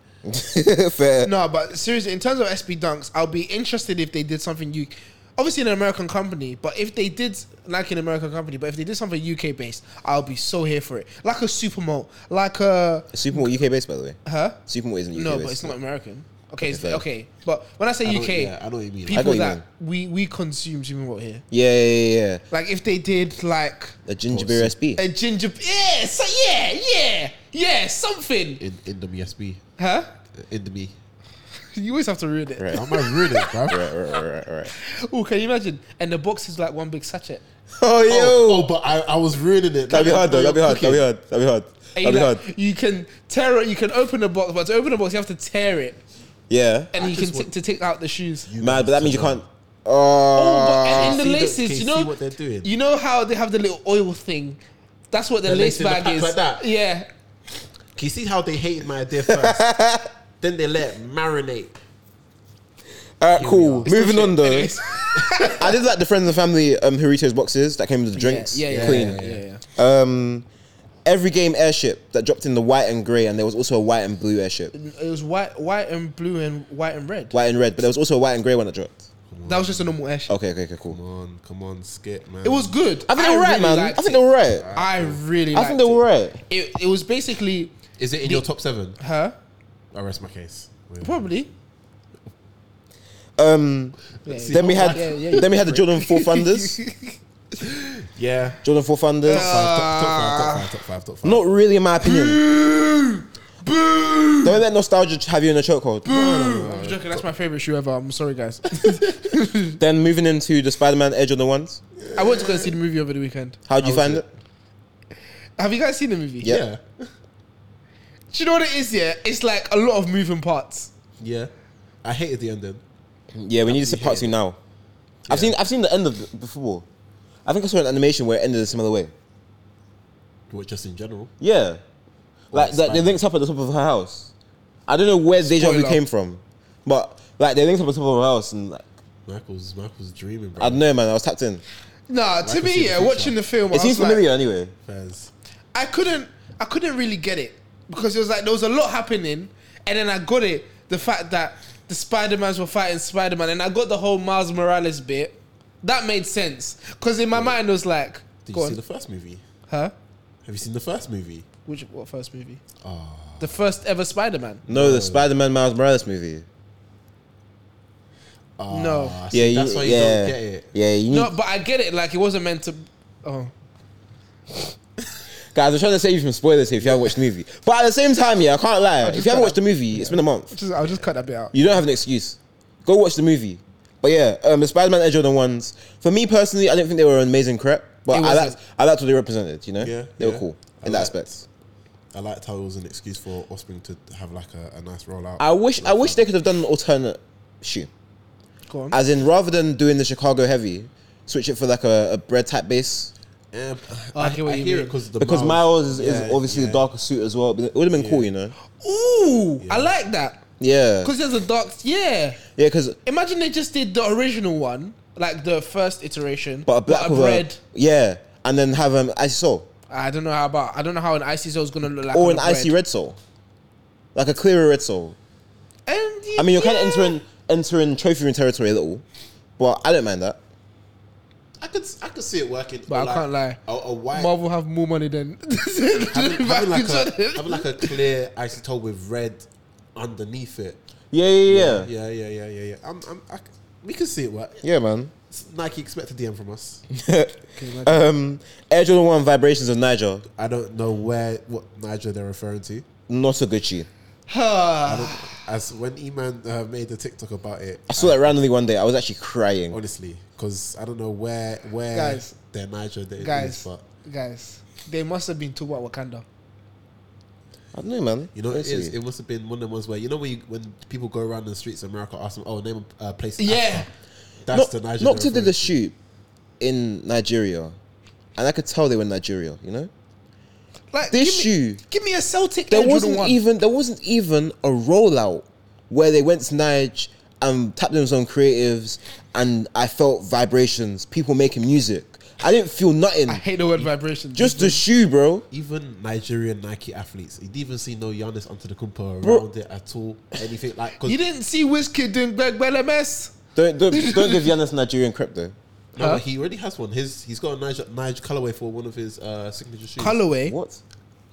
[SPEAKER 2] [laughs] fair.
[SPEAKER 1] No, but seriously, in terms of SB dunks, I'll be interested if they did something UK. Obviously, an American company, but if they did, like an American company, but if they did something UK based, I'll be so here for it. Like a Supermalt, like a.
[SPEAKER 2] Supermall UK based, by the way.
[SPEAKER 1] Huh?
[SPEAKER 2] Supermall isn't UK
[SPEAKER 1] No,
[SPEAKER 2] based.
[SPEAKER 1] but it's not American. Okay, it's,
[SPEAKER 2] fair.
[SPEAKER 1] okay. But when I say
[SPEAKER 3] I know-
[SPEAKER 1] UK,
[SPEAKER 3] yeah, I know what you mean. I
[SPEAKER 1] people
[SPEAKER 2] know what you
[SPEAKER 1] that we, we consume Supermalt here.
[SPEAKER 2] Yeah, yeah, yeah, yeah.
[SPEAKER 1] Like, if they did, like,
[SPEAKER 2] A ginger beer SB.
[SPEAKER 1] a ginger. Yeah, so yeah, yeah, yeah, something.
[SPEAKER 3] In in the SB,
[SPEAKER 1] Huh?
[SPEAKER 3] uh, in the me.
[SPEAKER 1] You always have to ruin it.
[SPEAKER 2] Right.
[SPEAKER 3] Am I ruining it, bro?
[SPEAKER 2] Right, right, right,
[SPEAKER 1] [laughs]
[SPEAKER 2] right, right.
[SPEAKER 1] Oh, can you imagine? And the box is like one big sachet.
[SPEAKER 2] Oh, yo.
[SPEAKER 3] Oh, oh, but I, I was ruining it.
[SPEAKER 2] that'd be hard, though. That'd be hard. That'd be
[SPEAKER 3] Cooking.
[SPEAKER 2] hard. That'd be hard.
[SPEAKER 1] And
[SPEAKER 3] Oh
[SPEAKER 2] That'd be
[SPEAKER 1] you,
[SPEAKER 2] hard.
[SPEAKER 1] like- you can tear it. You can open the box, but to open the box, you have to tear it,
[SPEAKER 2] Yeah.
[SPEAKER 1] and
[SPEAKER 3] I
[SPEAKER 1] you
[SPEAKER 3] just
[SPEAKER 1] can t-
[SPEAKER 3] want-
[SPEAKER 1] to take out the shoes.
[SPEAKER 2] Mad, but that means you can't.
[SPEAKER 1] oh,
[SPEAKER 2] Oh.
[SPEAKER 1] but and in the
[SPEAKER 3] see the-
[SPEAKER 1] laces,
[SPEAKER 3] can you
[SPEAKER 1] you
[SPEAKER 3] see
[SPEAKER 1] know
[SPEAKER 3] what they're doing?
[SPEAKER 1] You know how they have the little oil thing. That's what the,
[SPEAKER 3] The
[SPEAKER 1] lace
[SPEAKER 3] lace in the
[SPEAKER 1] bag
[SPEAKER 3] pack
[SPEAKER 1] is.
[SPEAKER 3] like that?
[SPEAKER 1] Yeah.
[SPEAKER 3] Can you see how they hated my idea first? then they let it marinate.
[SPEAKER 2] All right, cool.
[SPEAKER 1] It's
[SPEAKER 2] Moving
[SPEAKER 1] good
[SPEAKER 2] on,
[SPEAKER 1] shit.
[SPEAKER 2] though.
[SPEAKER 1] Anyways.
[SPEAKER 2] I did like the friends and family um, Doritos boxes that came with the
[SPEAKER 1] Yeah,
[SPEAKER 2] drinks.
[SPEAKER 1] yeah, yeah,
[SPEAKER 2] Clean.
[SPEAKER 1] yeah, yeah, yeah.
[SPEAKER 2] Um, every game airship that dropped in the white and grey, and there was also a white and blue airship.
[SPEAKER 1] It was white, white and blue, and white and red.
[SPEAKER 2] White and red, but there was also a white and grey one that dropped.
[SPEAKER 1] That was just a normal air.
[SPEAKER 2] Okay, okay, okay, cool.
[SPEAKER 3] Come on, come on, skip, man.
[SPEAKER 1] It was good.
[SPEAKER 2] I think they were right,
[SPEAKER 1] really
[SPEAKER 2] man. I
[SPEAKER 1] liked
[SPEAKER 2] think
[SPEAKER 1] it.
[SPEAKER 2] they were right.
[SPEAKER 1] I really.
[SPEAKER 2] I think
[SPEAKER 1] liked
[SPEAKER 2] they were
[SPEAKER 1] it.
[SPEAKER 2] right.
[SPEAKER 1] It, it was basically
[SPEAKER 3] Is it in your top seven?
[SPEAKER 1] her,
[SPEAKER 3] I rest my case. Wait.
[SPEAKER 1] probably.
[SPEAKER 2] Um,
[SPEAKER 1] Yeah,
[SPEAKER 3] See,
[SPEAKER 2] then we had
[SPEAKER 1] Yeah, yeah, yeah.
[SPEAKER 2] then we had the Jordan
[SPEAKER 1] [laughs]
[SPEAKER 2] Four Funders.
[SPEAKER 3] Yeah.
[SPEAKER 2] Jordan Four Funders.
[SPEAKER 3] Top five, top, top five, top five, top five.
[SPEAKER 2] Not really, in my opinion. Boo! Boo! Don't let nostalgia have you in a chokehold.
[SPEAKER 1] I'm joking. That's my favorite shoe ever. I'm sorry, guys.
[SPEAKER 2] Then moving into the Spider-Man Edge on the ones.
[SPEAKER 1] I went to go and see the movie over the weekend.
[SPEAKER 2] How'd you
[SPEAKER 3] How was
[SPEAKER 2] find it?
[SPEAKER 3] it?
[SPEAKER 1] Have you guys seen the movie?
[SPEAKER 2] Yeah.
[SPEAKER 3] Yeah.
[SPEAKER 1] Do you know what it is? Yeah, it's like a lot of moving parts.
[SPEAKER 3] Yeah. I hated the ending.
[SPEAKER 2] Yeah, we need to see part two now. I've seen I've seen the end of it before. I think I saw an animation where it ended a similar way.
[SPEAKER 3] Well, just in general.
[SPEAKER 2] Yeah, like that they
[SPEAKER 3] Spider-Man.
[SPEAKER 2] links up at the top of her house. I don't know where deja vu
[SPEAKER 1] Spoiler.
[SPEAKER 2] came from, but like they linked up at the top of her house and like,
[SPEAKER 3] Michael's Michael's dreaming, bro.
[SPEAKER 2] I don't know, man. I was tapped in.
[SPEAKER 1] Nah, to
[SPEAKER 3] can
[SPEAKER 1] me,
[SPEAKER 3] see the
[SPEAKER 1] yeah,
[SPEAKER 3] picture.
[SPEAKER 1] watching the film,
[SPEAKER 2] it
[SPEAKER 1] I
[SPEAKER 2] seems
[SPEAKER 1] was like-
[SPEAKER 2] familiar anyway.
[SPEAKER 3] Fez.
[SPEAKER 1] I couldn't, I couldn't really get it because it was like there was a lot happening, and then I got it. The fact that the Spider-Mans were fighting Spider-Man, and I got the whole Miles Morales bit. That made sense because in my mind it was like,
[SPEAKER 3] Did
[SPEAKER 1] go
[SPEAKER 3] you
[SPEAKER 1] on,
[SPEAKER 3] see the first movie?
[SPEAKER 1] huh?
[SPEAKER 3] Have you seen the first movie?
[SPEAKER 1] Which what first movie?
[SPEAKER 2] Ah.
[SPEAKER 3] Oh.
[SPEAKER 1] The first ever Spider-Man.
[SPEAKER 2] No, the Spider-Man Miles Morales movie.
[SPEAKER 3] Ah,
[SPEAKER 1] No.
[SPEAKER 3] see,
[SPEAKER 2] yeah,
[SPEAKER 3] that's
[SPEAKER 2] you,
[SPEAKER 3] why you
[SPEAKER 2] yeah,
[SPEAKER 3] don't get it.
[SPEAKER 2] yeah. You need,
[SPEAKER 1] No, but I get it. Like it wasn't meant to. Oh,
[SPEAKER 2] guys. I'm trying to save you from spoilers here if you haven't watched the movie. But at the same time, yeah, I can't lie. If
[SPEAKER 1] just
[SPEAKER 2] you haven't
[SPEAKER 1] got-
[SPEAKER 2] watched the movie, it's been a month.
[SPEAKER 1] just I'll just cut that bit out.
[SPEAKER 2] You don't have an excuse. Go watch the movie. But yeah, um, the Spider-Man Edge of the ones. For me personally, I didn't think they were amazing crap, but
[SPEAKER 1] It
[SPEAKER 2] I
[SPEAKER 1] wasn't.
[SPEAKER 2] liked, I liked what they represented. You know,
[SPEAKER 3] Yeah,
[SPEAKER 2] they were
[SPEAKER 3] yeah.
[SPEAKER 2] cool
[SPEAKER 3] I
[SPEAKER 2] in that
[SPEAKER 3] liked-
[SPEAKER 2] aspect.
[SPEAKER 3] I liked how it was an excuse for Offspring to have like a, a nice rollout.
[SPEAKER 2] I wish I wish they could have done an alternate shoe,
[SPEAKER 1] Go on.
[SPEAKER 2] as in rather than doing the Chicago heavy, switch it for like a, a bread type base.
[SPEAKER 3] Eh, p-
[SPEAKER 1] Oh, I hear what you
[SPEAKER 3] hear
[SPEAKER 1] mean.
[SPEAKER 3] it the
[SPEAKER 2] Because Miles, is,
[SPEAKER 3] yeah,
[SPEAKER 2] is obviously
[SPEAKER 3] yeah.
[SPEAKER 2] the darker suit as well. But it would have been cool, you know.
[SPEAKER 1] Ooh, I like that
[SPEAKER 2] Yeah,
[SPEAKER 1] because there's a dark. Yeah.
[SPEAKER 2] yeah, because
[SPEAKER 1] Imagine they just did the original one, like the first iteration,
[SPEAKER 2] but a black with a-
[SPEAKER 1] bread.
[SPEAKER 2] yeah, and then have um icy soul
[SPEAKER 1] I don't know how about. I don't know how an icy soul is gonna look like.
[SPEAKER 2] or
[SPEAKER 1] on
[SPEAKER 2] an
[SPEAKER 1] a
[SPEAKER 2] icy
[SPEAKER 1] bread.
[SPEAKER 2] red soul, like a clearer red soul.
[SPEAKER 1] And y-
[SPEAKER 2] I mean, you're kind
[SPEAKER 1] yeah.
[SPEAKER 2] of entering entering trophy room territory a little, but I don't mind that.
[SPEAKER 3] I could I could see it working,
[SPEAKER 1] But I can't lie.
[SPEAKER 3] A, a white
[SPEAKER 1] Marvel have more money than [laughs]
[SPEAKER 3] having, having like a,
[SPEAKER 1] Jordan.
[SPEAKER 3] having like a clear icy toe with red underneath it.
[SPEAKER 2] Yeah, yeah, yeah, yeah,
[SPEAKER 3] Yeah, yeah, yeah, yeah, yeah. I'm, I'm, I, c- we can see it work. [laughs]
[SPEAKER 2] man.
[SPEAKER 3] Nike expect a DM from us.
[SPEAKER 2] [laughs] um, Air Jordan One vibrations of Niger,
[SPEAKER 3] I don't know where what Niger they're referring to.
[SPEAKER 2] not a good shoe.
[SPEAKER 3] I
[SPEAKER 1] Huh.
[SPEAKER 3] don't, as when Eman uh, made the TikTok about it,
[SPEAKER 2] I saw that randomly one day. I was actually crying.
[SPEAKER 3] honestly, because I don't know where where
[SPEAKER 1] Guys.
[SPEAKER 3] their Niger they
[SPEAKER 1] guys,
[SPEAKER 3] is, but
[SPEAKER 1] guys, they must have been to what Wakanda.
[SPEAKER 2] I don't know, man.
[SPEAKER 3] you know what it is.
[SPEAKER 2] Honestly.
[SPEAKER 3] It must have been one of the ones where you know when you, when people go around the streets of America ask them, "Oh, name a uh, place." in
[SPEAKER 1] Yeah.
[SPEAKER 3] Africa."
[SPEAKER 2] Ah.
[SPEAKER 3] that's
[SPEAKER 2] Not,
[SPEAKER 3] the Niger.
[SPEAKER 2] not to
[SPEAKER 3] they're
[SPEAKER 2] did the
[SPEAKER 3] referring
[SPEAKER 2] shoot in Nigeria, and I could tell they were in Nigeria. You know,
[SPEAKER 1] Like
[SPEAKER 2] This
[SPEAKER 1] give me,
[SPEAKER 2] shoe-
[SPEAKER 1] Give me a Celtic.
[SPEAKER 2] there
[SPEAKER 1] Air Jordan
[SPEAKER 2] wasn't
[SPEAKER 1] one.
[SPEAKER 2] even there wasn't even a rollout where they went to Nige and tapped in some creatives, and I felt vibrations, people making music. I didn't feel nothing.
[SPEAKER 1] I hate the word vibration.
[SPEAKER 2] Just the shoe, bro.
[SPEAKER 3] even Nigerian Nike athletes, you didn't even see no Giannis Antetokounmpo
[SPEAKER 2] Bro.
[SPEAKER 3] around it at all. Anything like cause
[SPEAKER 1] you didn't see Wizkid doing Greg Bellemes.
[SPEAKER 2] Don't don't, don't give Giannis Nigerian crap though.
[SPEAKER 3] no,
[SPEAKER 1] Huh?
[SPEAKER 3] but he already has one. His he's got a Niger, Niger colorway for one of his uh, signature shoes.
[SPEAKER 1] Colorway.
[SPEAKER 2] What?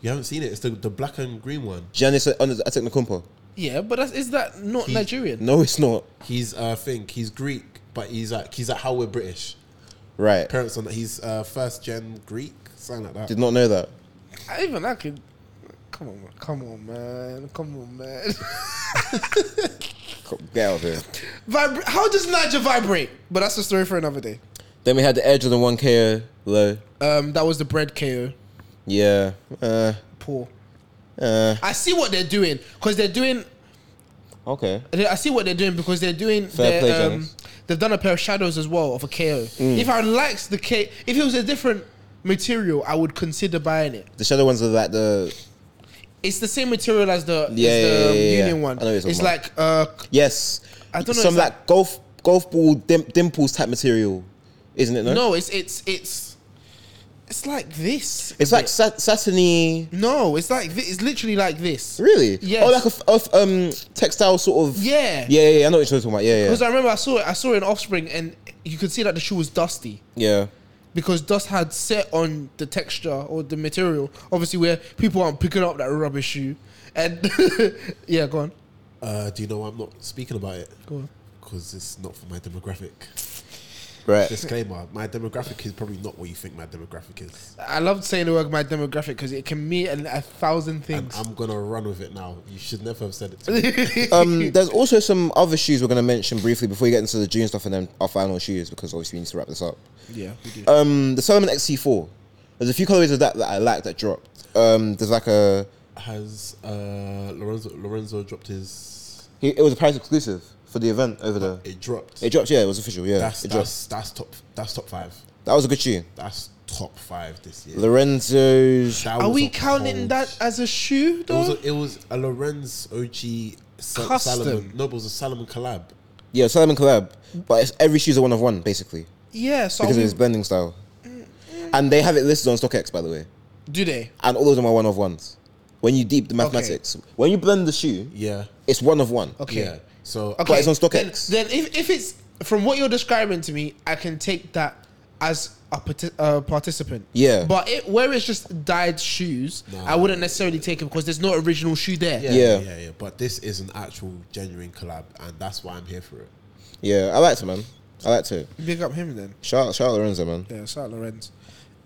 [SPEAKER 3] You haven't seen it? It's the, the black and green one.
[SPEAKER 2] Giannis uh, under Antetokounmpo.
[SPEAKER 1] Yeah, but that's, is that not
[SPEAKER 3] He-
[SPEAKER 1] Nigerian?
[SPEAKER 2] No, it's not.
[SPEAKER 3] He's uh think he's Greek, but he's like he's like how we're British.
[SPEAKER 2] Right.
[SPEAKER 3] Parents on that. He's uh, first gen Greek, something like that.
[SPEAKER 2] Did not know that.
[SPEAKER 1] I even I could. Come on, man. come on, man. Come on, man. [laughs]
[SPEAKER 2] Co- Get out of here.
[SPEAKER 1] Vibra- How does Niger vibrate? But that's a story for another day.
[SPEAKER 2] Then we had the edge of the one KO low.
[SPEAKER 1] Um, that was the bread KO.
[SPEAKER 2] Yeah. Uh.
[SPEAKER 1] Poor.
[SPEAKER 2] Uh.
[SPEAKER 1] I see what they're doing because they're doing.
[SPEAKER 2] Okay.
[SPEAKER 1] I see what they're doing because they're doing. their,
[SPEAKER 2] Fair play, Mm.
[SPEAKER 1] um,
[SPEAKER 2] Jonas.
[SPEAKER 1] they've done a pair of shadows as well of a KO. If I liked the K, if it was a different material, I would consider buying it.
[SPEAKER 2] The shadow ones are like the
[SPEAKER 1] It's the same material as the, as
[SPEAKER 2] Yeah, yeah,
[SPEAKER 1] the
[SPEAKER 2] yeah, yeah,
[SPEAKER 1] Union
[SPEAKER 2] yeah.
[SPEAKER 1] one.
[SPEAKER 2] I know what
[SPEAKER 1] It's
[SPEAKER 2] you're
[SPEAKER 1] like
[SPEAKER 2] talking
[SPEAKER 1] uh,
[SPEAKER 2] yes.
[SPEAKER 1] I don't know,
[SPEAKER 2] Some
[SPEAKER 1] it's
[SPEAKER 2] like, golf golf ball dim, dimples type material, isn't it? No.
[SPEAKER 1] no? it's it's it's it's like this.
[SPEAKER 2] It's
[SPEAKER 1] a
[SPEAKER 2] like
[SPEAKER 1] bit.
[SPEAKER 2] sat- satiny.
[SPEAKER 1] no, it's like thi- it's literally like this.
[SPEAKER 2] Really?
[SPEAKER 1] Yes.
[SPEAKER 2] Oh, like a f- of um textile sort of.
[SPEAKER 1] Yeah.
[SPEAKER 2] Yeah, yeah. yeah, I know what you're talking about. Yeah, yeah.
[SPEAKER 1] Because I remember I saw it, I saw it in Offspring, and you could see that the shoe was dusty.
[SPEAKER 2] yeah.
[SPEAKER 1] because dust had set on the texture or the material. Obviously, where people aren't picking up that rubber shoe, and [laughs] yeah, go on,
[SPEAKER 3] Uh, do you know why I'm not speaking about it?
[SPEAKER 1] go on.
[SPEAKER 3] Because it's not for my demographic.
[SPEAKER 2] Right.
[SPEAKER 3] Disclaimer: My demographic is probably not what you think my demographic is.
[SPEAKER 1] I loved saying the word my demographic because it can mean a, a thousand
[SPEAKER 3] And
[SPEAKER 1] things.
[SPEAKER 3] I'm gonna run with it now. You should never have said it. To me.
[SPEAKER 1] [laughs]
[SPEAKER 2] um, there's also some other shoes we're going to mention briefly before we get into the June stuff and then our final shoes because obviously we need to wrap this up.
[SPEAKER 1] yeah, we do.
[SPEAKER 2] Um, the Solomon XC4. There's a few colorways of that that I like that dropped. Um, there's like a
[SPEAKER 3] Has uh, Lorenzo Lorenzo dropped his?
[SPEAKER 2] he- it was a Paris exclusive for the event over there.
[SPEAKER 3] It dropped.
[SPEAKER 2] It dropped, yeah, it was official, yeah.
[SPEAKER 3] that's
[SPEAKER 2] it dropped.
[SPEAKER 3] that's, that's top. That's top five.
[SPEAKER 2] That was a good shoe.
[SPEAKER 3] That's top five this year.
[SPEAKER 2] Lorenzo's.
[SPEAKER 3] That
[SPEAKER 1] Are
[SPEAKER 3] was
[SPEAKER 1] we
[SPEAKER 3] a
[SPEAKER 1] counting
[SPEAKER 3] cold-
[SPEAKER 1] that as a shoe
[SPEAKER 3] It was
[SPEAKER 1] though?
[SPEAKER 3] a, it was a Lorenz OG Sa-
[SPEAKER 1] Custom.
[SPEAKER 3] Salomon. No, but it was a Salomon collab.
[SPEAKER 2] Yeah, Solomon collab, but it's, every shoe's a one of one basically
[SPEAKER 1] yeah, so are
[SPEAKER 2] because of
[SPEAKER 1] we,
[SPEAKER 2] his blending style. And they have it listed on StockX, by the way,
[SPEAKER 1] do they?
[SPEAKER 2] and all of them are one of ones. When you deep the mathematics, when you blend the shoe,
[SPEAKER 3] Yeah.
[SPEAKER 2] it's one of one.
[SPEAKER 1] Okay.
[SPEAKER 3] Yeah. So
[SPEAKER 1] Okay.
[SPEAKER 2] it's on
[SPEAKER 1] Then,
[SPEAKER 2] StockX.
[SPEAKER 1] then if, if it's from what you're describing to me, I can take that as a parti- uh, participant.
[SPEAKER 2] Yeah.
[SPEAKER 1] But it, where it's just dyed shoes,
[SPEAKER 3] Nah.
[SPEAKER 1] I wouldn't necessarily take it because there's no original shoe there.
[SPEAKER 3] yeah,
[SPEAKER 2] Yeah.
[SPEAKER 3] yeah, yeah, But this is an actual genuine collab, and that's why I'm here for it.
[SPEAKER 2] Yeah, I liked it, man. I liked it.
[SPEAKER 1] Big up him then.
[SPEAKER 2] Shout out, shout out Lorenzo, man.
[SPEAKER 1] Yeah, shout out Lorenz.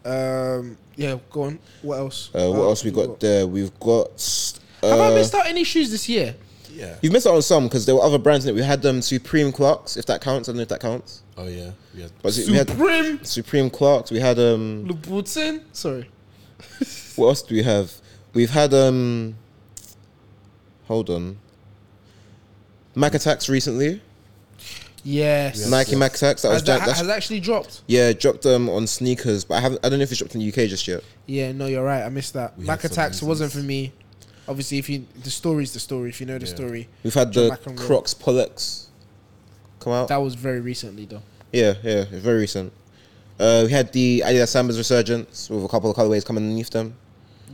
[SPEAKER 1] Um, yeah, go on. What else? Um,
[SPEAKER 2] Uh, what else we got there? We've got.
[SPEAKER 1] Have I
[SPEAKER 2] uh,
[SPEAKER 1] missed out any shoes this year?
[SPEAKER 3] Yeah.
[SPEAKER 2] You've missed out on some because there were other brands in it. We had um, Supreme Clarks, if that counts. I don't know if that counts.
[SPEAKER 3] Oh yeah. Yeah.
[SPEAKER 2] But we had
[SPEAKER 1] Supreme
[SPEAKER 2] Supreme Clarks. We had um,
[SPEAKER 1] Louboutin. Sorry.
[SPEAKER 2] what else do we have? We've had um, hold on, Mac Attacks recently.
[SPEAKER 1] Yes.
[SPEAKER 3] Yeah.
[SPEAKER 2] Nike Mac Attacks. That was
[SPEAKER 1] Has, that,
[SPEAKER 2] jacked. That's-
[SPEAKER 1] has actually dropped.
[SPEAKER 2] yeah, dropped um on sneakers, but I haven't. I don't know if it's dropped in the UK just yet.
[SPEAKER 1] Yeah, no, you're right. I missed that.
[SPEAKER 3] We
[SPEAKER 1] Mac
[SPEAKER 3] had some
[SPEAKER 1] attacks
[SPEAKER 3] reasons.
[SPEAKER 1] wasn't for me. Obviously, if you the story's the story. If you know the
[SPEAKER 3] Yeah.
[SPEAKER 1] story,
[SPEAKER 2] We've had
[SPEAKER 1] Jump
[SPEAKER 2] the
[SPEAKER 1] back on roll.
[SPEAKER 2] Crocs Pollux come out.
[SPEAKER 1] that was very recently though.
[SPEAKER 2] Yeah, yeah, it's very recent. Uh, we had the Adidas Sambas resurgence with a couple of colorways coming underneath them.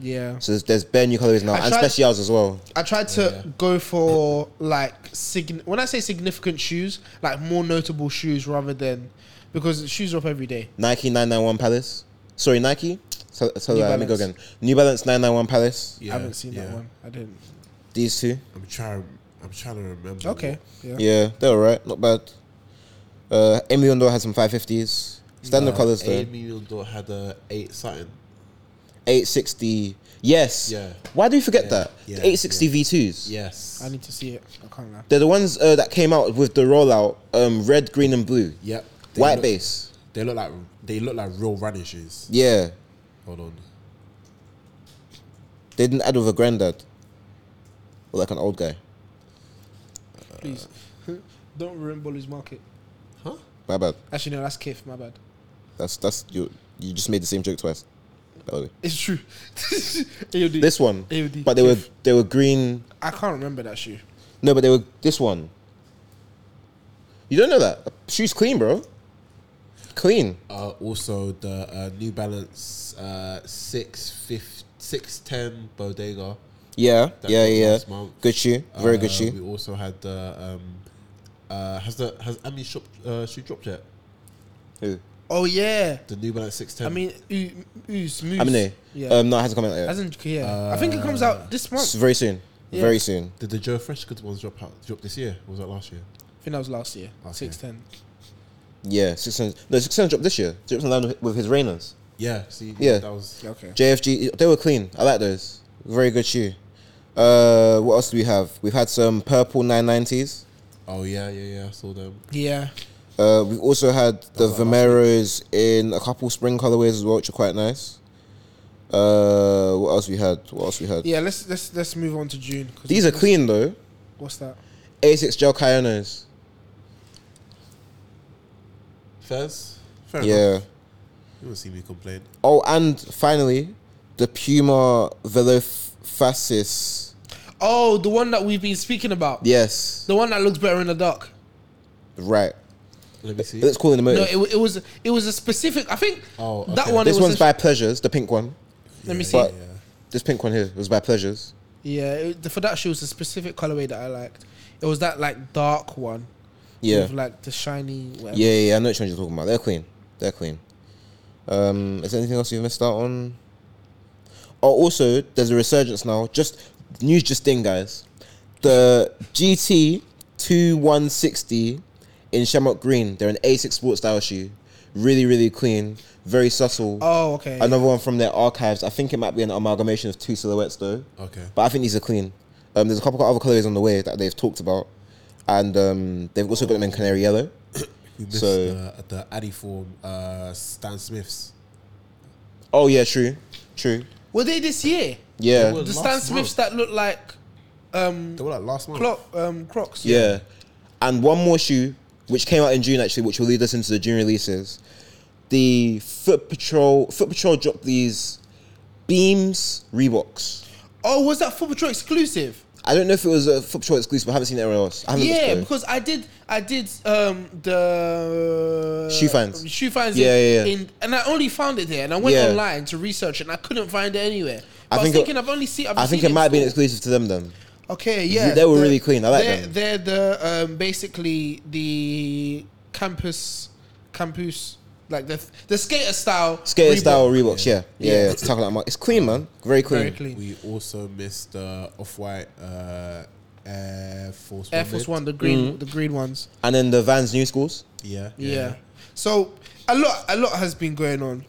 [SPEAKER 1] Yeah,
[SPEAKER 2] So there's, there's bare new colorways now,
[SPEAKER 1] I
[SPEAKER 2] and
[SPEAKER 1] tried-
[SPEAKER 2] specials as well.
[SPEAKER 1] I tried to
[SPEAKER 3] Yeah.
[SPEAKER 1] go for like sign. When I say significant shoes, like more notable shoes rather than because shoes are up every day.
[SPEAKER 2] Nike 991 Palace. Sorry, Nike. So, so
[SPEAKER 1] New
[SPEAKER 2] uh, let me go
[SPEAKER 1] Balance.
[SPEAKER 2] again. New Balance 991 Palace.
[SPEAKER 3] Yeah,
[SPEAKER 1] I haven't seen
[SPEAKER 3] yeah.
[SPEAKER 1] that one. I didn't.
[SPEAKER 2] These two.
[SPEAKER 3] I'm trying. I'm trying to remember.
[SPEAKER 1] Okay. Yeah.
[SPEAKER 2] Yeah, they're all right. Not bad. Uh, Emily Ondo had some 550s. Standard colors though.
[SPEAKER 3] Uh, Amy Mildor had a eight something.
[SPEAKER 2] 860. Yes.
[SPEAKER 3] Yeah.
[SPEAKER 2] Why do we forget
[SPEAKER 3] Yeah,
[SPEAKER 2] that?
[SPEAKER 3] yeah,
[SPEAKER 2] the 860 V2s.
[SPEAKER 3] Yes.
[SPEAKER 1] I need to see it. I can't lie.
[SPEAKER 2] They're the ones uh, that came out with the rollout um, red, green, and blue.
[SPEAKER 3] Yep. They
[SPEAKER 2] White
[SPEAKER 3] look-
[SPEAKER 2] base.
[SPEAKER 3] They look like they look like real running shoes.
[SPEAKER 2] Yeah.
[SPEAKER 3] Hold on.
[SPEAKER 2] They didn't add with a granddad. Or like an old guy.
[SPEAKER 1] Please, [laughs] don't ruin Bolu's market.
[SPEAKER 3] Huh?
[SPEAKER 2] My bad.
[SPEAKER 1] Actually, no, that's Kif. My bad. [laughs]
[SPEAKER 2] That's that's you. You just made the same joke twice. By the way.
[SPEAKER 1] It's true. [laughs] AOD.
[SPEAKER 2] This one,
[SPEAKER 1] AOD.
[SPEAKER 2] but they were they were green.
[SPEAKER 1] I can't remember that shoe.
[SPEAKER 2] No, but they were this one. You don't know that shoes clean, bro. Clean.
[SPEAKER 3] Uh, also the uh, New Balance uh, six fifth six ten Bodega.
[SPEAKER 2] Yeah,
[SPEAKER 3] That
[SPEAKER 2] yeah,
[SPEAKER 3] was
[SPEAKER 2] yeah.
[SPEAKER 3] last month.
[SPEAKER 2] Good shoe. Very
[SPEAKER 3] Uh,
[SPEAKER 2] good shoe.
[SPEAKER 3] We also had the um, uh, has the has Amy shop uh, shoe dropped yet?
[SPEAKER 2] Who?
[SPEAKER 1] Oh yeah.
[SPEAKER 3] The New Balance six ten.
[SPEAKER 1] I mean, ooh, ooh, smooth.
[SPEAKER 2] I mean, no.
[SPEAKER 1] Yeah.
[SPEAKER 2] Um, uh, no, it hasn't come out yet.
[SPEAKER 1] Hasn't yeah. I think it comes out this month.
[SPEAKER 2] It's very soon.
[SPEAKER 1] Yeah.
[SPEAKER 2] Very soon.
[SPEAKER 3] did the Joe Fresh Goods ones drop out drop this year? Or was that last year?
[SPEAKER 1] I think that was last year.
[SPEAKER 3] Okay.
[SPEAKER 1] Six ten.
[SPEAKER 2] Yeah, six hundred. No, six hundred dropped this year. Dropped in line with- with his Rainers.
[SPEAKER 3] Yeah. See.
[SPEAKER 2] Yeah.
[SPEAKER 3] That was
[SPEAKER 1] Okay.
[SPEAKER 2] JFG, they were clean. I like those. Very good shoe. Uh, what else do we have? We've had some purple 990s.
[SPEAKER 3] Oh yeah, yeah, yeah. I saw them.
[SPEAKER 1] Yeah.
[SPEAKER 2] Uh, we've also had the Vomeros in a couple spring colorways as well, which are quite nice. Uh, what else we had? What else we had?
[SPEAKER 1] Yeah. Let's let's let's move on to June. 'cause
[SPEAKER 2] These are
[SPEAKER 1] it's-
[SPEAKER 2] clean though.
[SPEAKER 1] What's that?
[SPEAKER 2] Asics gel Kionos.
[SPEAKER 3] Fez. Fair
[SPEAKER 2] Yeah.
[SPEAKER 3] Enough. You don't see me complain.
[SPEAKER 2] Oh, and finally, the Puma Velofasis.
[SPEAKER 1] Oh, the one that we've been speaking about.
[SPEAKER 2] Yes.
[SPEAKER 1] The one that looks better in the dark.
[SPEAKER 2] Right.
[SPEAKER 3] Let me see.
[SPEAKER 2] It looks cool in the
[SPEAKER 1] No,
[SPEAKER 2] motive.
[SPEAKER 1] it, wa- it was it was a specific. I think
[SPEAKER 3] Oh, okay.
[SPEAKER 1] that one.
[SPEAKER 2] this
[SPEAKER 1] it was
[SPEAKER 2] one's
[SPEAKER 1] a-
[SPEAKER 2] by Pleasures, the pink one.
[SPEAKER 1] Let me see.
[SPEAKER 2] but- This pink one here was by Pleasures.
[SPEAKER 1] Yeah, it, for that shoe it was a specific colorway that I liked. It was that like dark one
[SPEAKER 2] Yeah.
[SPEAKER 1] with like the shiny. Whatever.
[SPEAKER 2] Yeah, yeah, yeah, I know which ones you're talking about. They're clean. They're clean. Um, is there anything else you've missed out on? Oh, also, there's a resurgence now. Just news, just in, guys. The GT 2160 in Shamrock Green. They're an A6 sports style shoe. Really, really clean. Very subtle.
[SPEAKER 1] Oh, okay.
[SPEAKER 2] Another one from their archives. I think it might be an amalgamation of two silhouettes, though.
[SPEAKER 3] Okay.
[SPEAKER 2] But I think these are clean. Um, there's a couple of other colorways on the way that they've talked about. And um, they've also got them in canary yellow.
[SPEAKER 3] We missed
[SPEAKER 2] So-
[SPEAKER 3] the, the Addy form uh, Stan Smiths.
[SPEAKER 2] Oh yeah, true, true.
[SPEAKER 1] Were they this year?
[SPEAKER 2] Yeah,
[SPEAKER 3] They were-
[SPEAKER 1] The
[SPEAKER 3] Last
[SPEAKER 1] Stan Smiths
[SPEAKER 3] month.
[SPEAKER 1] that look like um
[SPEAKER 3] They were like last month.
[SPEAKER 1] clock um Crocs.
[SPEAKER 2] yeah. And one more shoe, which came out in June actually, which will lead us into the June releases. The Foot Patrol, Foot Patrol dropped these Beams Reeboks.
[SPEAKER 1] Oh, was that Football Patrol exclusive?
[SPEAKER 2] I don't know if it was a Foot Patrol exclusive. I haven't seen it anywhere else. I haven't looked
[SPEAKER 1] Yeah,
[SPEAKER 2] though.
[SPEAKER 1] because I did, I did um the
[SPEAKER 2] Shoe finds.
[SPEAKER 1] shoe finds.
[SPEAKER 2] Yeah,
[SPEAKER 1] in,
[SPEAKER 2] yeah, yeah.
[SPEAKER 1] In, and I only found it there, and I went
[SPEAKER 2] Yeah.
[SPEAKER 1] online to research, it and I couldn't find it anywhere. But I,
[SPEAKER 2] I
[SPEAKER 1] was
[SPEAKER 2] think it-
[SPEAKER 1] thinking I've only seen. I've
[SPEAKER 2] I think
[SPEAKER 1] seen
[SPEAKER 2] it might be an
[SPEAKER 1] in store.
[SPEAKER 2] exclusive to them then.
[SPEAKER 1] Okay, yeah,
[SPEAKER 2] They were
[SPEAKER 1] they're-
[SPEAKER 2] really clean. I like
[SPEAKER 1] they're,
[SPEAKER 2] them.
[SPEAKER 1] They're the um, basically the campus, campus like the the skater style,
[SPEAKER 2] Skater
[SPEAKER 1] Reebok.
[SPEAKER 2] style Reeboks. Yeah,
[SPEAKER 1] Yeah.
[SPEAKER 2] yeah. yeah. It's talking about it's clean, man. Very clean.
[SPEAKER 1] very clean.
[SPEAKER 3] We also missed uh, Off White uh, Air Force
[SPEAKER 1] Air Force
[SPEAKER 3] mid.
[SPEAKER 1] One, the green, the green ones.
[SPEAKER 2] And then the Vans new schools.
[SPEAKER 3] Yeah.
[SPEAKER 1] Yeah. So a lot, a lot has been going on.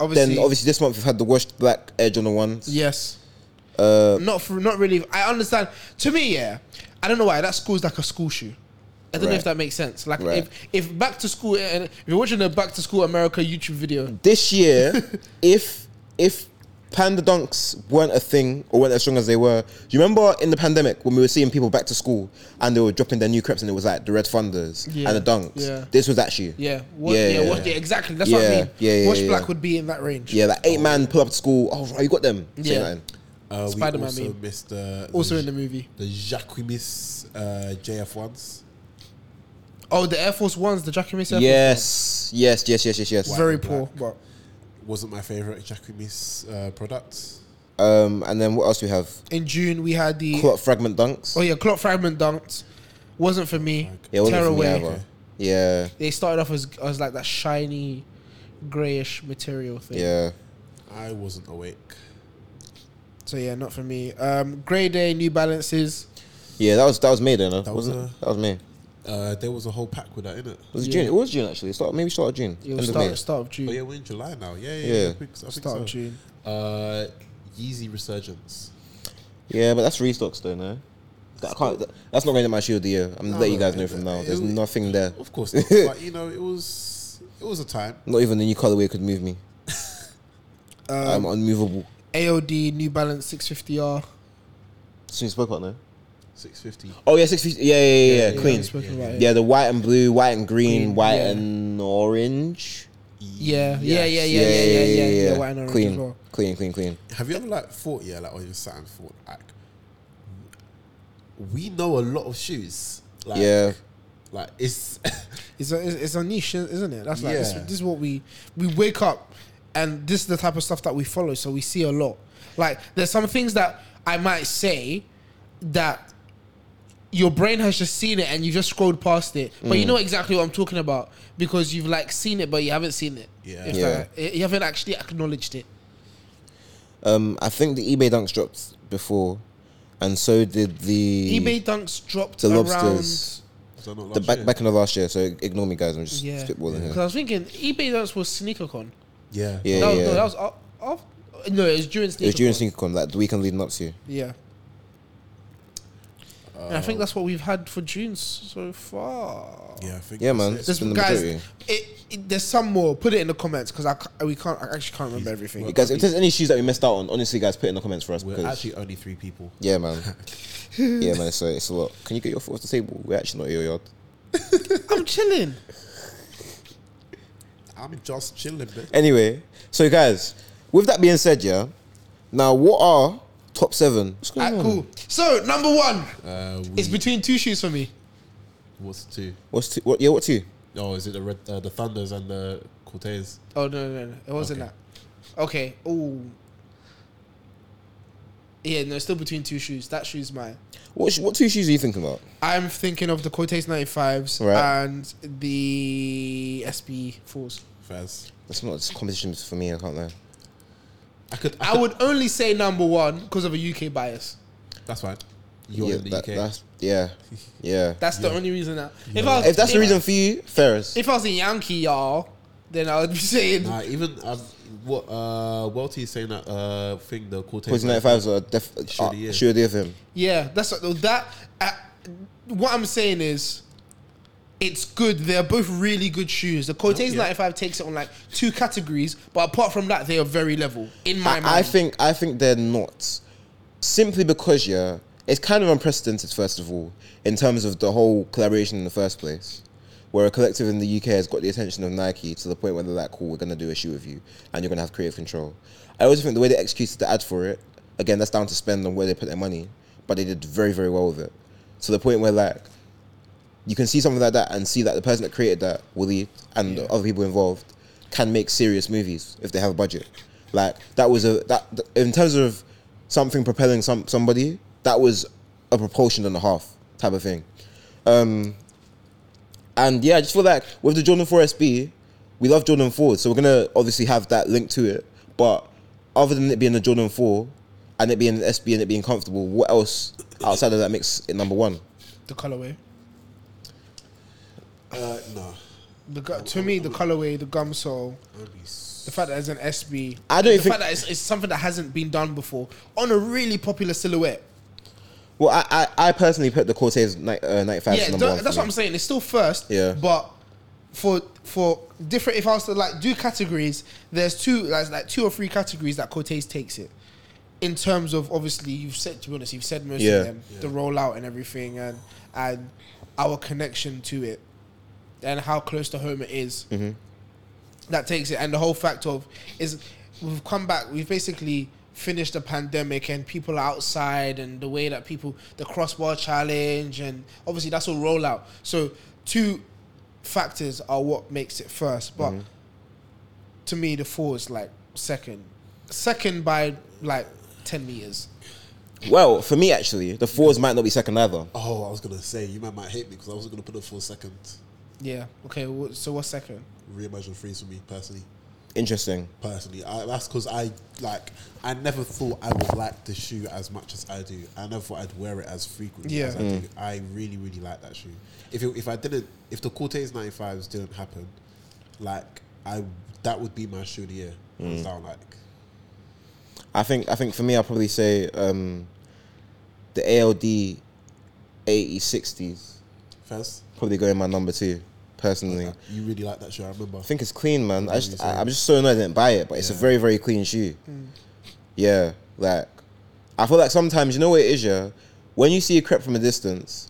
[SPEAKER 1] Obviously,
[SPEAKER 2] Then obviously this month we've had the washed black Air Jordan ones.
[SPEAKER 1] yes.
[SPEAKER 2] Uh,
[SPEAKER 1] Not for, not really. I understand. To me, yeah. I don't know why that school's like a school shoe. I don't know
[SPEAKER 2] Right.
[SPEAKER 1] if that makes sense. Like
[SPEAKER 2] Right.
[SPEAKER 1] if if back to school and if you're watching the back to school America YouTube video,
[SPEAKER 2] this year, [laughs] if if panda dunks weren't a thing or weren't as strong as they were, do you remember in the pandemic when we were seeing people back to school and they were dropping their new creps and it was like the red funders
[SPEAKER 1] Yeah.
[SPEAKER 2] and the dunks?
[SPEAKER 1] Yeah.
[SPEAKER 2] This was that shoe.
[SPEAKER 1] yeah, what,
[SPEAKER 2] Yeah,
[SPEAKER 1] yeah,
[SPEAKER 2] yeah,
[SPEAKER 1] what, yeah,
[SPEAKER 2] yeah.
[SPEAKER 1] exactly. That's what I
[SPEAKER 2] Yeah,
[SPEAKER 1] mean.
[SPEAKER 2] yeah, yeah,
[SPEAKER 1] Watch
[SPEAKER 2] yeah.
[SPEAKER 1] Black would be in that range.
[SPEAKER 2] Yeah, that eight man pull up to school. Oh, right, you got them. Say
[SPEAKER 1] Yeah.
[SPEAKER 2] nothing.
[SPEAKER 3] Uh, we
[SPEAKER 1] Spider-Man
[SPEAKER 3] also
[SPEAKER 1] meme.
[SPEAKER 3] missed uh, the
[SPEAKER 1] Also
[SPEAKER 3] the,
[SPEAKER 1] in the movie.
[SPEAKER 3] the Jacquimis uh, JF ones.
[SPEAKER 1] Oh, the Air Force Ones, the Jackie Mason.
[SPEAKER 2] Yes, yes, yes, yes, yes, yes.
[SPEAKER 1] Very
[SPEAKER 3] Black.
[SPEAKER 1] poor, but
[SPEAKER 3] Wasn't my favorite Jacquimis uh, product.
[SPEAKER 2] Um, and then what else do we have?
[SPEAKER 1] in June we had the
[SPEAKER 2] Caught fragment dunks.
[SPEAKER 1] oh yeah, clock fragment dunked. Wasn't for me.
[SPEAKER 2] yeah, it wasn't for me
[SPEAKER 1] Tearaway.
[SPEAKER 2] either. Yeah,
[SPEAKER 1] They started off as as like that shiny, grayish material thing.
[SPEAKER 2] yeah.
[SPEAKER 3] I wasn't awake.
[SPEAKER 1] So yeah, not for me. Um, Grey Day, New Balances.
[SPEAKER 2] Yeah, that was that was May then, huh?
[SPEAKER 3] That was
[SPEAKER 2] wasn't it?
[SPEAKER 3] a-
[SPEAKER 2] That was May.
[SPEAKER 3] Uh, there was a whole pack with that in it.
[SPEAKER 2] Was it
[SPEAKER 1] Yeah.
[SPEAKER 2] June? It was June actually. Start maybe start of June.
[SPEAKER 1] It
[SPEAKER 2] End
[SPEAKER 1] was
[SPEAKER 2] of
[SPEAKER 1] start
[SPEAKER 2] May.
[SPEAKER 1] start of June.
[SPEAKER 3] Oh yeah, we're in July now. Yeah, yeah.
[SPEAKER 2] Yeah.
[SPEAKER 3] yeah. I think, I think
[SPEAKER 1] Start
[SPEAKER 3] so.
[SPEAKER 1] of June.
[SPEAKER 3] Uh, Yeezy Resurgence.
[SPEAKER 2] Yeah, but that's restocks though, no. That can't, that, that's not going to my shield the year. I'm gonna
[SPEAKER 3] No,
[SPEAKER 2] let you
[SPEAKER 3] no,
[SPEAKER 2] guys
[SPEAKER 3] no,
[SPEAKER 2] know from
[SPEAKER 3] no.
[SPEAKER 2] now. There's
[SPEAKER 3] It-
[SPEAKER 2] nothing there.
[SPEAKER 1] [laughs]
[SPEAKER 3] Of course, not, but you know, it was it was a time.
[SPEAKER 2] Not even the new colorway could [laughs] move me. I'm
[SPEAKER 1] Um,
[SPEAKER 2] unmovable.
[SPEAKER 1] AOD, New Balance 650R.
[SPEAKER 2] Soon you spoke about no.
[SPEAKER 3] Six fifty.
[SPEAKER 2] Oh yeah, six feet. Yeah, yeah, yeah, yeah.
[SPEAKER 1] Yeah,
[SPEAKER 2] Queen.
[SPEAKER 1] we've spoken about it.
[SPEAKER 2] Yeah, the white and blue, white and green,
[SPEAKER 1] Green,
[SPEAKER 2] white
[SPEAKER 1] yeah.
[SPEAKER 2] and orange.
[SPEAKER 1] Yeah, yeah, yeah, yeah, yeah, yeah, yeah, yeah, white and orange
[SPEAKER 2] clean,
[SPEAKER 1] as well.
[SPEAKER 2] clean, clean, clean.
[SPEAKER 3] Have you ever like thought, yeah, like when you sat and thought, like, we know a lot of shoes. Like,
[SPEAKER 2] yeah,
[SPEAKER 3] Like it's [laughs]
[SPEAKER 1] It's a, it's it's a niche, isn't it? That's like this,
[SPEAKER 3] Yeah.
[SPEAKER 1] this is what we we wake up, and this is the type of stuff that we follow. So we see a lot. Like there's some things that I might say that your brain has just seen it, and you just scrolled past it, but
[SPEAKER 2] Mm.
[SPEAKER 1] you know exactly what I'm talking about because you've like seen it, but you haven't seen it.
[SPEAKER 3] Yeah.
[SPEAKER 1] If
[SPEAKER 2] Yeah.
[SPEAKER 1] that- eh, you haven't actually acknowledged it.
[SPEAKER 2] Um, I think the eBay dunks dropped before, and so did the
[SPEAKER 1] eBay dunks dropped
[SPEAKER 2] the
[SPEAKER 1] around.
[SPEAKER 2] lobsters.
[SPEAKER 3] was that not
[SPEAKER 2] the
[SPEAKER 3] last
[SPEAKER 2] back
[SPEAKER 3] year?
[SPEAKER 2] back in the last year. So ignore me, guys. I'm just
[SPEAKER 1] Yeah,
[SPEAKER 2] spitballing
[SPEAKER 1] because
[SPEAKER 2] here.
[SPEAKER 1] I was thinking eBay dunks was SneakerCon.
[SPEAKER 3] Yeah.
[SPEAKER 2] Yeah,
[SPEAKER 1] that was,
[SPEAKER 2] yeah.
[SPEAKER 1] No, that was off, off, No, it was during SneakerCon.
[SPEAKER 2] it was during SneakerCon, like the weekend leading up to.
[SPEAKER 1] Yeah. and I think that's what we've had for June s- so far.
[SPEAKER 3] Yeah, I think
[SPEAKER 2] Yeah,
[SPEAKER 3] that's
[SPEAKER 2] man.
[SPEAKER 3] it.
[SPEAKER 1] There's,
[SPEAKER 2] It's been the
[SPEAKER 1] guys,
[SPEAKER 2] majority.
[SPEAKER 1] it, it, there's some more. Put it in the comments because I ca- we can't. I actually can't remember everything.
[SPEAKER 2] You guys, if there's any shoes that we missed out on, honestly, guys, put it in the comments for us.
[SPEAKER 3] We're
[SPEAKER 2] because
[SPEAKER 3] actually only three people.
[SPEAKER 1] [laughs]
[SPEAKER 2] yeah, man, yeah, man. So it's a lot. Can you get your foot off the table? We're actually not at your yard.
[SPEAKER 1] I'm chilling.
[SPEAKER 3] I'm just chilling, man.
[SPEAKER 2] [laughs] Anyway, so guys, with that being said, yeah. Now, what are top seven? What's going
[SPEAKER 1] Alright,
[SPEAKER 2] on?
[SPEAKER 1] cool. So number one
[SPEAKER 3] Uh, we,
[SPEAKER 1] is between two shoes for me.
[SPEAKER 3] what's two?
[SPEAKER 2] What's two? What, yeah, what two?
[SPEAKER 3] Oh, is it the red, uh, the Thunders and the Cortez?
[SPEAKER 1] Oh no no no! It wasn't
[SPEAKER 3] Okay.
[SPEAKER 1] that. Okay. Oh. Yeah, no, still between two shoes. That shoe's mine.
[SPEAKER 2] What, sh- what two shoes are you thinking about?
[SPEAKER 1] I'm thinking of the Cortez 95s
[SPEAKER 2] Right.
[SPEAKER 1] and the SB4s.
[SPEAKER 3] Faz.
[SPEAKER 2] That's not it's competition for me. I can't know.
[SPEAKER 3] I could.
[SPEAKER 1] [laughs]
[SPEAKER 3] I,
[SPEAKER 1] I
[SPEAKER 3] could-
[SPEAKER 1] would only say number one because of a UK bias.
[SPEAKER 3] That's fine. You're
[SPEAKER 2] yeah,
[SPEAKER 3] in the
[SPEAKER 2] that-
[SPEAKER 3] UK.
[SPEAKER 2] That's,
[SPEAKER 1] [laughs]
[SPEAKER 2] yeah, yeah.
[SPEAKER 1] That's the only reason that. If,
[SPEAKER 3] Yeah.
[SPEAKER 1] I was,
[SPEAKER 2] if that's
[SPEAKER 1] if,
[SPEAKER 2] the reason for you, Ferris.
[SPEAKER 1] if I was a Yankee, y'all, then I would be [laughs] saying
[SPEAKER 3] Nah, even um, what uh, Welty is saying that uh thing the Cortez.
[SPEAKER 2] Poison 95s are def-
[SPEAKER 3] Sure
[SPEAKER 2] are-
[SPEAKER 3] they is.
[SPEAKER 2] sure they are for him.
[SPEAKER 1] yeah. That's what- that. Uh, what I'm saying is, it's good. They're both really good shoes. The Cortez
[SPEAKER 3] Yeah.
[SPEAKER 1] 95 takes it on like two categories, but apart from that, they are very level in my
[SPEAKER 2] I,
[SPEAKER 1] mind.
[SPEAKER 2] I think I think they're not. Simply because yeah, it's kind of unprecedented first of all, in terms of the whole collaboration in the first place. Where a collective in the UK has got the attention of Nike to the point where they're like, cool, we're gonna do a shoe with you and you're gonna have creative control. I also think the way they executed the ad for it, again, that's down to spend on where they put their money, but they did very, very well with it. To the point where like you can see something like that and see that the person that created that, Willie, and the other people involved, can make serious movies if they have a budget. Like that was a that th- in terms of something propelling some somebody, that was a propulsion and a half type of thing. Um, and yeah, I just feel like with the Jordan 4 SB, we love Jordan 4, so we're gonna obviously have that link to it. But other than it being a Jordan 4, and it being an SB and it being comfortable, what else outside of that makes it number one?
[SPEAKER 1] The colorway.
[SPEAKER 3] Uh, no.
[SPEAKER 1] The gu- to me, the colorway, the gum sole,
[SPEAKER 3] I'd be s-
[SPEAKER 1] the fact that it's an SB.
[SPEAKER 2] I don't
[SPEAKER 1] the
[SPEAKER 2] think-
[SPEAKER 1] fact that it's, it's something that hasn't been done before on a really popular silhouette.
[SPEAKER 2] Well, I I, I personally put the Cortez ni- uh, 95 as
[SPEAKER 1] yeah,
[SPEAKER 2] number
[SPEAKER 1] don't-
[SPEAKER 2] one.
[SPEAKER 1] that's what I'm saying. It's still first.
[SPEAKER 2] Yeah.
[SPEAKER 1] But for for different, if I was to like do categories, there's two like like two or three categories that Cortez takes it. In terms of obviously you've said to be honest, you've said most
[SPEAKER 2] Yeah.
[SPEAKER 1] of them, the rollout and everything, and and our connection to it, and how close to home it is. That takes it, and the whole fact of is we've come back. We've basically finished the pandemic, and people are outside, and the way that people the crossbar challenge, and obviously that's all rollout. So two factors are what makes it first, but to me the four is like second, second by like ten meters.
[SPEAKER 2] Well, for me actually, the fours might not be second either.
[SPEAKER 3] Oh, I was gonna say you might might hate me because I wasn't gonna put it for a second.
[SPEAKER 1] Yeah. Okay. wh- So what's second?
[SPEAKER 3] Reimagine freeze for me personally.
[SPEAKER 2] Interesting.
[SPEAKER 3] Personally, I, that's because I like. I never thought I would like the shoe as much as I do. I never thought I'd wear it as frequently
[SPEAKER 1] Yeah.
[SPEAKER 3] as I do. I really, really like that shoe. If it, if I didn't, if the Cortez ninety fives didn't happen, like I that would be my shoe of the year. hands Down like
[SPEAKER 2] I think I think for me, I'll probably say um, the ALD 80 60s
[SPEAKER 3] first,
[SPEAKER 2] probably going my number two personally.
[SPEAKER 3] you really like that shoe. I remember.
[SPEAKER 2] I think it's clean, Mm. man. I just, I, am just so annoyed I didn't buy it, but it's a
[SPEAKER 3] Yeah.
[SPEAKER 2] very, very clean shoe. Yeah, like I feel like sometimes you know what it is, yeah. When you see a crepe from a distance,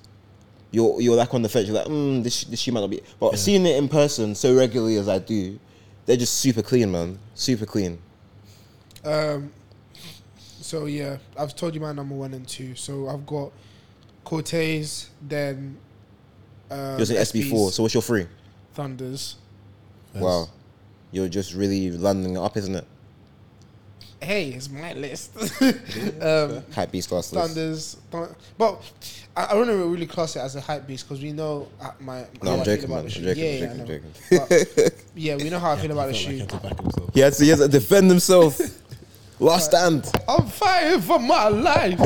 [SPEAKER 2] you're you're like on the fence. You're like, mm, this this shoe might not be. But seeing it in person so regularly as I do, they're just super clean, man. Super clean.
[SPEAKER 1] Um. So yeah, I've told you my number one and two. So I've got Cortez, then. Um,
[SPEAKER 2] You're saying SB four.
[SPEAKER 1] SBs,
[SPEAKER 2] So what's your three?
[SPEAKER 1] Thunders.
[SPEAKER 3] First.
[SPEAKER 2] Wow, you're just really landing it up, isn't it?
[SPEAKER 1] Hey, it's my list. [laughs] um,
[SPEAKER 2] Hype beast class list.
[SPEAKER 1] Thunders, Thun- but I, I wouldn't really class it as a hype beast because we know uh, my.
[SPEAKER 2] No,
[SPEAKER 1] how
[SPEAKER 2] I'm
[SPEAKER 1] I feel
[SPEAKER 2] joking,
[SPEAKER 1] about the
[SPEAKER 2] man. I'm
[SPEAKER 1] shoe.
[SPEAKER 2] joking,
[SPEAKER 1] yeah,
[SPEAKER 2] I'm
[SPEAKER 1] yeah,
[SPEAKER 2] joking,
[SPEAKER 1] I
[SPEAKER 2] I'm
[SPEAKER 1] know.
[SPEAKER 2] joking.
[SPEAKER 1] But, yeah, we know how I
[SPEAKER 2] [laughs]
[SPEAKER 1] feel about the
[SPEAKER 3] Felt
[SPEAKER 1] shoe.
[SPEAKER 3] Like I had to back himself.
[SPEAKER 2] He had to, he had to defend [laughs] himself. Last stand.
[SPEAKER 1] I'm fighting for my life.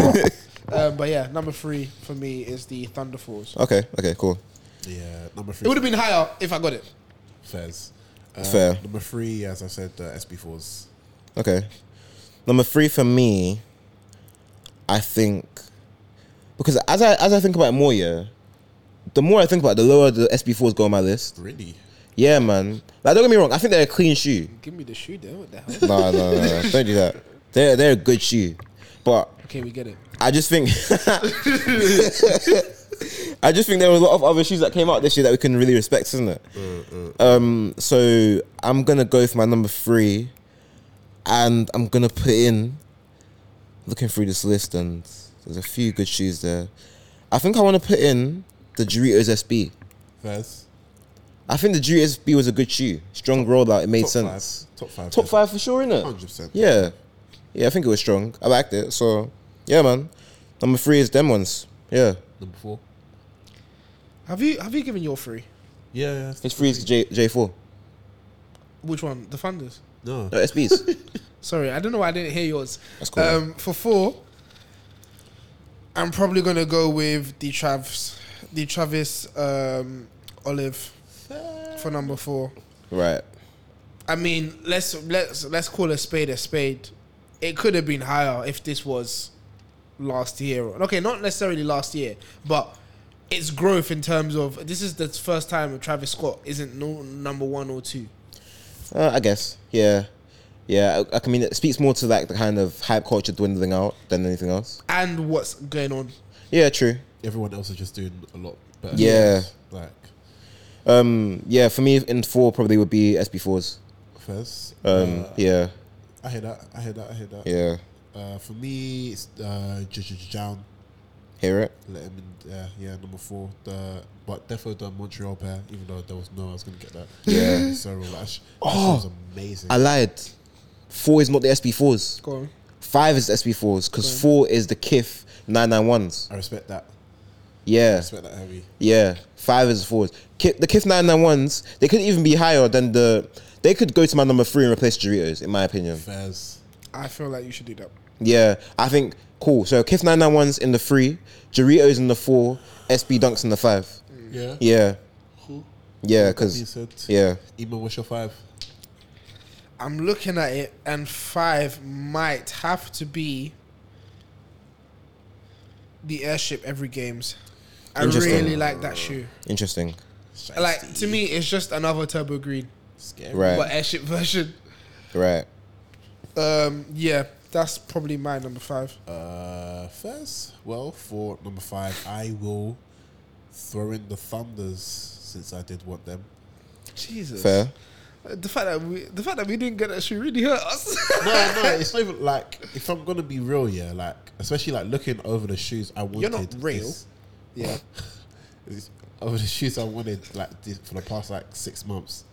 [SPEAKER 2] [laughs]
[SPEAKER 1] um, but yeah, number three for me is the Thunder Force.
[SPEAKER 2] Okay, okay, cool.
[SPEAKER 3] Yeah, number three.
[SPEAKER 1] It would have been higher if I got it.
[SPEAKER 3] Fez. Uh,
[SPEAKER 2] Fair.
[SPEAKER 3] Number three, as I said, uh, SB4s.
[SPEAKER 2] Okay. Number three for me, I think because as I as I think about it more, yeah, the more I think about it, the lower the SB4s go on my list.
[SPEAKER 3] Really?
[SPEAKER 2] Yeah, man. Like don't get me wrong, I think they're a clean shoe.
[SPEAKER 1] Give me the shoe then. What the hell?
[SPEAKER 2] No, no, no, no. Don't do that. They're they're a good shoe. But
[SPEAKER 1] Okay, we get it.
[SPEAKER 2] I just think [laughs] I just think there were a lot of other shoes that came out this year that we can really respect, isn't it? Um, so I'm gonna go for my number three, and I'm gonna put in. Looking through this list, and there's a few good shoes there. I think I want to put in the Doritos SB.
[SPEAKER 3] Fez.
[SPEAKER 2] I think the Doritos SB was a good shoe, strong rollout. It made
[SPEAKER 3] Top
[SPEAKER 2] sense.
[SPEAKER 3] five. Oh, Top five.
[SPEAKER 2] Top five for sure, innit?
[SPEAKER 3] Hundred percent.
[SPEAKER 2] Yeah. Yeah, I think it was strong. I liked it. So, yeah, man. Number three is them ones. Yeah.
[SPEAKER 3] Number four.
[SPEAKER 1] Have you have you given your three?
[SPEAKER 3] Yeah, yeah.
[SPEAKER 2] His three is J- J4.
[SPEAKER 1] Which one? The Thunders.
[SPEAKER 3] No.
[SPEAKER 2] No, SBs.
[SPEAKER 1] Sorry, I don't know why I didn't hear yours.
[SPEAKER 2] That's cool.
[SPEAKER 1] Um, for four, I'm probably gonna go with the Travis, the Travis um, Olive for number four.
[SPEAKER 2] [laughs] right.
[SPEAKER 1] I mean, let's let's let's call a spade a spade. It could have been higher if this was last year. Okay, not necessarily last year, but its growth in terms of this is the first time Travis Scott isn't no, number one or two.
[SPEAKER 2] Uh, I guess. Yeah. Yeah. I, I mean, it speaks more to like the kind of hype culture dwindling out than anything else.
[SPEAKER 1] And what's going on?
[SPEAKER 2] Yeah, true.
[SPEAKER 3] Everyone else is just doing a lot better.
[SPEAKER 2] Yeah.
[SPEAKER 3] Like
[SPEAKER 2] Um, yeah, for me, in four probably would be SB4s.
[SPEAKER 3] Fez.
[SPEAKER 2] Um,
[SPEAKER 3] uh,
[SPEAKER 2] yeah.
[SPEAKER 3] I hear that. I hear that. I hear that.
[SPEAKER 2] Yeah.
[SPEAKER 3] Uh, for me, it's uh, J- J- J- Down.
[SPEAKER 2] Hear it?
[SPEAKER 3] Let him in. Yeah, yeah. Number four. The but definitely the Montreal pair. Even though there was no, I was gonna get that.
[SPEAKER 2] Yeah.
[SPEAKER 3] [laughs] so relaxed.
[SPEAKER 2] Oh.
[SPEAKER 3] that was amazing.
[SPEAKER 2] I lied. Four is not the SB4s.
[SPEAKER 1] Go on.
[SPEAKER 2] Five is SB4s because four is the KIF 991s.
[SPEAKER 3] I respect that. I
[SPEAKER 2] Yeah.
[SPEAKER 3] respect that heavy.
[SPEAKER 2] Yeah, five is fours. Ki- the Kif 991s, they could even be higher than the. They could go to my number three and replace Doritos, in my opinion.
[SPEAKER 3] Fez.
[SPEAKER 1] I feel like you should do that.
[SPEAKER 2] Yeah, I think cool. So Kif 991's in the three, Doritos in the four, SB Dunks in the five.
[SPEAKER 3] Yeah.
[SPEAKER 2] Yeah,
[SPEAKER 3] Cool.
[SPEAKER 2] yeah,
[SPEAKER 3] You
[SPEAKER 2] because
[SPEAKER 3] said.
[SPEAKER 2] yeah,
[SPEAKER 3] Emo, what's your five?
[SPEAKER 1] I'm looking at it, and five might have to be the airship every games. I
[SPEAKER 2] Interesting.
[SPEAKER 1] really like that shoe.
[SPEAKER 2] interesting.
[SPEAKER 1] Like to me, it's just another turbo green,
[SPEAKER 3] Scary.
[SPEAKER 2] Right,
[SPEAKER 1] but airship [laughs] version.
[SPEAKER 2] right.
[SPEAKER 1] Um, yeah, that's probably my number five.
[SPEAKER 3] Uh, first, well, for number five, I will throw in the Thunders since I did want them.
[SPEAKER 1] Jesus,
[SPEAKER 2] Fair.
[SPEAKER 1] Uh, the fact that we the fact that we didn't get that shoe really hurt us. [laughs]
[SPEAKER 3] No, no, it's not even like if I'm gonna be real, yeah, like especially like looking over the shoes I wanted.
[SPEAKER 1] You're not real.
[SPEAKER 3] this- [laughs]
[SPEAKER 1] yeah,
[SPEAKER 3] this- over the shoes I wanted like this, for the past like six months.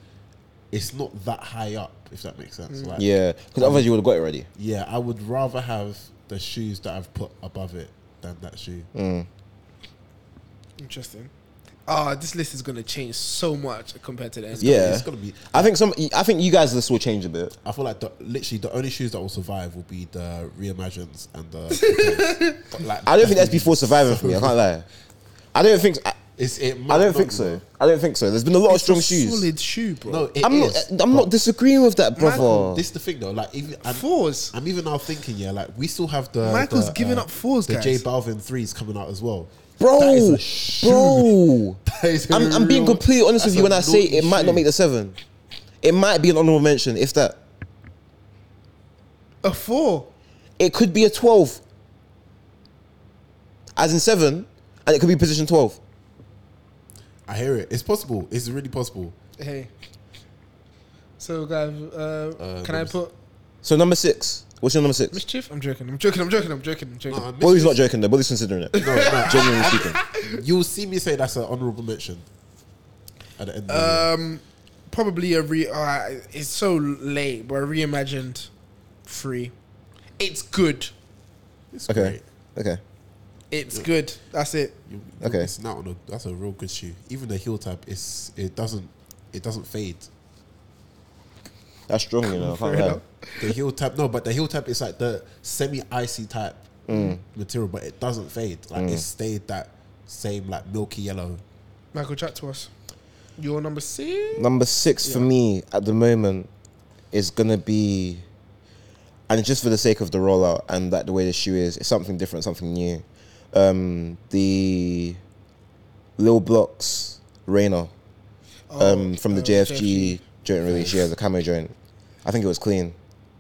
[SPEAKER 3] It's not that high up, if that makes
[SPEAKER 1] Mm.
[SPEAKER 3] sense. Like,
[SPEAKER 2] Yeah, because otherwise you would have got it already.
[SPEAKER 3] yeah, I would rather have the shoes that I've put above it than that shoe.
[SPEAKER 1] interesting. Ah, this list is gonna change so much compared to the end.
[SPEAKER 2] Yeah,
[SPEAKER 3] it's gonna be-
[SPEAKER 2] I think some. I think you guys this will change a bit.
[SPEAKER 3] I feel like the, literally the only shoes that will survive will be the reimagines and
[SPEAKER 1] [laughs]
[SPEAKER 3] the. But, like,
[SPEAKER 2] I don't think SB four surviving for me. I can't lie. I don't think. I,
[SPEAKER 3] It's, it might
[SPEAKER 2] I don't
[SPEAKER 3] not
[SPEAKER 2] think
[SPEAKER 3] be.
[SPEAKER 2] so. I don't think so. There's been a lot of strong shoes.
[SPEAKER 1] solid shoe, bro.
[SPEAKER 3] No, it
[SPEAKER 2] I'm
[SPEAKER 3] is,
[SPEAKER 2] not. uh, I'm not disagreeing with that,
[SPEAKER 1] Man,
[SPEAKER 2] brother.
[SPEAKER 3] This is the thing though. Like even I'm,
[SPEAKER 1] fours.
[SPEAKER 3] I'm even now thinking, yeah, like we still have the
[SPEAKER 1] Michael's
[SPEAKER 3] the, uh,
[SPEAKER 1] giving up fours,
[SPEAKER 3] The
[SPEAKER 1] guys.
[SPEAKER 3] J Balvin threes coming out as well,
[SPEAKER 2] bro,
[SPEAKER 3] That is a shoe. [laughs]
[SPEAKER 2] bro.
[SPEAKER 3] That is a
[SPEAKER 2] I'm, I'm being
[SPEAKER 3] real-
[SPEAKER 2] completely honest with
[SPEAKER 3] that's
[SPEAKER 2] you
[SPEAKER 3] a
[SPEAKER 2] when I say
[SPEAKER 3] naughty
[SPEAKER 2] it might not
[SPEAKER 3] shoe.
[SPEAKER 2] make the seven. It might be an honorable mention, if that.
[SPEAKER 1] a four.
[SPEAKER 2] It could be a twelve, as in seven, and it could be position twelve.
[SPEAKER 3] I hear it. It's possible. It's really possible.
[SPEAKER 1] Hey. So, guys, uh,
[SPEAKER 3] Uh,
[SPEAKER 1] can I
[SPEAKER 3] number
[SPEAKER 1] put
[SPEAKER 2] So number six. What's your number six?
[SPEAKER 1] mischief? I'm joking. I'm joking. I'm joking. I'm joking. I'm joking.
[SPEAKER 3] Nah,
[SPEAKER 2] Well, he's not joking though. But he's considering it.
[SPEAKER 3] no, no. [laughs]
[SPEAKER 2] Genuinely speaking.
[SPEAKER 3] You'll see me say that's an honourable mention at the end. Of the year.
[SPEAKER 1] um, probably a re. Uh, it's so late, but a reimagined free. It's good.
[SPEAKER 3] It's
[SPEAKER 2] Okay.
[SPEAKER 3] great.
[SPEAKER 2] Okay.
[SPEAKER 1] It's good. That's it.
[SPEAKER 3] You,
[SPEAKER 2] Okay.
[SPEAKER 3] okay, it's not on a, that's a real good shoe. Even the heel tap, it's it doesn't it doesn't fade.
[SPEAKER 2] That's strong, you know. I can't
[SPEAKER 1] Fair
[SPEAKER 2] lie.
[SPEAKER 1] enough.
[SPEAKER 3] The heel tap, no, but the heel tap is like the semi icy type material, but it doesn't fade. Like it stayed that same like milky yellow.
[SPEAKER 1] Michael, chat to us. Your number six.
[SPEAKER 2] Number six for me at the moment is gonna be, and just for the sake of the rollout and that the way the shoe is, it's something different, something new. Um, the Lil Blocks Rainer um, from the
[SPEAKER 1] uh,
[SPEAKER 2] JFG, joint release. Yeah, the camo joint. I think it was clean,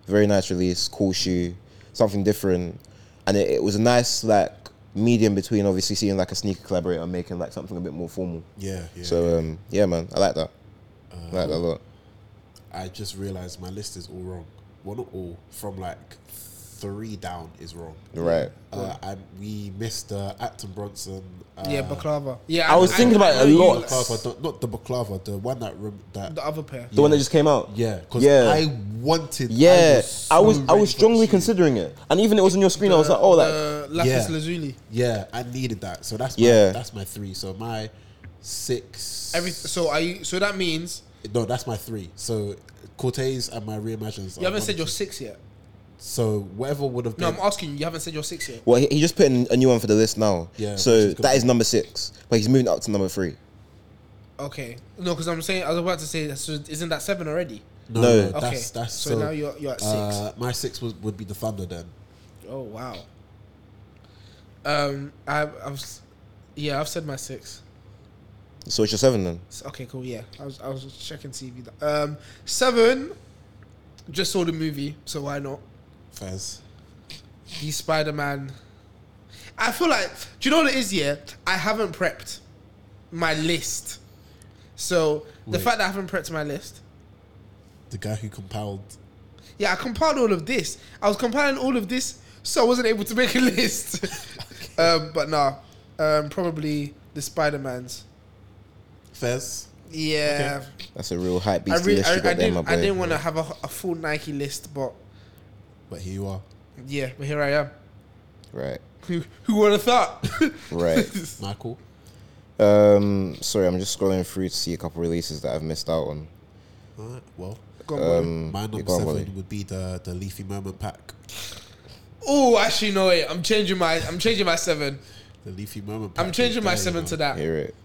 [SPEAKER 2] very nice release, cool shoe, something different, and it, it was a nice like medium between obviously seeing like a sneaker collaborator and making like something a bit more formal.
[SPEAKER 3] Yeah, yeah.
[SPEAKER 2] So um, yeah, Uh, man, I like that. I like that a lot.
[SPEAKER 3] I just realized my list is all wrong. Well, not all. From like three down is wrong.
[SPEAKER 2] Right.
[SPEAKER 3] Uh, and we missed uh, Acton Bronson. Uh,
[SPEAKER 1] yeah, baklava. Yeah,
[SPEAKER 2] I was thinking about it
[SPEAKER 1] know
[SPEAKER 2] a
[SPEAKER 1] you-
[SPEAKER 2] lot.
[SPEAKER 3] baklava, not, not the baklava, the one that rem- that
[SPEAKER 1] The other pair.
[SPEAKER 2] The one that just came out.
[SPEAKER 3] yeah, because
[SPEAKER 2] Yeah.
[SPEAKER 3] I wanted.
[SPEAKER 2] Yeah. I was
[SPEAKER 3] so
[SPEAKER 2] I was,
[SPEAKER 3] ready for
[SPEAKER 2] strongly
[SPEAKER 3] that shoe.
[SPEAKER 2] considering it, and even it was on your screen. I was like, oh, like
[SPEAKER 1] the lapis
[SPEAKER 3] Yeah.
[SPEAKER 1] lazuli.
[SPEAKER 3] Yeah, I needed that. So that's
[SPEAKER 2] Yeah.
[SPEAKER 3] my, that's my three. So my six.
[SPEAKER 1] Every so I so that means
[SPEAKER 3] no, that's my three. So Cortez and my reimagines.
[SPEAKER 1] you haven't said your six yet.
[SPEAKER 3] So whatever would have
[SPEAKER 1] No,
[SPEAKER 3] been.
[SPEAKER 1] I'm asking you. You haven't said your six yet.
[SPEAKER 2] well, he, he just put in a new one for the list now.
[SPEAKER 3] Yeah, which
[SPEAKER 2] So
[SPEAKER 3] is good.
[SPEAKER 2] that is number six, but he's moving up to number three.
[SPEAKER 1] Okay. No, because I'm saying I was about to say. So isn't that seven already?
[SPEAKER 3] no,
[SPEAKER 2] No.
[SPEAKER 3] no,
[SPEAKER 1] Okay.
[SPEAKER 3] that's that's
[SPEAKER 1] so,
[SPEAKER 3] so.
[SPEAKER 1] now you're you're at six.
[SPEAKER 3] uh, my six was, would be the Thunder then.
[SPEAKER 1] oh wow. Um, I, I've s- yeah, I've said my six.
[SPEAKER 2] So it's your seven then.
[SPEAKER 1] S- Okay, cool. Yeah, I was I was just checking CV. th- Um, seven. Just saw the movie, so why not?
[SPEAKER 3] Fez.
[SPEAKER 1] The Spider Man. I feel like do you know what it is? Yeah, I haven't prepped my list, so the
[SPEAKER 3] Wait.
[SPEAKER 1] fact that I haven't prepped my list.
[SPEAKER 3] The guy who compiled.
[SPEAKER 1] Yeah, I compiled all of this. I was compiling all of this, so I wasn't able to make a list. [laughs] um, but nah, um, probably the Spider Mans.
[SPEAKER 3] Fez.
[SPEAKER 1] Yeah,
[SPEAKER 2] That's a real hype
[SPEAKER 1] I
[SPEAKER 2] beast
[SPEAKER 1] really,
[SPEAKER 2] list
[SPEAKER 1] I,
[SPEAKER 2] you got
[SPEAKER 1] I
[SPEAKER 2] there, my
[SPEAKER 1] didn't,
[SPEAKER 2] boy.
[SPEAKER 1] I didn't want to have a, a full Nike list, but
[SPEAKER 3] But here you are.
[SPEAKER 1] yeah, but here I am. [laughs]
[SPEAKER 2] Right.
[SPEAKER 1] Who, who would have thought? [laughs]
[SPEAKER 2] Right.
[SPEAKER 3] Michael.
[SPEAKER 2] Um, sorry, I'm just scrolling through to see a couple releases that I've missed out on.
[SPEAKER 3] Alright, well,
[SPEAKER 1] Go on, boy.
[SPEAKER 2] Um,
[SPEAKER 3] my number
[SPEAKER 2] go on,
[SPEAKER 3] seven
[SPEAKER 2] Wally.
[SPEAKER 3] would be the the Leafy Moment pack.
[SPEAKER 1] Oh, actually, no wait. I'm changing my. I'm changing my seven.
[SPEAKER 3] The leafy moment.
[SPEAKER 1] I'm
[SPEAKER 3] pack
[SPEAKER 1] changing
[SPEAKER 3] is
[SPEAKER 1] my
[SPEAKER 3] there,
[SPEAKER 1] seven
[SPEAKER 3] you
[SPEAKER 1] to
[SPEAKER 3] know.
[SPEAKER 1] that.
[SPEAKER 2] Hear it.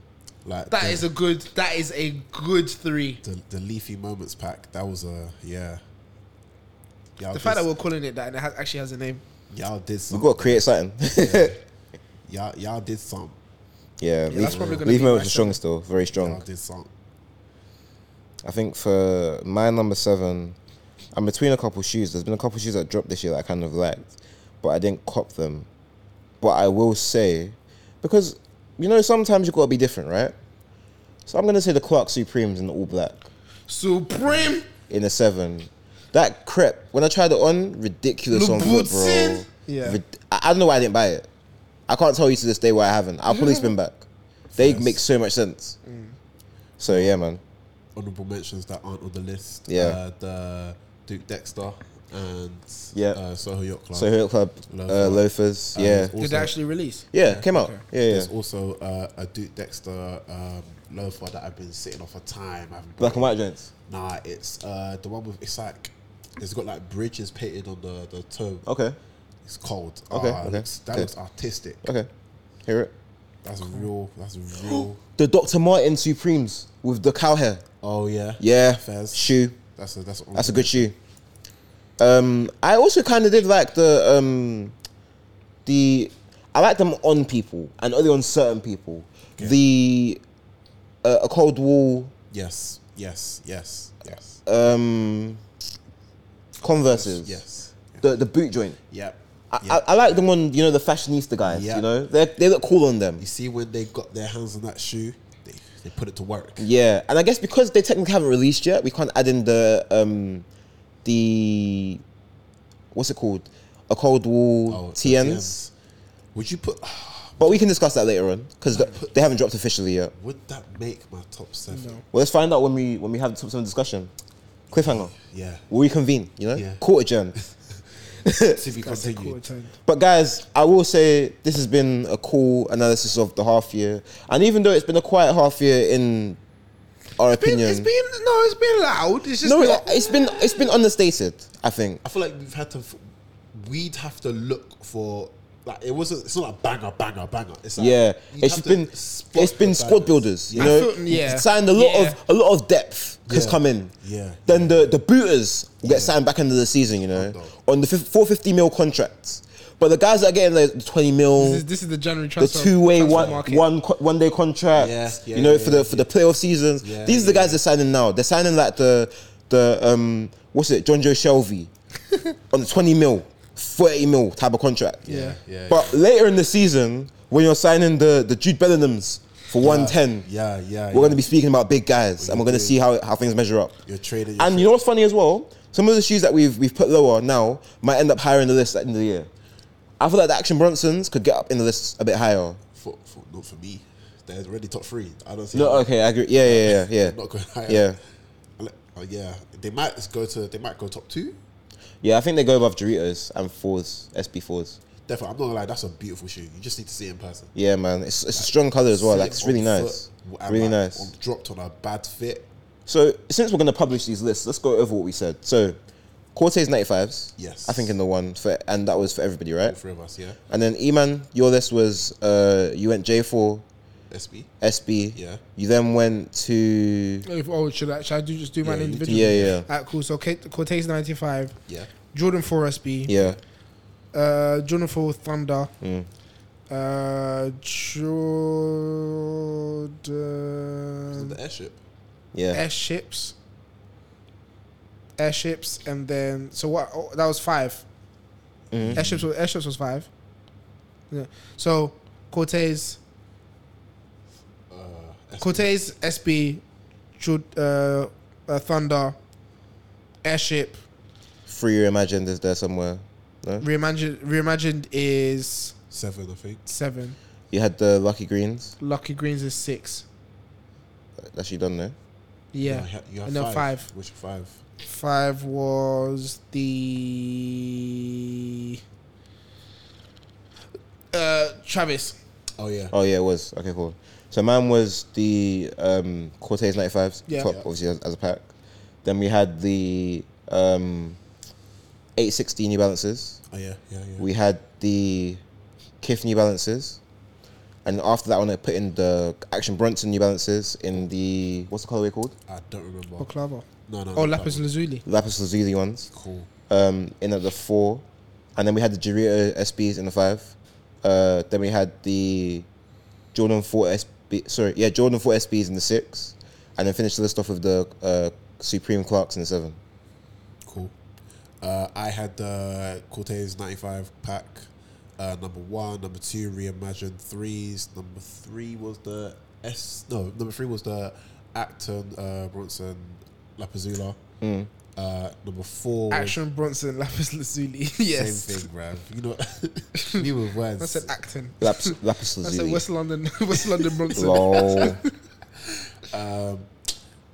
[SPEAKER 3] Like
[SPEAKER 1] That
[SPEAKER 3] the,
[SPEAKER 1] is a good. That is a good three.
[SPEAKER 3] the, the leafy moments pack. That was a yeah. Y'all
[SPEAKER 1] The fact that
[SPEAKER 3] did,
[SPEAKER 1] we're calling it that and it has, actually has a name.
[SPEAKER 3] y'all did
[SPEAKER 2] We've
[SPEAKER 3] some,
[SPEAKER 2] got to create something. [laughs]
[SPEAKER 3] y'all y'all did some,
[SPEAKER 2] yeah,
[SPEAKER 1] that's probably
[SPEAKER 2] leave,
[SPEAKER 1] gonna
[SPEAKER 2] leave
[SPEAKER 1] be
[SPEAKER 2] me
[SPEAKER 1] my
[SPEAKER 2] with strong still, very
[SPEAKER 3] y'all
[SPEAKER 2] strong.
[SPEAKER 3] did some.
[SPEAKER 2] I think for my number seven, I'm between a couple shoes. There's been a couple shoes that dropped this year that I kind of liked, but I didn't cop them. But I will say, because you know, sometimes you've got to be different, right? So I'm gonna say the Clark Supremes in the all black
[SPEAKER 1] Supreme.
[SPEAKER 2] in a seven. That crepe when I tried it on, ridiculous
[SPEAKER 1] Le
[SPEAKER 2] on foot, bro.
[SPEAKER 1] Boutsin. Yeah.
[SPEAKER 2] Rid- I, I don't know why I didn't buy it. I can't tell you to this day why I haven't. I'll probably spin back. They
[SPEAKER 3] Yes.
[SPEAKER 2] make so much sense. So yeah, man.
[SPEAKER 3] Honorable mentions that aren't on the list.
[SPEAKER 2] Yeah.
[SPEAKER 3] uh, the Duke Dexter and
[SPEAKER 2] Yeah.
[SPEAKER 3] uh, Soho Yacht Club.
[SPEAKER 2] So Hill Club, uh,
[SPEAKER 3] Loafers.
[SPEAKER 2] loafers,
[SPEAKER 3] And
[SPEAKER 2] yeah.
[SPEAKER 3] there's
[SPEAKER 1] Did
[SPEAKER 3] also-
[SPEAKER 1] it actually release?
[SPEAKER 2] Yeah, came out. Yeah, yeah.
[SPEAKER 3] There's also uh, a Duke Dexter um, loafer that I've been sitting on for time. I haven't
[SPEAKER 2] Black and
[SPEAKER 3] bought
[SPEAKER 2] white joints.
[SPEAKER 3] it. Nah, it's uh, the one with it's like it's got like bridges painted on the the toe.
[SPEAKER 2] Okay,
[SPEAKER 3] It's cold.
[SPEAKER 2] Okay,
[SPEAKER 3] Ah, it
[SPEAKER 2] okay,
[SPEAKER 3] looks- that
[SPEAKER 2] okay.
[SPEAKER 3] looks artistic.
[SPEAKER 2] okay. Hear it.
[SPEAKER 3] That's real. That's real.
[SPEAKER 2] The Dr. Martin Supremes with the cow hair.
[SPEAKER 3] oh yeah.
[SPEAKER 2] Yeah,
[SPEAKER 3] Fez.
[SPEAKER 2] shoe.
[SPEAKER 3] That's a that's a,
[SPEAKER 2] That's a good shoe. Um, I also kind of did like the um, the I like them on people and only on certain people.
[SPEAKER 3] Okay.
[SPEAKER 2] The uh, a cold wall
[SPEAKER 3] Yes. Yes. Yes. Yes.
[SPEAKER 2] um, Converses.
[SPEAKER 3] Yes. Yeah.
[SPEAKER 2] The the boot joint.
[SPEAKER 3] Yep.
[SPEAKER 2] I,
[SPEAKER 3] yep.
[SPEAKER 2] I, I like them on you know the fashionista guys.
[SPEAKER 3] Yeah.
[SPEAKER 2] You know they they look cool on them.
[SPEAKER 3] you see when they got their hands on that shoe, they, they put it to work.
[SPEAKER 2] Yeah, and I guess because they technically haven't released yet, we can't add in the um the what's it called? A cold
[SPEAKER 3] Oh,
[SPEAKER 2] wall
[SPEAKER 3] the
[SPEAKER 2] TNs.
[SPEAKER 3] TNs. Would you put? [sighs]
[SPEAKER 2] But we can discuss that later on because they haven't dropped officially yet.
[SPEAKER 3] Would that make my top seven?
[SPEAKER 1] No.
[SPEAKER 2] Well, let's find out when we when we have the top seven discussion. Cliffhanger. [laughs]
[SPEAKER 3] Yeah.
[SPEAKER 2] We'll reconvene. You know,
[SPEAKER 3] Yeah.
[SPEAKER 2] court adjourned.
[SPEAKER 3] To be
[SPEAKER 1] That's a cool
[SPEAKER 3] continued.
[SPEAKER 1] turn.
[SPEAKER 2] But guys, I will say this has been a cool analysis of the half year, and even though it's been a quiet half year in our
[SPEAKER 1] Been,
[SPEAKER 2] opinion,
[SPEAKER 1] it's been no, it's been loud. It's just
[SPEAKER 2] no,
[SPEAKER 1] not-
[SPEAKER 2] it's been it's been understated. I think.
[SPEAKER 3] I feel like we've had to. f- We'd have to look for. Like it wasn't. It's not like banger, banger, banger. It's like
[SPEAKER 2] Yeah,
[SPEAKER 3] you'd
[SPEAKER 2] it's
[SPEAKER 3] have to
[SPEAKER 2] been
[SPEAKER 3] spot
[SPEAKER 2] it's been
[SPEAKER 3] the
[SPEAKER 2] squad
[SPEAKER 3] bangers.
[SPEAKER 2] builders, you
[SPEAKER 1] I
[SPEAKER 2] know.
[SPEAKER 1] feel- yeah.
[SPEAKER 2] signed a lot
[SPEAKER 1] Yeah.
[SPEAKER 2] of a lot of depth has
[SPEAKER 3] Yeah.
[SPEAKER 2] come in.
[SPEAKER 3] Yeah.
[SPEAKER 2] Then the the booters get signed back into the season, you know,
[SPEAKER 3] dog.
[SPEAKER 2] on the fif- 450 mil contracts. But the guys that are getting like the 20 mil,
[SPEAKER 1] This is, this is the January
[SPEAKER 2] the
[SPEAKER 1] transfer.
[SPEAKER 2] two way
[SPEAKER 1] transfer
[SPEAKER 2] one
[SPEAKER 1] market.
[SPEAKER 2] one co- one day contract,
[SPEAKER 3] Yeah, yeah,
[SPEAKER 2] you know,
[SPEAKER 3] yeah,
[SPEAKER 2] for the
[SPEAKER 3] yeah.
[SPEAKER 2] for the playoff seasons.
[SPEAKER 3] Yeah,
[SPEAKER 2] These are the
[SPEAKER 3] yeah,
[SPEAKER 2] guys they're signing now. They're signing like the the um what's it, John Joe
[SPEAKER 3] [laughs]
[SPEAKER 2] Shelby, on the 20 mil, 30 mil type of contract.
[SPEAKER 1] Yeah.
[SPEAKER 3] Yeah.
[SPEAKER 2] But later in the season, when you're signing the, the Jude Bellingham's for 110,
[SPEAKER 3] Yeah, yeah.
[SPEAKER 2] we're going to be speaking about big guys and we're going to
[SPEAKER 3] do.
[SPEAKER 2] see how, how things measure up.
[SPEAKER 3] You're trading.
[SPEAKER 2] And you know what's funny as well? Some of the shoes that we've, we've put lower now might end up higher in the list at the end of the year. I feel like the Action Bronsons could get up in the list a bit higher.
[SPEAKER 3] for, for, not for me. They're already top three. I don't see.
[SPEAKER 2] No, uh,
[SPEAKER 3] how-
[SPEAKER 2] okay, I agree. Yeah, yeah, yeah,
[SPEAKER 3] I'm
[SPEAKER 2] yeah.
[SPEAKER 3] not going higher.
[SPEAKER 2] Yeah,
[SPEAKER 3] Like, Oh, yeah, they might just go to. They might go top two.
[SPEAKER 2] yeah. I think they go above Doritos and fours, SB fours.
[SPEAKER 3] Definitely, I'm not gonna lie. That's a beautiful shoe. You just need to see it in person.
[SPEAKER 2] Yeah, man, it's it's a strong color as well.
[SPEAKER 3] See
[SPEAKER 2] Like
[SPEAKER 3] it
[SPEAKER 2] it's
[SPEAKER 3] on
[SPEAKER 2] really
[SPEAKER 3] foot
[SPEAKER 2] nice,
[SPEAKER 3] and,
[SPEAKER 2] really
[SPEAKER 3] like,
[SPEAKER 2] nice.
[SPEAKER 3] on- dropped on a bad fit.
[SPEAKER 2] So since we're going to publish these lists, let's go over what we said. So Cortez 95s.
[SPEAKER 3] Yes.
[SPEAKER 2] I think in the one for and that was for everybody, right?
[SPEAKER 3] All three of us, yeah.
[SPEAKER 2] And then Eman, your list was uh you went J4,
[SPEAKER 3] SB.
[SPEAKER 2] SB.
[SPEAKER 3] Yeah.
[SPEAKER 2] You then went to
[SPEAKER 1] If- oh, should I, should I do just do mine
[SPEAKER 3] Yeah, you do.
[SPEAKER 1] individually?
[SPEAKER 2] Yeah, yeah.
[SPEAKER 1] Alright, cool. So Kate, Cortez 95,
[SPEAKER 3] Yeah.
[SPEAKER 1] Jordan 4 SB,
[SPEAKER 2] Yeah.
[SPEAKER 1] uh, Jordan 4 Thunder,
[SPEAKER 2] Mm.
[SPEAKER 1] uh,
[SPEAKER 3] Is it
[SPEAKER 1] Jordan
[SPEAKER 3] the airship.
[SPEAKER 1] Eh.
[SPEAKER 2] Yeah.
[SPEAKER 1] airships, airships, and then so what? Oh, that was five.
[SPEAKER 3] Mm-hmm.
[SPEAKER 2] Mhm.
[SPEAKER 1] Airships was airships was five. Yeah. So Cortez,
[SPEAKER 3] Uh, SB.
[SPEAKER 1] Cortez SB, Jord- uh, uh, Thunder, airship.
[SPEAKER 2] Free your imagined is there somewhere. No?
[SPEAKER 1] Reimagined, reimagined is
[SPEAKER 3] Seven, I think.
[SPEAKER 1] seven.
[SPEAKER 2] You had the Lucky Greens.
[SPEAKER 1] Lucky Greens is six.
[SPEAKER 2] That's you done there.
[SPEAKER 1] Yeah,
[SPEAKER 3] No, you had- you had
[SPEAKER 1] No,
[SPEAKER 3] five.
[SPEAKER 1] five.
[SPEAKER 3] Which five?
[SPEAKER 1] five was the uh Travis.
[SPEAKER 3] Oh yeah.
[SPEAKER 2] Oh yeah, it was. Okay, cool. So mine was the um Cortez 95s,
[SPEAKER 1] Yeah.
[SPEAKER 2] top
[SPEAKER 3] Yeah.
[SPEAKER 2] obviously as, as a pack. Then we had the um 860 New Balances.
[SPEAKER 3] Oh yeah, yeah, yeah.
[SPEAKER 2] We had the Kif New Balances. And after that one, I put in the Action Bronson New Balances in the, what's the colorway called?
[SPEAKER 3] I don't remember.
[SPEAKER 1] Baklava.
[SPEAKER 3] No, no.
[SPEAKER 1] Oh,
[SPEAKER 3] not that
[SPEAKER 1] Lapis
[SPEAKER 3] one.
[SPEAKER 1] Lazuli.
[SPEAKER 2] Lapis Lazuli ones.
[SPEAKER 3] Cool.
[SPEAKER 2] um, in at the four, and then we had the Jirita SBs in the five. Uh, then we had the Jordan Four SB. Sorry, yeah, Jordan Four SBs in the six, and then finished the list off with the uh, Supreme Clarks in the seven.
[SPEAKER 3] Cool. Uh, I had the Cortez 95 pack, uh, number one, number two, reimagined threes. Number three was the S. No, number three was the Acton, uh, Bronson, Lapazula. Uh, number four. was-
[SPEAKER 1] Action Bronson, [laughs] Lapis Lazuli. yes.
[SPEAKER 3] Same thing, bruv. You know, [laughs] me with words.
[SPEAKER 1] I said Acton.
[SPEAKER 2] Lapis, Lapis
[SPEAKER 1] I said
[SPEAKER 2] Lazuli.
[SPEAKER 1] West London, [laughs] West London Bronson.
[SPEAKER 2] [laughs] Lol.
[SPEAKER 3] Um,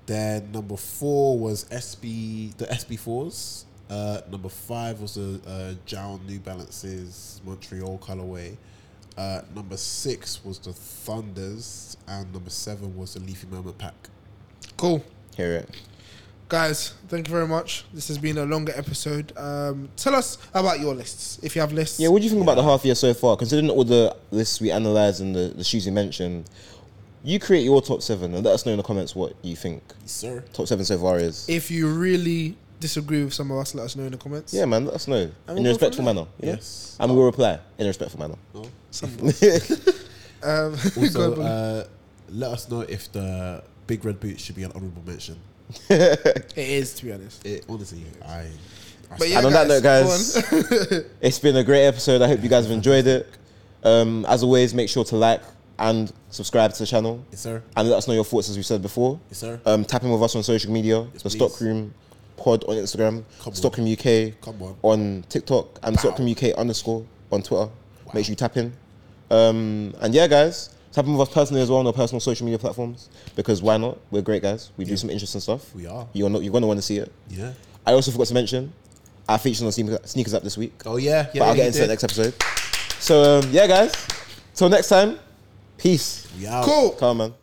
[SPEAKER 3] then number four was SB the SB fours. Uh, number five was the uh, Jown New Balances Montreal colorway. Uh, number six was the Thunders, and number seven was the Leafy Moment pack.
[SPEAKER 1] Cool.
[SPEAKER 2] Hear it.
[SPEAKER 1] Guys, thank you very much. This has been a longer episode. Um, tell us about your lists, if you have lists.
[SPEAKER 2] Yeah, what do you think about the half year so far? Considering all the lists we analysed and the, the shoes we mentioned, you create your top seven and let us know in the comments what you think
[SPEAKER 3] Sir,
[SPEAKER 2] top seven so far is.
[SPEAKER 1] if you really disagree with some of us, let us know in the comments.
[SPEAKER 2] Yeah, man, let us know
[SPEAKER 1] we'll
[SPEAKER 2] in
[SPEAKER 1] go
[SPEAKER 2] a respectful
[SPEAKER 1] from
[SPEAKER 2] manner. you know?
[SPEAKER 3] Yes.
[SPEAKER 2] and we will reply in a respectful manner.
[SPEAKER 3] no.
[SPEAKER 1] Um, go on,
[SPEAKER 3] [laughs] Also,
[SPEAKER 1] Bonnie.
[SPEAKER 3] uh, let us know if the Big Red Boots should be an honourable mention.
[SPEAKER 1] it is, to be honest.
[SPEAKER 3] It honestly, I. I
[SPEAKER 1] But
[SPEAKER 3] stand-
[SPEAKER 1] yeah,
[SPEAKER 2] and on that
[SPEAKER 1] guys,
[SPEAKER 2] note, [laughs] guys, it's been a great episode. I hope you guys have enjoyed it. Um, as always, make sure to like and subscribe to the channel
[SPEAKER 3] Yes, sir.
[SPEAKER 2] and let us know your thoughts, as we said before.
[SPEAKER 3] Yes, sir.
[SPEAKER 1] Uh,
[SPEAKER 2] Um, tap in with us on social media,
[SPEAKER 3] Yes,
[SPEAKER 2] the
[SPEAKER 3] please.
[SPEAKER 2] Stockroom Pod on Instagram,
[SPEAKER 3] Come on.
[SPEAKER 2] Stockroom UK
[SPEAKER 3] Come on.
[SPEAKER 2] on TikTok, and Stockroom UK underscore on Twitter. Make sure you tap in. Um, and yeah, guys, tap in with us personally as well on our personal social media platforms because why not? We're great guys. We do some interesting stuff.
[SPEAKER 3] We are.
[SPEAKER 2] You're not. You're gonna want to see it.
[SPEAKER 3] Yeah.
[SPEAKER 2] I also forgot to mention, I featured on Sneaker- Sneakers Up this week,
[SPEAKER 3] Oh yeah. yeah
[SPEAKER 2] but I'll
[SPEAKER 3] you
[SPEAKER 2] get into
[SPEAKER 3] did.
[SPEAKER 2] that next episode. So, um, yeah, guys, till next time, peace.
[SPEAKER 3] We out.
[SPEAKER 1] Cool.
[SPEAKER 2] Come on, man.